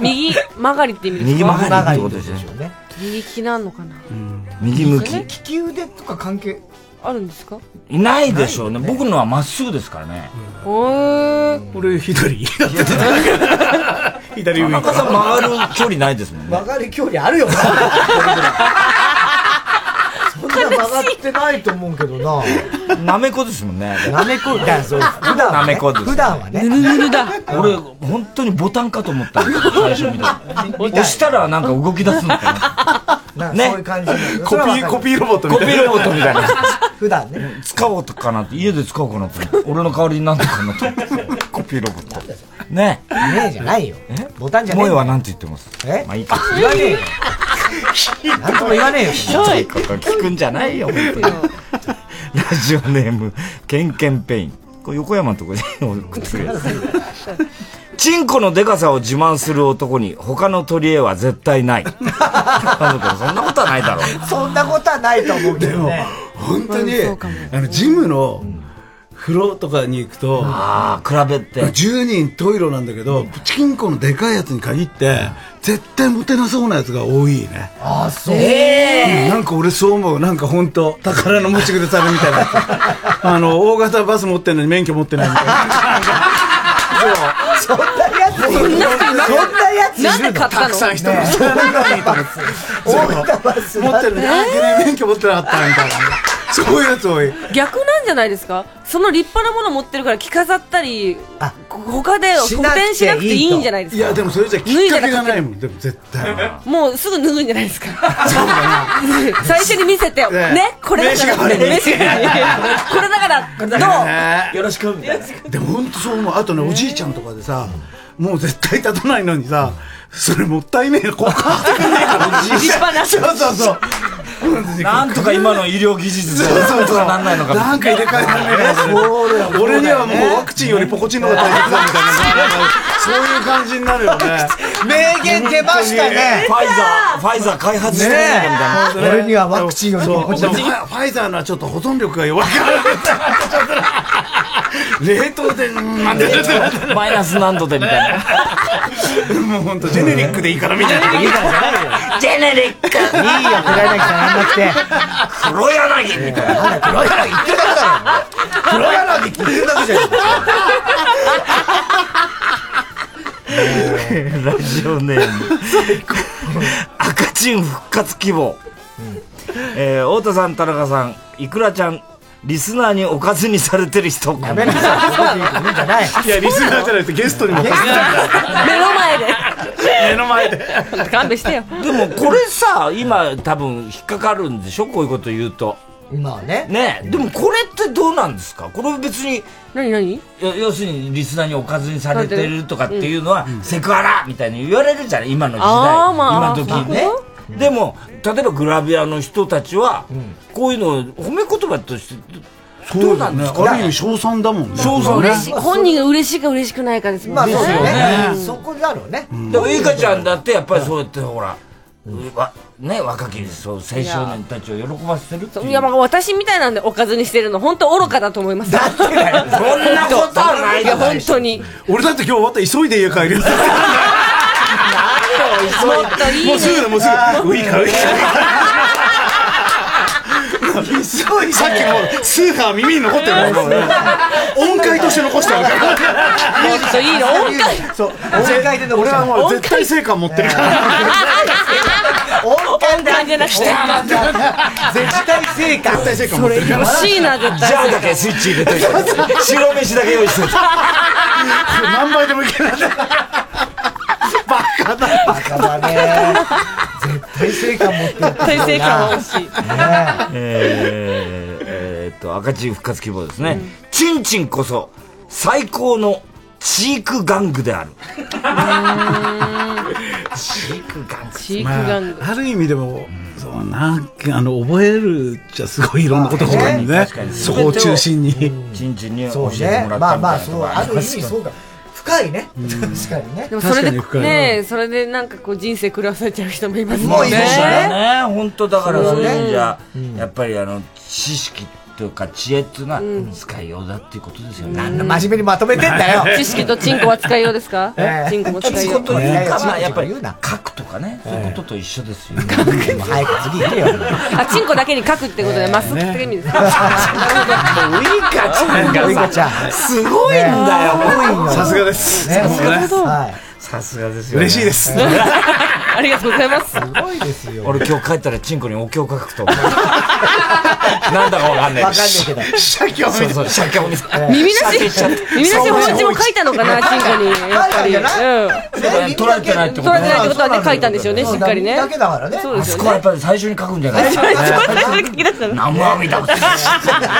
右曲がりって意味ですか
右曲がりってことですね。
右利きなんのかな
右向き。
利き腕とか関係あるんですか
いないでしょうね。僕のはまっすぐですからね。
おー
俺、 左。
左
上田中さん曲がる距離ないですもんね。
曲がる距離あるよな。そんな曲がってないと思うけどな。
なめこですもんね。
なめこ、だそうです普段は
な
ね
めこです。
普段はねぬ
るぬるだ。俺、本当にボタンかと思った。最初見た時。押したらなんか動き出すのか
な。
ね。
そういう感じ。
コピー、コピーロボットみたいな。コピーロボットみたいな。
普段ね。
使おうとかなって、家で使おうかなと思って。俺の代わりになんとかなと思って。コピーロボット。ね。
ねえじゃないよ。ボタンじゃねえ
萌え
んだよ
はなんて言ってます
え
まあいいか。
言わねえよ。なんとも言わねえよ。
ひどいこと聞くんじゃないよ、本当に。ラジオネーム、ケンケンペイン。これ横山のとこに送ってくれる。チンコのデカさを自慢する男に他の取り柄は絶対ない。なんだけどそんなことはないだろう。
そんなことはないと思うけどね。
本当に、あの、ジムの、風呂とかに行くと、
ああ、比べて。
10人トイロなんだけど、チキンコのでかいやつに限って、絶対モテなそうなやつが多いね。
ああ、そ
うんなんか俺そう思う。なんか本当宝の持ち腐れみたいな。あの、大型バス持ってんのに免許持ってないみたいな。
そんなやついるのそん なやついるの
たくさん人が知らないのにと思って
大型バス
持ってるのに、あいけない免許持ってなかったみたいな。そういうやつ多い。
逆なんんじゃないですかその立派なもの持ってるから着飾ったり他で補填しなくていいんじゃないですか
いや、でもそれじゃきっかけがないもん、でも絶対。
もうすぐ脱ぐんじゃないですか。 最初に見せて、ね、これだから、これ
名刺がね
だから、どう
よろしくみたいな。でも本当そう思う。あとね、おじいちゃんとかでさ、もう絶対立たないのにさ、それもったいねえな、こう買ってくんねえから、おじいちゃん。そうそうそう。
なんとか今の医療技術で
そうそうそう
なんないのか
なんか入れ替えられない
そうだよ
俺にはもうワクチンよりポコチンの方が大切だみたいなそういう感じになるよね
名言出ましたね
ファイザー
ファイザー開発してないみたいな
俺にはワクチンよりポコチンファイザーのはちょっと保存力が弱いから 冷凍でなんで
マイナス何度でみたいな
もう本当ジェネリックでいいからみたいな
言いたんじゃないよ
ジェネリックいいよ黒柳さんやんなくて
黒柳みたいな黒柳言ってるだけだろ黒柳って言ってるだけじゃん
ラジオネーム
赤チン復活希望、えー、太田さん田中さんいくらちゃんリスナーにおかずにされてる人やめなさいじゃない
いやリスナーじゃなくてゲストにも
ゲストに
目の前で。
目の前で
勘弁してよ。
でもこれさ今多分引っかかるんでしょこういうこと言うと
まあね
ねでもこれってどうなんですかこれは別に
何何
要要するにリスナーにおかずにされてるとかっていうのはセクハラみたいに言われるじゃない今の時代
あーまあ
今時ねでも例えばグラビアの人たちはこういうのを褒め言葉としてどうなんですか
ある意味賞賛だもんね
賞賛
嬉しい本人が嬉しいか嬉しくないかですもんね。
まあそうだよね
うん
そこだろうね
でも、ゆかちゃんだって、やっぱりそうやって、ほら、わね、若きそう青少年たちを喜ばせてるっていう。
いやまあ私みたいなんでおかずにしてるの本当愚かだと思います。そん
そんなことはない
や本当に。
俺だって今日終わった急いで家帰るよ
もっといいね。
もうすぐだもうすぐウイカウイカさっきもうスーパー耳に残って るもんね音階として残してあるから
もっといいの音階
そう俺はもう絶対成果持ってるから
音
感じゃなくて
絶対成果
絶対成果持ってるから
欲しいな絶対
ジャーだけスイッチ入れといて。白飯だけ用意しといて。
何倍でもいけないバカだ
バカだね絶対成果持ってる
体勢感欲しい。
えーえーっと、赤チン復活希望ですね。チンチンこそ、最高のチーク玩具である。チーク玩具。
チ
まあ、ある意味でも、そうなんかあの覚えるじゃすごいいろんなことが起こるんでね
確かに
そこを中心に
チンチンに
そ
教
う
えて
ね
もらったみたいなとこ
まあまあそうある意味そう
か。
か深いね確かにね
でもそれで
確かに深いな
ねえそれでなんかこう人生狂わされちゃう人もいますもんね。
もういるからね。本当だから、
そう
そ
ね
れじゃ、やっぱりあの、知識というか知恵っていうのは使いようだっていうことですよね。
なんだ真面目にまとめてんだよ
知識とチンコは使いようですか
え？え
チンコも使いよ
チンコというかまあやっぱり
書
くとかねそういうことと一緒ですよ。
早く次行けよ
あチンコだけに書くってことでまっすぐって意 味です。
ウイカちゃんがさ
ウイカちゃん
すごいんだよ。
さすがです
ね
もうね
さすがですよ、
嬉しいです
ありがとうございます。
俺今日帰ったらチンコにお経を書くと思う。 なんだかわかんない。
わかんないけど
社協みたいな。そうそう、社協みたいな。
耳なし耳なし
お
お餅も書いたのかなチンコにやっぱり。
書いたんじゃ
うん。
取られてないってこと
取られてないってことはね書いたんでしょうねしっかりね。そう
あ
です
そ
よ
こは
ね
やっ。ぱり最初に書くんじゃない
あそこは最初に書き出したの
何も見たことない。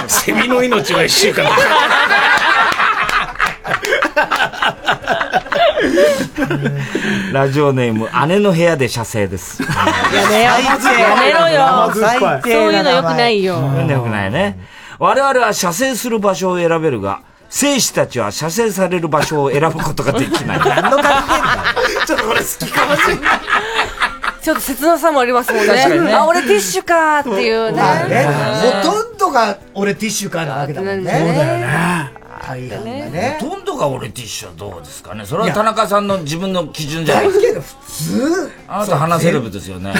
セミの命は一週間ラジオネーム、姉の部屋で射精です。
やめようやめろよ
最低
そういうの良くないよ
そういうの良くないね。我々は射精する場所を選べるが、精子たちは射精される場所を選ぶことができない。
ちょっとこれ好きかもしれない
ちょっと切なさもありますもん
確かに
ね
ね
あ俺ティッシュかーっていうね
ねほとんどが俺ティッシュかなわけだもんねそうだよね大変だね
ほとんどが俺ティッシュはどうですかねそれは田中さんの自分の基準じゃない
だ
ですか
けど普通
あなた鼻セレブですよ ね。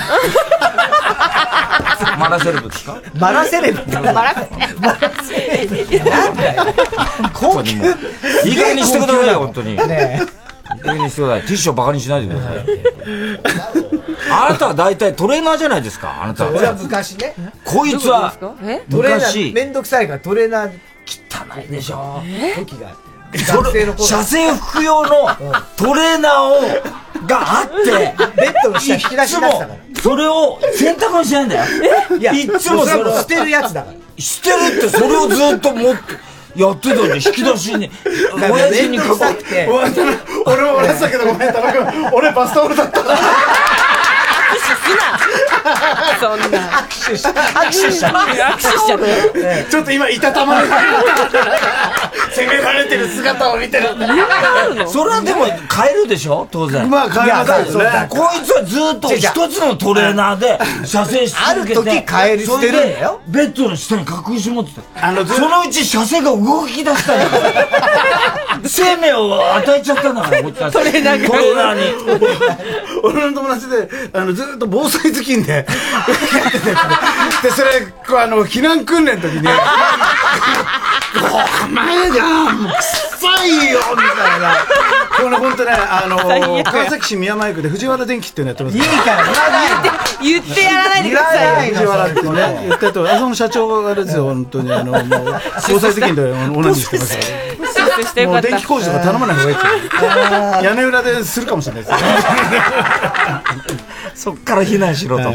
マラセレブですか
マラセレブマラ
高級。いい加減にしてくださいよ、本当に。
ね
いいねしてください。ティッシュをバカにしないでください。あなたは大体トレーナーじゃないですか、あなた
俺は
は。
昔ね。
こいつは
どういうことです
昔
かトレーナー、めんどくさいからトレーナー、汚いでしょ。時が。学生の頃
射精服用のトレーナーを、があって、
ベッドの下引き出し出したから
いつもそれを洗濯にしないんだよ。
いや
つもそれ
それ
を
は捨てるやつだから。
捨てるって、それをずっと持って、やってたんで、引き出しに、
から
親父に囲
面倒くさくて
われ
俺も笑ってたけど、ごめん、田中君。俺バスタオルだった。
そんな。
握手し、握手しちゃ
握
う
手しちゃう
ちょっと今、いたたまれてる。責められてる姿を見てるんだ。
それはでも変えるでしょ当然。
まあ変えますよね
いやだからこいつはずっと一つのトレーナーで射精し続けて。
ある時変えるしてるんだ
よ。ベッドの下に隠し持ってた。
あのず
そのうち射精が動き出したんだから。生命を与えちゃったんだから、こいつは
トレーナーが
トレーナーに。
俺の友達で、あの、ずっと防災頭巾で、 で、それ、こうあの、避難訓練の時に、お前じゃんもう臭いよみたいな。この本当ね、あ
最
の、
悪
川崎市宮前区で藤原電機っていうのやってます。
言ってやらないでくださいよ。
藤原ってね、言ったと、あそこの社長があれですよ、本当に、あの、もう、防災責任で同じしてます。
出世してよ
も
か
う
った
電気工事とか頼まない方がいい ですよ。屋根裏でするかもしれないですよ。
そっから避難しろと。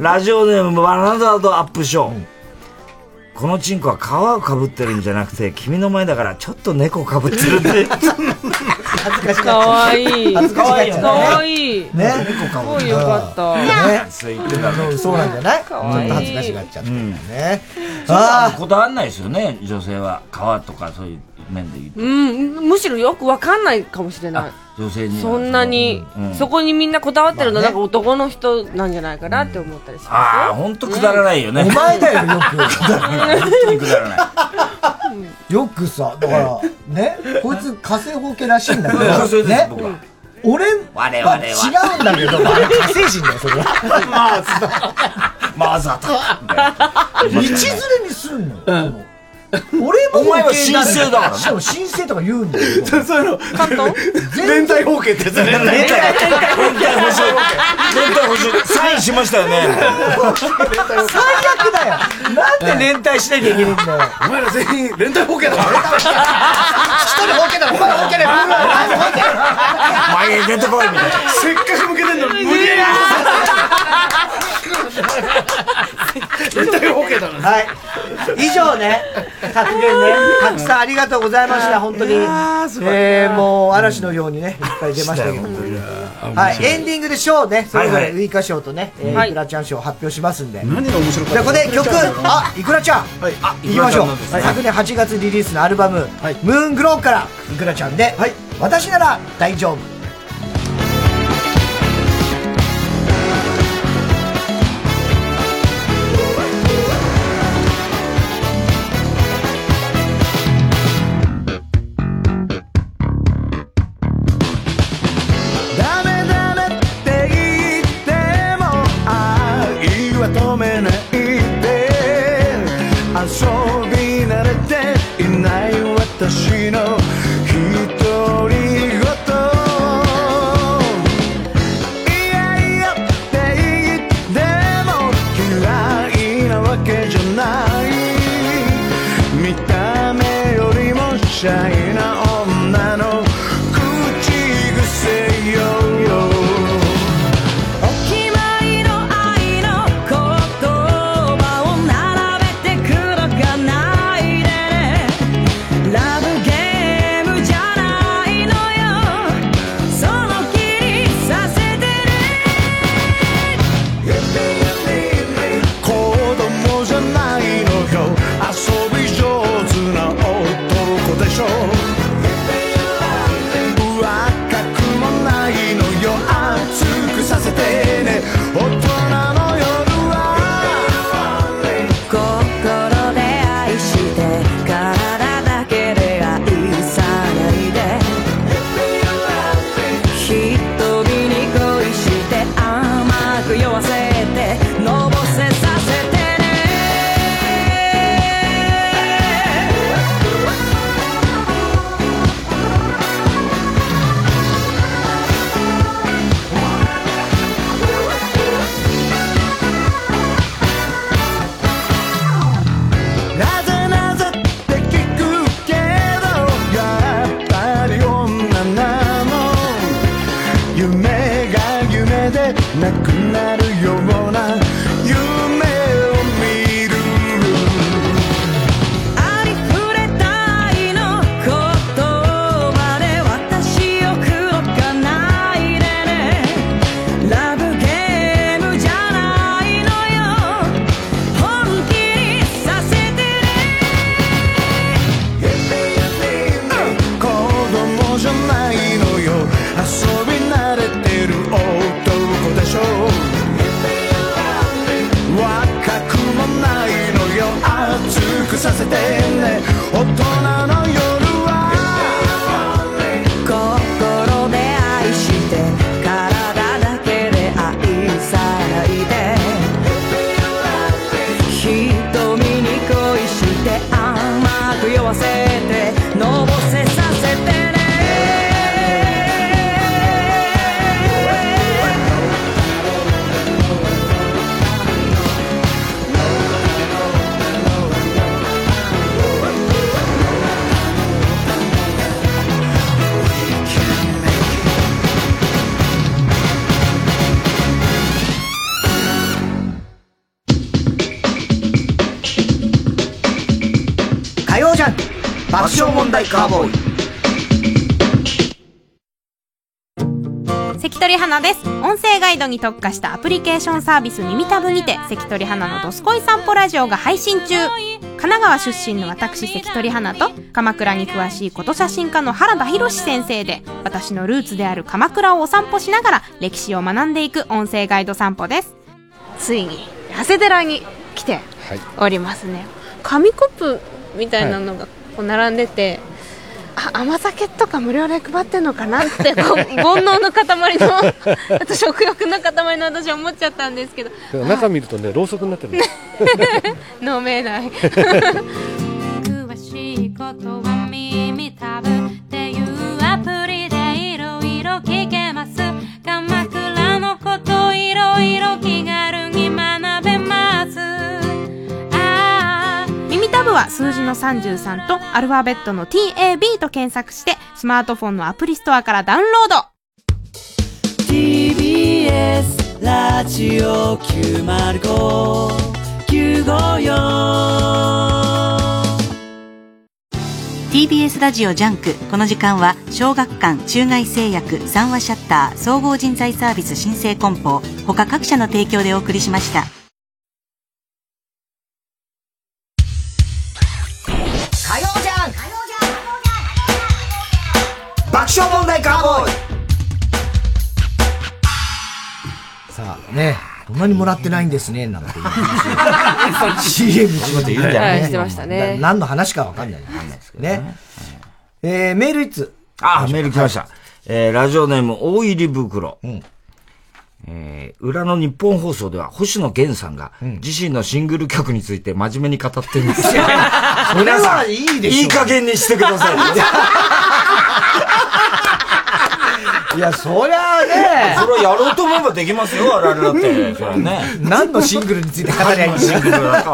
ラジオネームバナナとアップショー。このチンコは皮をかぶってるんじゃなくて、君の前だからちょっと猫かぶってるって。
かわいい。
恥ずかしがっちゃう
かわいい。ね。
ね。
すごいよかった。
ね。
そう言ってたの
そうなんじゃないちょ
わいい
っと恥ずかしがっちゃってるんだよね。
ああ。断んないですよね、女性は。皮とかそういう面で言うと。
うん、むしろよくわかんないかもしれない。
女性には。
そんなに、
うん
そこにみんなこだわってるの、なんか男の人なんじゃないかなって思ったりしま
ああ、ほんとくだらないよね。
お前だよ、よ
本当にくだらない。
く。よくさ、だから、ね、こいつ火星包茎らしいんだけど、
火星です
ね
僕は。
俺
我々
まあ
は
違うんだけど、まあ火星人だよ、それ は。
まあ、
マザーだ。
道連れにすんのよ。その俺も
お前は
包茎なん
神聖だからね
しかも神聖とか言うんだよ。
そうそういうの、全体包茎ってやつね。
連帯補償。連帯補償。サインしましたよね。
最悪だよ。なんで連帯しなきゃいけないんだよ。
お前ら全員、連帯包茎だから。
一人ボケだろ、お前ボケだよ。
前に出てこいみたいな。
せっかく向けてんのに無理やり絶対 OK だな
はい。以上ね、格言ね、たくさんありがとうございました、本当に。えー、もう嵐のようにね、いっぱい出ましたけど。はい、エンディングで賞ね、それぞ
はいは
れ
い
ウイカ賞とね、えーいくらちゃん賞を発表しますんで。
何が面白かっ
じ
た
ゃあここで曲、あ、いくらちゃん、
はいあ
いきましょう。
はい
昨年8月リリースのアルバム、ムーングローから、いくらちゃんで、私なら大丈夫。
ダメダメって言っても愛は止めないで遊び慣れていない私の独り言いやいやって言っても嫌いなわけじゃない見た目よりもシャイな女の口癖よ
お決まりの愛の言葉を並べてくのがないでねラブゲームじゃないのよその気にさせて
子供じゃないのよ遊び上手な男でしょ若くもないのよ熱くさせてね大人の夜は
心で愛して体だけで愛さないで瞳に恋して甘く酔わせてのぼせさせてね
爆笑問題カーボーイ
関取花です音声ガイドに特化したアプリケーションサービス耳たぶにて関取花のどすこい散歩ラジオが配信中神奈川出身の私関取花と鎌倉に詳しいこと写真家の原田博先生で私のルーツである鎌倉をお散歩しながら歴史を学んでいく音声ガイド散歩ですついに長谷寺に来て
はい
おりますね紙コップみたいなのがこう並んでて、あ甘酒とか無料で配ってんのかなって こう煩悩の塊の あと食欲の塊の私は思っちゃったんですけど
でも中見るとね、ろうそくになってるんです。
飲めない
詳しいことは耳たぶっていうアプリでいろいろ聞けます鎌倉のこといろいろ気軽に学べますああ
耳たぶは数字の33とアルファベットの TAB と検索してスマートフォンのアプリストアからダウンロード
TBS ラジオ905954
TBS ラジオジャンクこの時間は小学館中外製薬三話シャッター総合人材サービス申請梱包他各社の提供でお送りしました
火曜じゃん
爆笑問題カー ボーイ
さあね、こんなにもらってないんですね、なんてい う話 CM 中で言うんだよね。
はいしてましたね
な何の話かわかんないですけどね。えー、メールいつ
あ、メール来ました。えー、ラジオネーム、大入り袋。えー、裏の日本放送では、星野源さんが、自身のシングル曲について真面目に語っています。 皆さん、
いいでしょう
いい加減にしてください。
いや、そりゃあね。
それはやろうと思えばできますよ、我々だ って。それはね。
何のシングルについて語りゃいいん
シングルだ
だ
か。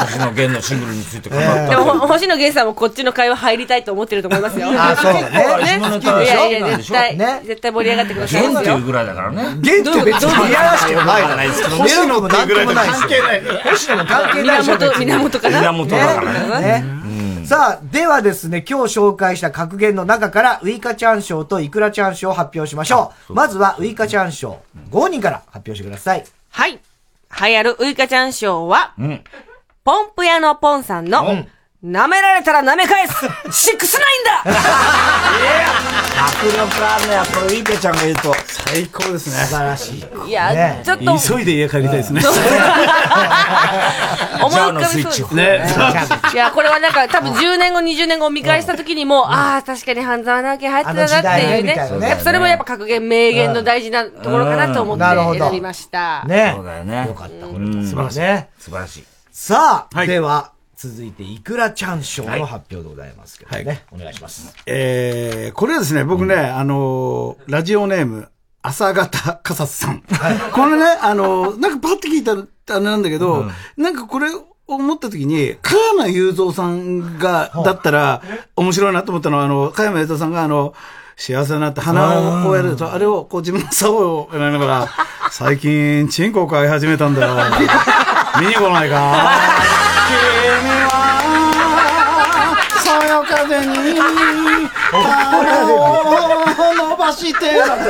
星野源のシングルについて語った
でも、ほ星野源さんもこっちの会話入りたいと思ってると思いますよ。
あそうだね下ネタで
い
しょ
やいや、
なんで
絶
しょ
対、絶対盛り上がってくださいよ。
源っていうぐらいだからね。
ゲンって別にいやらしくもないから星野もなんともないし星野も関係ないし
源源かな
源だからね。
ねさあ、ではですね、今日紹介した格言の中から、ウイカちゃん賞とイクラちゃん賞を発表しましょう。まずは、ウイカちゃん賞、5人から発表してください。
はい。流行るウイカちゃん賞は、
うん。
ポンプ屋のポンさんの、舐められたら舐め返すシックスナイン だ
迫力あるね。これ、イケちゃんが言うと。最高ですね。
素晴らしい。
いや、ちょっと、
急いで家帰りたいですね。
思い浮かび
スイ
そうです。
ね。
いや、これはなんか、多分10年後、20年後見返した時にも、ああ、確かに半沢直樹入ってたなっていうね。
あの時代ねみたいなね
やっぱそれもやっぱ格言、名言の大事なところかなと思
うんなるほ
って
ど
選びました。
ね。
そうだよね。
よかった、これも。
素晴らしい
ね。
素晴らしい。
さあ、では、続いて、イクラちゃん賞の発表でございますけどね。お願いします。
えー、これはですね、僕ね、あのーラジオネーム、朝方かささん。これね、あのーなんかパッて聞いたらあれなんだけど、なんかこれ、思った時に、加山雄三さんが、だったら、面白いなと思ったのは、あの、加山雄三さんが、あの、幸せになって鼻をこうやると、あれを、こう自分の竿をやりな がら、最近、チンコを飼い始めたんだよ。見に来ないか
そよ風に
顔を伸ばしてなんても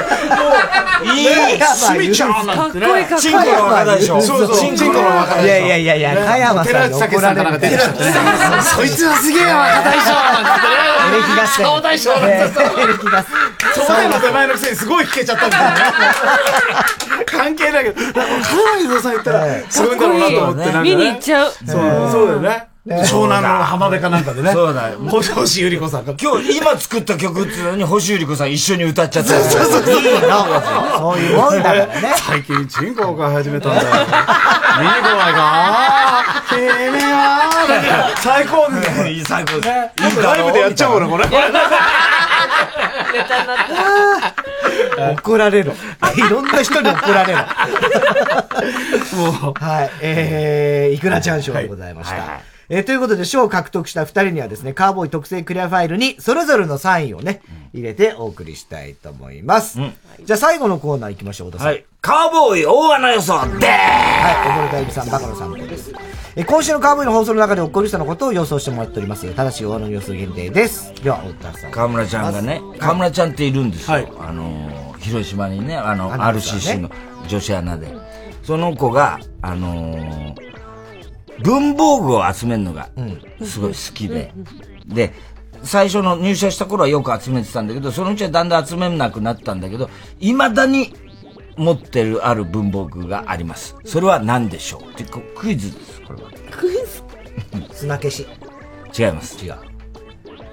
うね
いい
ちゃんなんてねチンコの若大将
そうそう
チンコの若大将
いやいやいやいや、加山さんに
寺内
怒
武
ら
さ
れ
んか
る
なんか出てきちゃってねそいつはすげえ若大将なんてね
俺気がして
総大将なんてそう総大の手前のくせにすごい聞けちゃったんだよね関係ないけどなんか加山雄三さん言ったらすごいんだろうなと思ってなんかね
見に行っちゃう。
そうそうだよね湘南 の浜辺かなんかでね
そうだよ。
星由里子さんが。
今日、今作った曲っていうのに、星由里子さん一緒に歌っちゃった。そう
そうそう
いいな。
そういうもんだからね。
最近、チンコが始めたんだよ。見に来ないか君 は、最高ですね。いい、最高です。ライブでやっちゃおうな、これ。
怒られる。 いろんな人に怒 られる。もう。はい。えー、いくらちゃん賞でございました。えーということで、賞を獲得した二人にはですね、カーボーイ特製クリアファイルに、それぞれのサインをね、入れてお送りしたいと思います。じゃあ最後のコーナー行きましょう、小田さん。
はい。カーボーイ大穴予想でー
はい、小田さん、バカのさんです。えー今週のカーボーイの放送の中で起こりしたのことを予想してもらっております。ただし、大の予想限定です。では、太田さん。
河村ちゃんがね
はい、
河村ちゃんっているんですよ。あのー、広島にね、あの、
アナウンサー
RCC
ね
の女子アナで。その子が、あのー、文房具を集めるのが、すごい好きで。で、最初の入社した頃はよく集めてたんだけど、そのうちはだんだん集めなくなったんだけど、未だに持ってるある文房具があります。それは何でしょうってこうクイズです、これは。
クイズ砂消し。
違います。違う。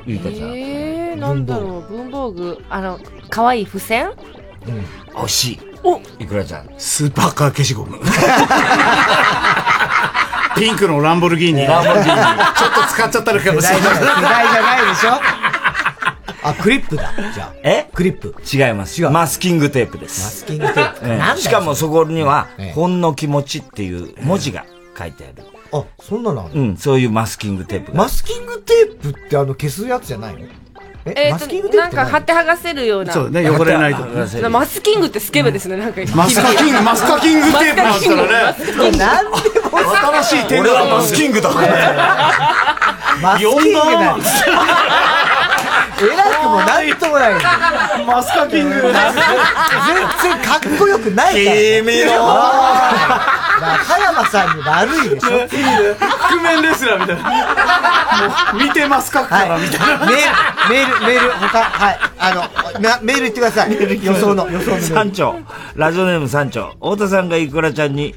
ゆいかちゃん。
えー、なんだろう、文房具。あの、可愛い付箋
惜しい。
お
いくらちゃん。
スーパーカー消しゴム。ピンクのランボルギーニ。
ランボルギーニ
ちょっと使っちゃったのかもしれな
世
い。
代じゃない世代じゃないでしょあ、クリップだ。じゃあ。
え
クリップ。
違います。マスキングテープです。マス
キングテープなんだよ
しかもそこには
それええ、
ほんの気持ちっていう文字が書いてある。
あ、そんなのある
うん、そういうマスキングテープが。
マスキングテープってあの、消すやつじゃないのえ
え
マスキ
ー
ング
と、
テープ
なん
っ
か
て何
貼って剥がせるような。
そうね汚れないと
なマスキングってスケベですね、なんか
マスカキング、マスカキングテープなんですから
マ
ね
スカキングマスカキング。
新しいテープだ
俺はマスキングだ
マスキングだ。えらくもなんともない。
マスカキング
全然かっこよくないから。
君の
中山さんに悪いでしょ。
いいね。覆面レスラーみたいな。もう見てますかからみたいな。
はい、メール、メール、メール、他、はい、あの、なメール言ってください。予想の、予想のメール。
三丁。ラジオネーム三丁。太田さんがイクラちゃんに、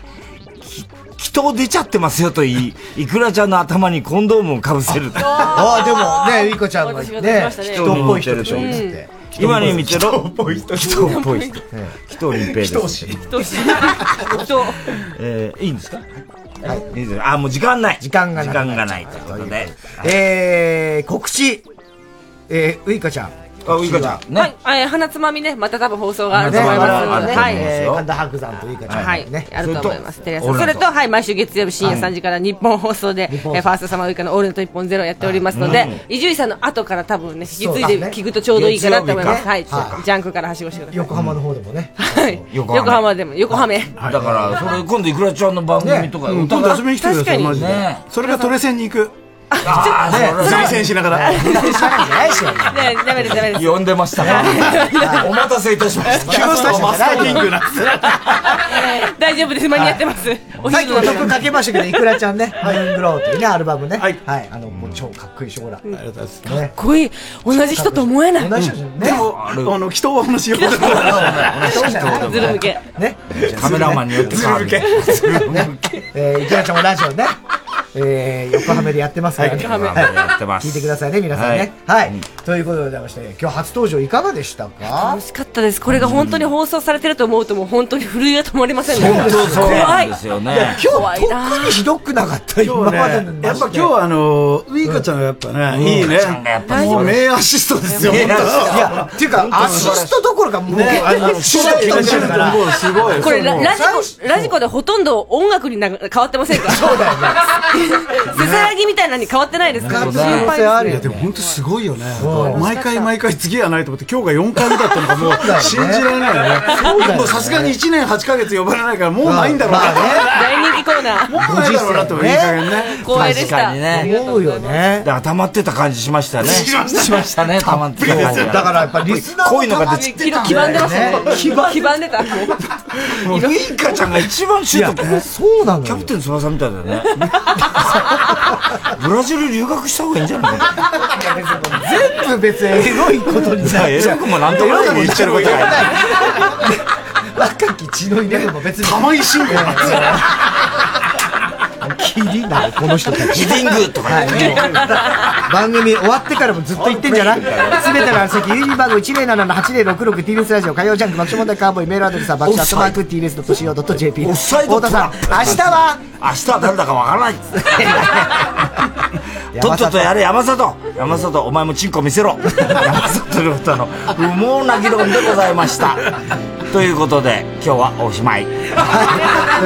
き祈祷出ちゃってますよと言い、イクラちゃんの頭にコンドームをかぶせる。
ああ、でもね、ゆいこちゃんのね、人っぽい人でしょ、
うん
つって。
今に見てろ。人っぽい人。人っぽい人。
え
紀藤林平です。
紀藤
えーいいんですかはい。いいですあ、もう時間ない。時間がない。時間がないということで。
えー、告知。えー、ウイカちゃん。
あ、ウイカちゃん。
はい、えー花つまみね、また多分放送があると
ね
思います
あると思います
はい。
えー神田伯山とウイカちゃん。
はい、あると思います。テレ
オー
朝。
ル
そ
ナイ
れ
ト
と、はい、毎週月曜日深夜
はい
3時から日本放送で、えーファーストサマーウイカのオールナイト日本ゼロやっておりますの
う
で
ん、
伊集院さんの後から多分ね、引き継い
そうだ
で
ね
聞くとちょうどいいかなと思いま
月曜日
す。
か
はい、ジ
は
ャンクからはしごしてください。
横浜の方でもね。
横
横浜でも、横浜。
だから、それ今度イクラちゃんの番組とか、
うん
歌
今
が
度遊びに来てください、マジで
ね。
それがトレセンに行く。
あ
ね
ー、
凱旋しながら。
ないしよ。
ねダメです、ダメです。
呼んでましたか お待たせいたしました。
木下氏マスカキングな。
大丈夫です、間に合ってます。お
さっき
昼の
も曲かけましたけど、イクラち ゃんね、ムーングローというね、アルバムね。はい。あの、もう超かっこいいし、ほら。ありがとうございます。かっ
こいい。同じ人と思えない。
同じ人じゃない。ね。
あの、祈祷は同じようだ
そうじゃない
ズル向け。
ね。
カメラマンによって変わる
ね。 えー、イクラちゃんもラジオね。えー、横浜でやってますからね。
はい横浜でやってます
聞いてくださいね、皆さんね。はい。ということでございまして、今日初登場いかがでしたか
楽しかったです。これが本当に放送されてると思うと、もう本当に震えが止まりませんね。
本当そう
怖。
ないんですよね
いや
今日、特にひどくなかった、今ま
今日
で
ね
のマジで。
やっぱ今日はあの、ウイカちゃんがやっぱね、いいね。もう名アシストですよ、
い
本当
や、っていうか、アシストどころか、もう、
ねあの
シュッとしてるから
もうすごい
これララジ
最
コ、ラジコでほとんど音楽にな変わってませんかそうだよね。せさやぎみたいなのに変わってないですか
心配
心配
い
で
や
す
でも本当すごいよね
そう
毎回毎回次はないと思って今日が4回目だったのがもう
そうだよね
信じられない
そうだよ
よ
ね
ねもうさすがに1年8ヶ月呼ばれないからもうないんだろう
まあね
な
大人気コーナー。
もうないだろうなといい加減ね
光栄でした
確かにね。
思うよね。
だから溜まってた感じしましたね。
しました
ね、溜まってた感じ
だからやっぱリスナー
こういうのが出て
黄ばんでましたね。
黄
黄ばんでた。
もうウ イカちゃんが一番シュートね
そうなの
キャプテン翼みたいだよね。 ブラジル留学した方がいいんじゃないか
全部別にエロいことになっちゃう。
エロくもなんともない言ってることが
若き血の入れるのも別に。
玉井慎吾なんですよ
キリない、この人たち。
キリングとかね
はい 番組終わってからもずっと言ってんじゃないすべてのあ席、郵便番号 107-8066TBS ラジオ火曜ジャンク爆笑問題カーボーイメールアドレスは爆笑アットマーク TBS.CO.JP。
オフサイド
太田さん、明日は
明日は誰だかわからない。とっととやれ山里山里お前もチンコ見せろ山里亮太の無毛な議論でございましたということで今日はおしまい
とい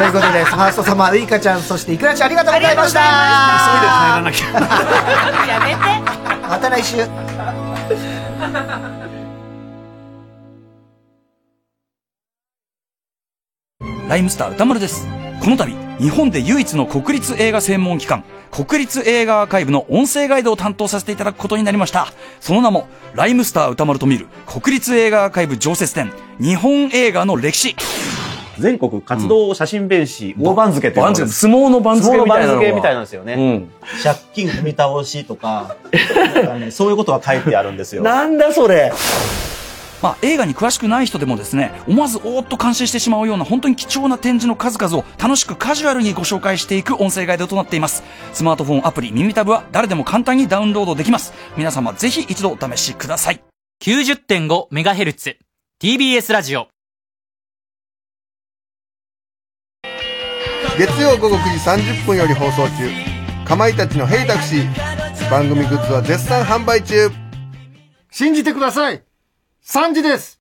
うことで、ファーストサマーウイカちゃん、そしてイクラちゃんありがとうございました
ありがとうございました急いで帰らなきゃ
やめて。
また来週。
ライムスター歌丸です。この度、日本で唯一の国立映画専門機関、国立映画アーカイブの音声ガイドを担当させていただくことになりました。その名も、ライムスター歌丸と見る国立映画アーカイブ常設展、日本映画の歴史。
全国活動写真弁士、大番付っていうの
番
がある
付
んです
相撲の番付みたいなのが
相撲の番付みたいなんですよね。借金踏み倒しとか、なんかねそういうことが書いてあるんですよ。
なんだそれまあ、映画に詳しくない人でもですね思わずおーっと感心してしまうような本当に貴重な展示の数々を楽しくカジュアルにご紹介していく音声ガイドとなっていますスマートフォンアプリ「耳タブ」は誰でも簡単にダウンロードできます皆様ぜひ一度お試しください
90.5MHz TBS ラジオ
月曜午後9時30分より放送中かまいたちの「ヘイタクシー」番組グッズは絶賛販売中
信じてください !3 時です